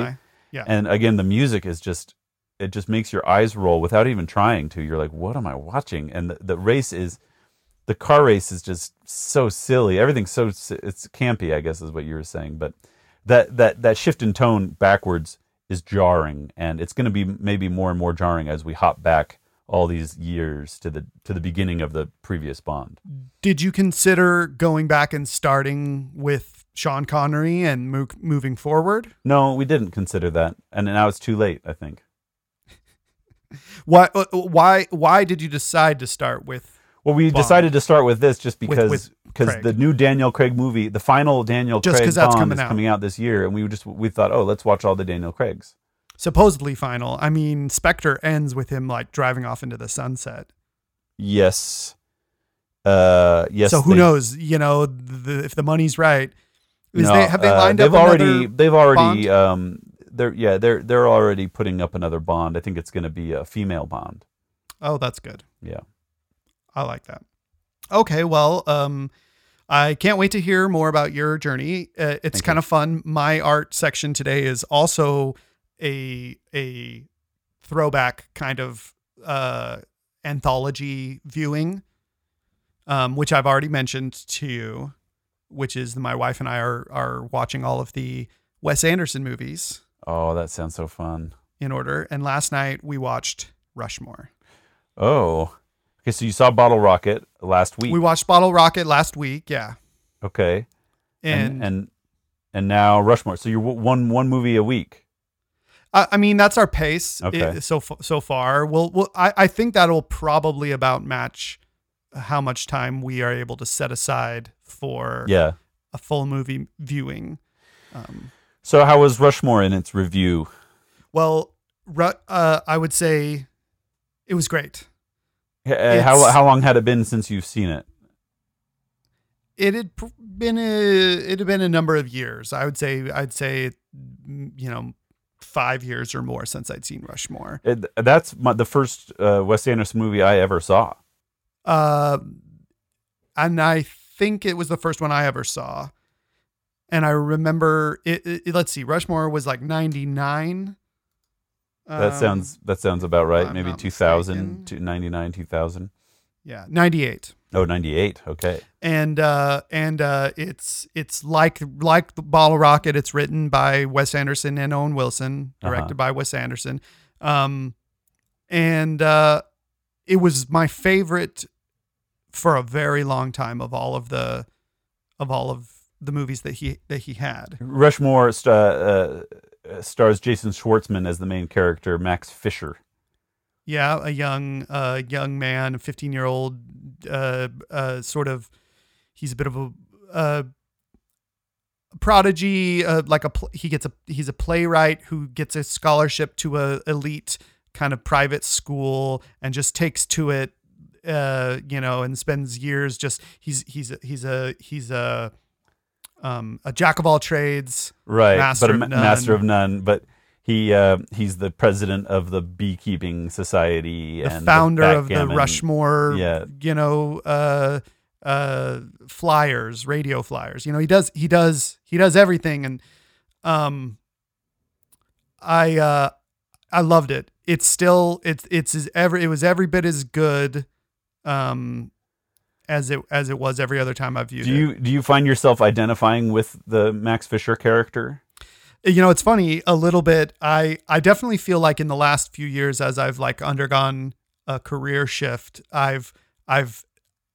B: GoldenEye.
A: and again the music is just it just makes your eyes roll without even trying to you're like what am i watching and the, the race is the car race is just so silly everything's so si- it's campy i guess is what you were saying but that that that shift in tone backwards is jarring and it's going to be maybe more and more jarring as we hop back all these years to the to the beginning of the previous bond
B: did you consider going back and starting with sean connery and mo- moving forward
A: no we didn't consider that and now it's too late i think
B: why uh, why why did you decide to start with
A: Well, we
B: Bond.
A: decided to start with this just because
B: with
A: because
B: Craig.
A: the new Daniel Craig movie, the final Daniel
B: Just
A: Craig
B: 'cause that's
A: Bond
B: coming
A: is
B: out.
A: coming out this year, and we just we thought, oh, let's watch all the Daniel Craigs.
B: supposedly final. I mean, Spectre ends with him like driving off into the sunset.
A: Yes, uh, yes.
B: so who
A: they-
B: knows? You know, the, if the money's right, is
A: no,
B: they, have they
A: uh,
B: lined
A: they've
B: up
A: already.
B: another?
A: They've already. Um, they're yeah. They're they're already putting up another Bond. I think it's going to be a female Bond.
B: Oh, that's good.
A: Yeah.
B: I like that. Okay, well, um, I can't wait to hear more about your journey. Uh, it's
A: Thank
B: kind of fun. My art section today is also a a throwback kind of uh, anthology viewing, um, which I've already mentioned to you, which is my wife and I are are watching all of the Wes Anderson movies
A: Oh, that sounds so fun.
B: in order. And last night we watched Rushmore.
A: Oh, okay. So you saw Bottle Rocket last week.
B: We watched Bottle Rocket last week, yeah,
A: okay,
B: and,
A: and and, and now Rushmore. So you're w- one one movie a week.
B: I, I mean that's our pace i-
A: Okay.
B: so f- so far. We'll, we'll I, I think that'll probably about match how much time we are able to set aside for
A: Yeah.
B: a full movie viewing. Um,
A: So how was Rushmore in its review?
B: well, ru- uh, I would say it was great.
A: H- uh, How
B: It's-
A: how long had it been since you've seen it?
B: It had pr- been a it had been a number of years. I would say I'd say mm, you know five years or more since I'd seen Rushmore.
A: it that's my, the first uh, Wes Anderson movie I ever saw.
B: Uh, and I think it was the first one I ever saw. And I remember it. it- let's see, Rushmore was like ninety nine.
A: That sounds that sounds about right.
B: Um, I'm
A: Maybe
B: not
A: 2000,
B: mistaken.
A: to 99, 2000.
B: yeah ninety eight.
A: Oh, 98. Okay.
B: and uh and uh it's it's like like the bottle rocket it's written by wes anderson and owen wilson
A: Uh-huh.
B: directed by wes anderson um and uh it was my favorite for a very long time of all of the of all of the movies that he that he had
A: Rushmore st- uh, uh, stars Jason Schwartzman as the main character, Max Fisher.
B: yeah a young uh young man a 15 year old uh uh sort of he's a bit of a uh prodigy uh, like a pl- he gets a he's a playwright who gets a scholarship to a elite kind of private school and just takes to it uh you know and spends years just he's he's a- he's a he's a um a jack of all trades
A: Right.
B: Master
A: but a
B: of
A: ma-
B: none.
A: master of none, but he uh, he's the president of the beekeeping society
B: the
A: and
B: founder of the
A: backgammon-
B: Rushmore,
A: Yeah.
B: you know, uh, uh, flyers, radio flyers. You know, he does, he does, he does everything. And, um, I, uh, I loved it. It's still, it's, it's as every, it was every bit as good, um, as it, as it was every other time I've viewed
A: Do
B: it.
A: you do you find yourself identifying with the Max Fisher character?
B: Uh, you know it's funny a little bit i i definitely feel like in the last few years as i've like undergone a career shift i've i've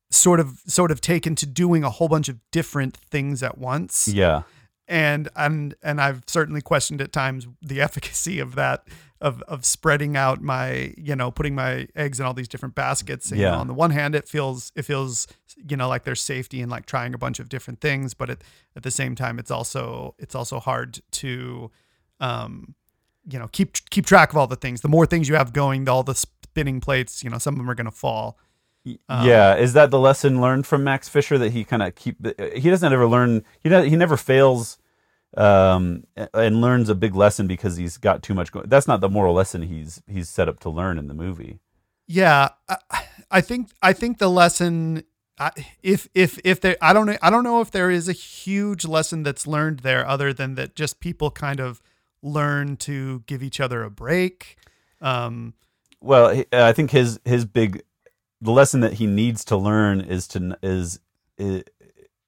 B: sort of sort of taken to doing a whole bunch of different things at once
A: Yeah.
B: and and and I've certainly questioned at times the [LAUGHS] efficacy of that of of spreading out my you know putting my eggs in all these different baskets. And, you know,
A: Yeah.
B: on the one hand, it feels it feels you know like there's safety in like trying a bunch of different things, but at at the same time, it's also it's also hard to um you know keep keep track of all the things. The more things you have going, all the spinning plates, you know, some of them are gonna fall.
A: Y-
B: Um,
A: yeah, is that the lesson learned from Max Fisher that he kind of keep he doesn't ever learn he does, he never fails um a- and learns a big lesson because he's got too much going. That's not the moral lesson he's he's set up to learn in the movie.
B: Yeah, I, I think I think the lesson, I- if if if there, I don't know, I don't know if there is a huge lesson that's learned there, other than that just people kind of learn to give each other a break. Um,
A: Well, he- uh, I think his his big the lesson that he needs to learn is to n- is, is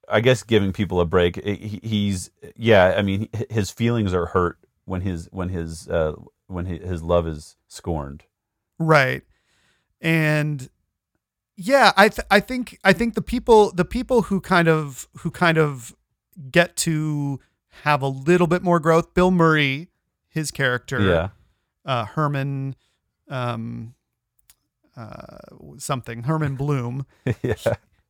A: I guess giving people a break. I- he- He's yeah, I mean h- his feelings are hurt when his when his uh when hi- his love is scorned.
B: Right. And yeah, I th- I think I think the people the people who kind of who kind of get to have a little bit more growth, Bill Murray, his character,
A: Yeah. [LAUGHS]
B: uh, Herman um uh something, Herman Bloom. [LAUGHS]
A: yeah.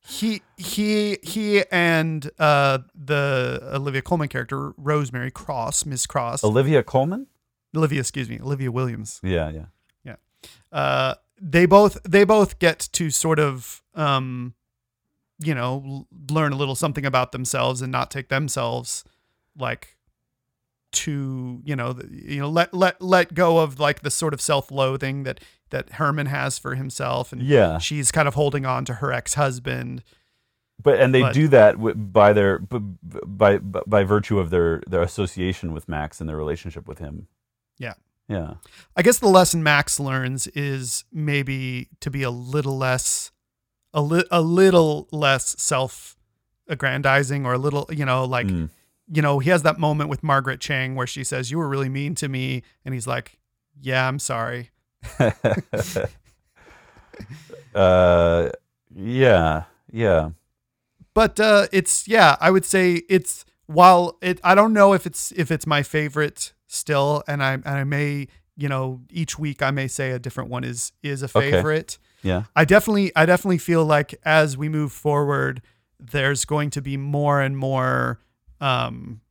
B: He he he and uh the Olivia Coleman character, Rosemary Cross, Miss Cross.
A: Olivia Coleman?
B: Olivia, excuse me, Olivia Williams.
A: Yeah, yeah.
B: Uh, they both they both get to sort of um you know l- learn a little something about themselves and not take themselves like to you know the, you know let let let go of like the sort of self-loathing that that Herman has for himself and
A: Yeah.
B: she's kind of holding on to her ex-husband
A: But and they
B: But-
A: do that wi- by their b- b- by b- by virtue of their their association with Max and their relationship with him. Yeah.
B: I guess the lesson Max learns is maybe to be a little less, a, li- a little less self aggrandizing or a little, you know, like,
A: Mm.
B: you know, he has that moment with Margaret Chang where she says, You were really mean to me. And he's like, Yeah, I'm sorry.
A: uh, yeah. Yeah.
B: But uh, it's, yeah, I would say it's, while it, I don't know if it's, if it's my favorite still. And I, and I may, you know, each week I may say a different one is, is a
A: Okay.
B: favorite.
A: Yeah.
B: I definitely I definitely feel like as we move forward, there's going to be more and more um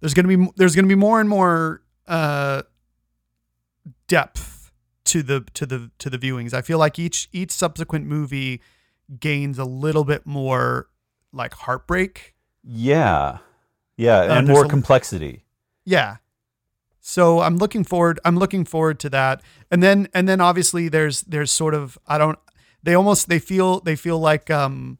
B: there's going to be there's going to be more and more uh depth to the to the to the viewings. I feel like each each subsequent movie gains a little bit more like heartbreak.
A: Yeah. Yeah.
B: Uh,
A: and
B: there's
A: more
B: a-
A: complexity.
B: Yeah. So I'm looking forward I'm looking forward to that. And then and then obviously there's there's sort of I don't they almost they feel they feel like um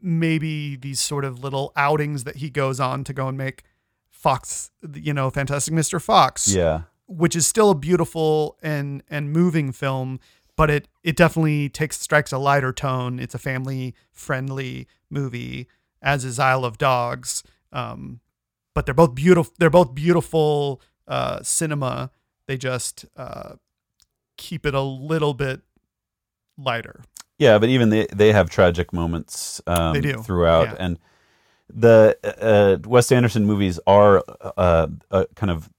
B: maybe these sort of little outings that he goes on to go and make Fox you know Fantastic Mr. Fox
A: Yeah.
B: which is still a beautiful and and moving film, but it it definitely takes strikes a lighter tone. It's a family friendly movie, as is Isle of Dogs. Um, but they're both beautiful. They're both beautiful uh, cinema. They just uh, keep it a little bit lighter.
A: Yeah, but even they they have tragic moments um,
B: They do,
A: throughout,
B: yeah.
A: and the uh, uh, Wes Anderson movies are uh, uh, kind of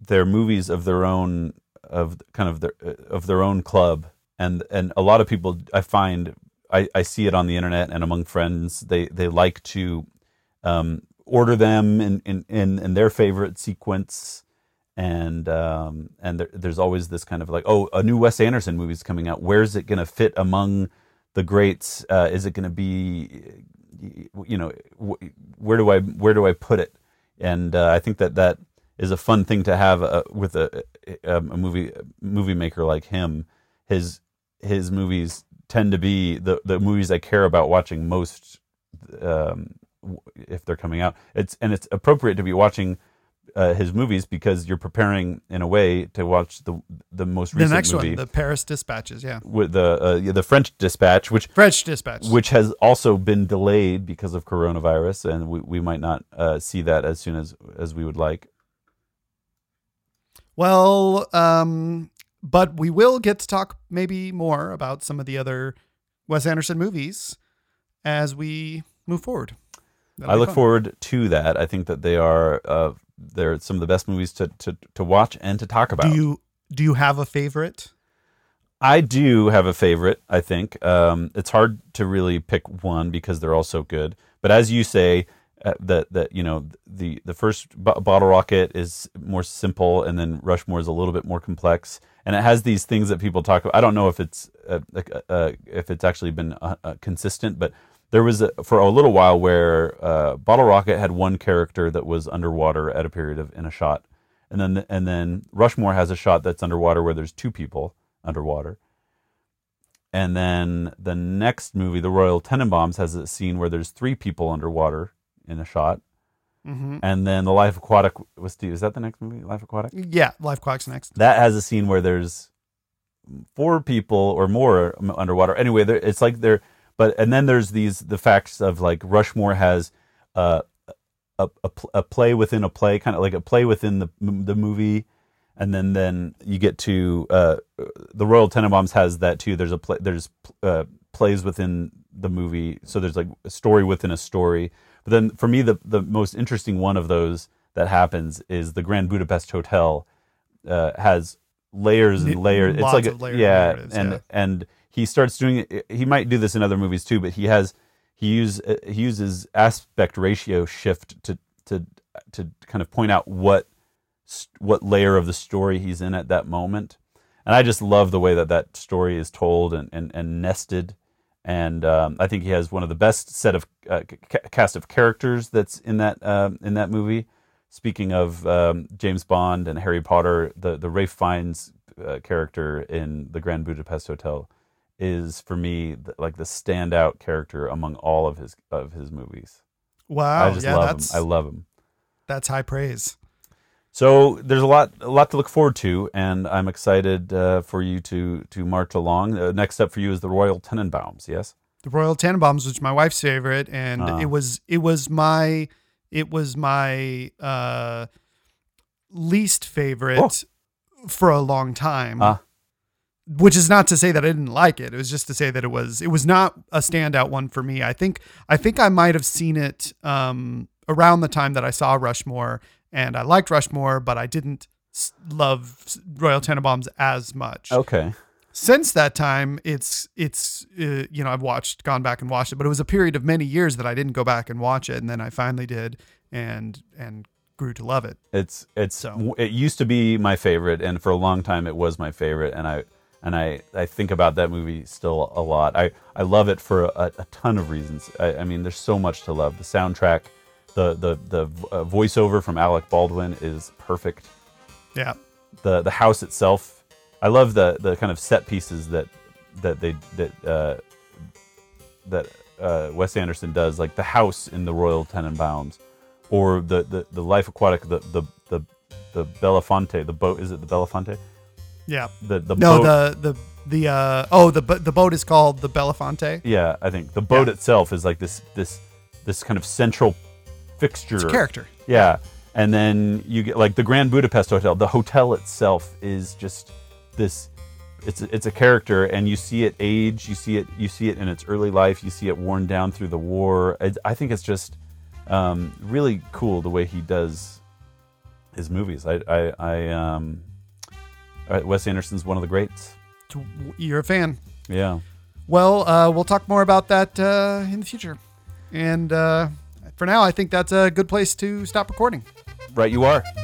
A: they're movies of their own of kind of their uh, of their own club, and and a lot of people I find I, I see it on the internet and among friends they they like to um, order them in, in in in their favorite sequence. And um, and there, there's always this kind of like, oh, a new Wes Anderson movie's coming out. Where's it going to fit among the greats uh, is it going to be you know wh- where do i where do i put it and uh, i think that that is a fun thing to have uh, with a, a a movie movie maker like him his his movies tend to be the the movies i care about watching most um, w- if they're coming out it's and it's appropriate to be watching uh, his movies because you're preparing in a way to watch the the most
B: The
A: recent
B: next
A: movie
B: one, the Paris Dispatches, yeah,
A: with the uh, yeah, the French Dispatch, which
B: French Dispatch.
A: which has also been delayed because of coronavirus, and we, we might not uh, see that as soon as as we would like.
B: Well, um, but we will get to talk maybe more about some of the other Wes Anderson movies as we move forward. That'll
A: I
B: be
A: look
B: fun.
A: forward to that. I think that they are uh, they're some of the best movies to to, to watch and to talk about.
B: Do you do you have a favorite?
A: I do have a favorite. I think um, it's hard to really pick one because they're all so good. But as you say, uh, that that you know the the first bo- Bottle Rocket is more simple, and then Rushmore is a little bit more complex, and it has these things that people talk about. I don't know if it's uh, like, uh, uh, if it's actually been uh, uh, consistent, but there was a, for a little while where uh, Bottle Rocket had one character that was underwater at a period of in a shot, and then and then Rushmore has a shot that's underwater where there's two people underwater. And then the next movie, The Royal Tenenbaums, has a scene where there's three people underwater in a shot.
B: Mm-hmm.
A: And then The Life Aquatic was is that the next movie? Life Aquatic.
B: Yeah, Life Quacks next.
A: That has a scene where there's four people or more m- underwater. Anyway, there, it's like they're but and then there's these the facts of like Rushmore has uh, a a, pl- a play within a play, kind of like a play within the m- the movie, and then then you get to uh, the Royal Tenenbaums has that too. There's a play, there's uh, plays within the movie, so there's like a story within a story. But then for me, the the most interesting one of those that happens is the Grand Budapest Hotel uh, has layers and
B: N-
A: layers.
B: lots
A: it's like a-
B: of layered
A: yeah,
B: narratives,
A: and
B: yeah.
A: and he starts doing it. He might do this in other movies too, but he has he use uh, he uses aspect ratio shift to to to kind of point out what s- what layer of the story he's in at that moment. And I just love the way that that story is told and and, and nested. And um, I think he has one of the best set of uh, ca- cast of characters that's in that um, in that movie. Speaking of um, James Bond and Harry Potter, the the Rafe Fiennes uh, character in the Grand Budapest Hotel is for me th- like the standout character among all of his of his movies.
B: Wow,
A: I just
B: Oh, yeah,
A: love
B: that's
A: him. I love him.
B: that's high praise.
A: So there's a lot, a lot to look forward to, and I'm excited uh, for you to to march along. Uh, next up for you is the Royal Tenenbaums. Yes.
B: the Royal Tannenbaums, which is my wife's favorite, and
A: Ah.
B: it was it was my it was my uh, least favorite for a long time.
A: Oh. Ah.
B: Which is not to say that I didn't like it. It was just to say that it was it was not a standout one for me. I think I think I might have seen it um, around the time that I saw Rushmore, and I liked Rushmore, but I didn't s- love Royal Tenenbaums as
A: Oh,
B: much
A: Okay.
B: since that time it's it's uh, you know i've watched gone back and watched it but it was a period of many years that i didn't go back and watch it and then i finally did and and grew to love it
A: It's it's
B: So-
A: it used to be my favorite, and for a long time it was my favorite, and I and I, I think about that movie still a lot. I, I love it for a, a ton of reasons. I, I mean, there's so much to love. The soundtrack, the the the uh, voiceover from Alec Baldwin is perfect.
B: yeah
A: the the house itself. I love the the kind of set pieces that that they that uh, that uh, Wes Anderson does, like the house in the Royal Tenenbaums, or the the, the Life Aquatic, the the the the Belafonte, the boat. Is it the Belafonte?
B: yeah
A: The the
B: no
A: boat.
B: the the the uh oh the bo- the boat is called the belafonte
A: yeah, I think the boat
B: Yeah.
A: itself is like this this this kind of central fixture.
B: it's a character
A: Yeah. And then you get like the Grand Budapest Hotel. The hotel itself is just this it's a, it's a character and you see it age, you see it you see it in its early life, you see it worn down through the war. I, I think it's just um, really cool the way he does his movies. I I, I um uh, Wes Anderson's one of the greats.
B: T- you're a fan
A: Yeah.
B: well uh we'll talk more about that uh in the future and uh for now i think that's a good place to stop recording
A: Right you are.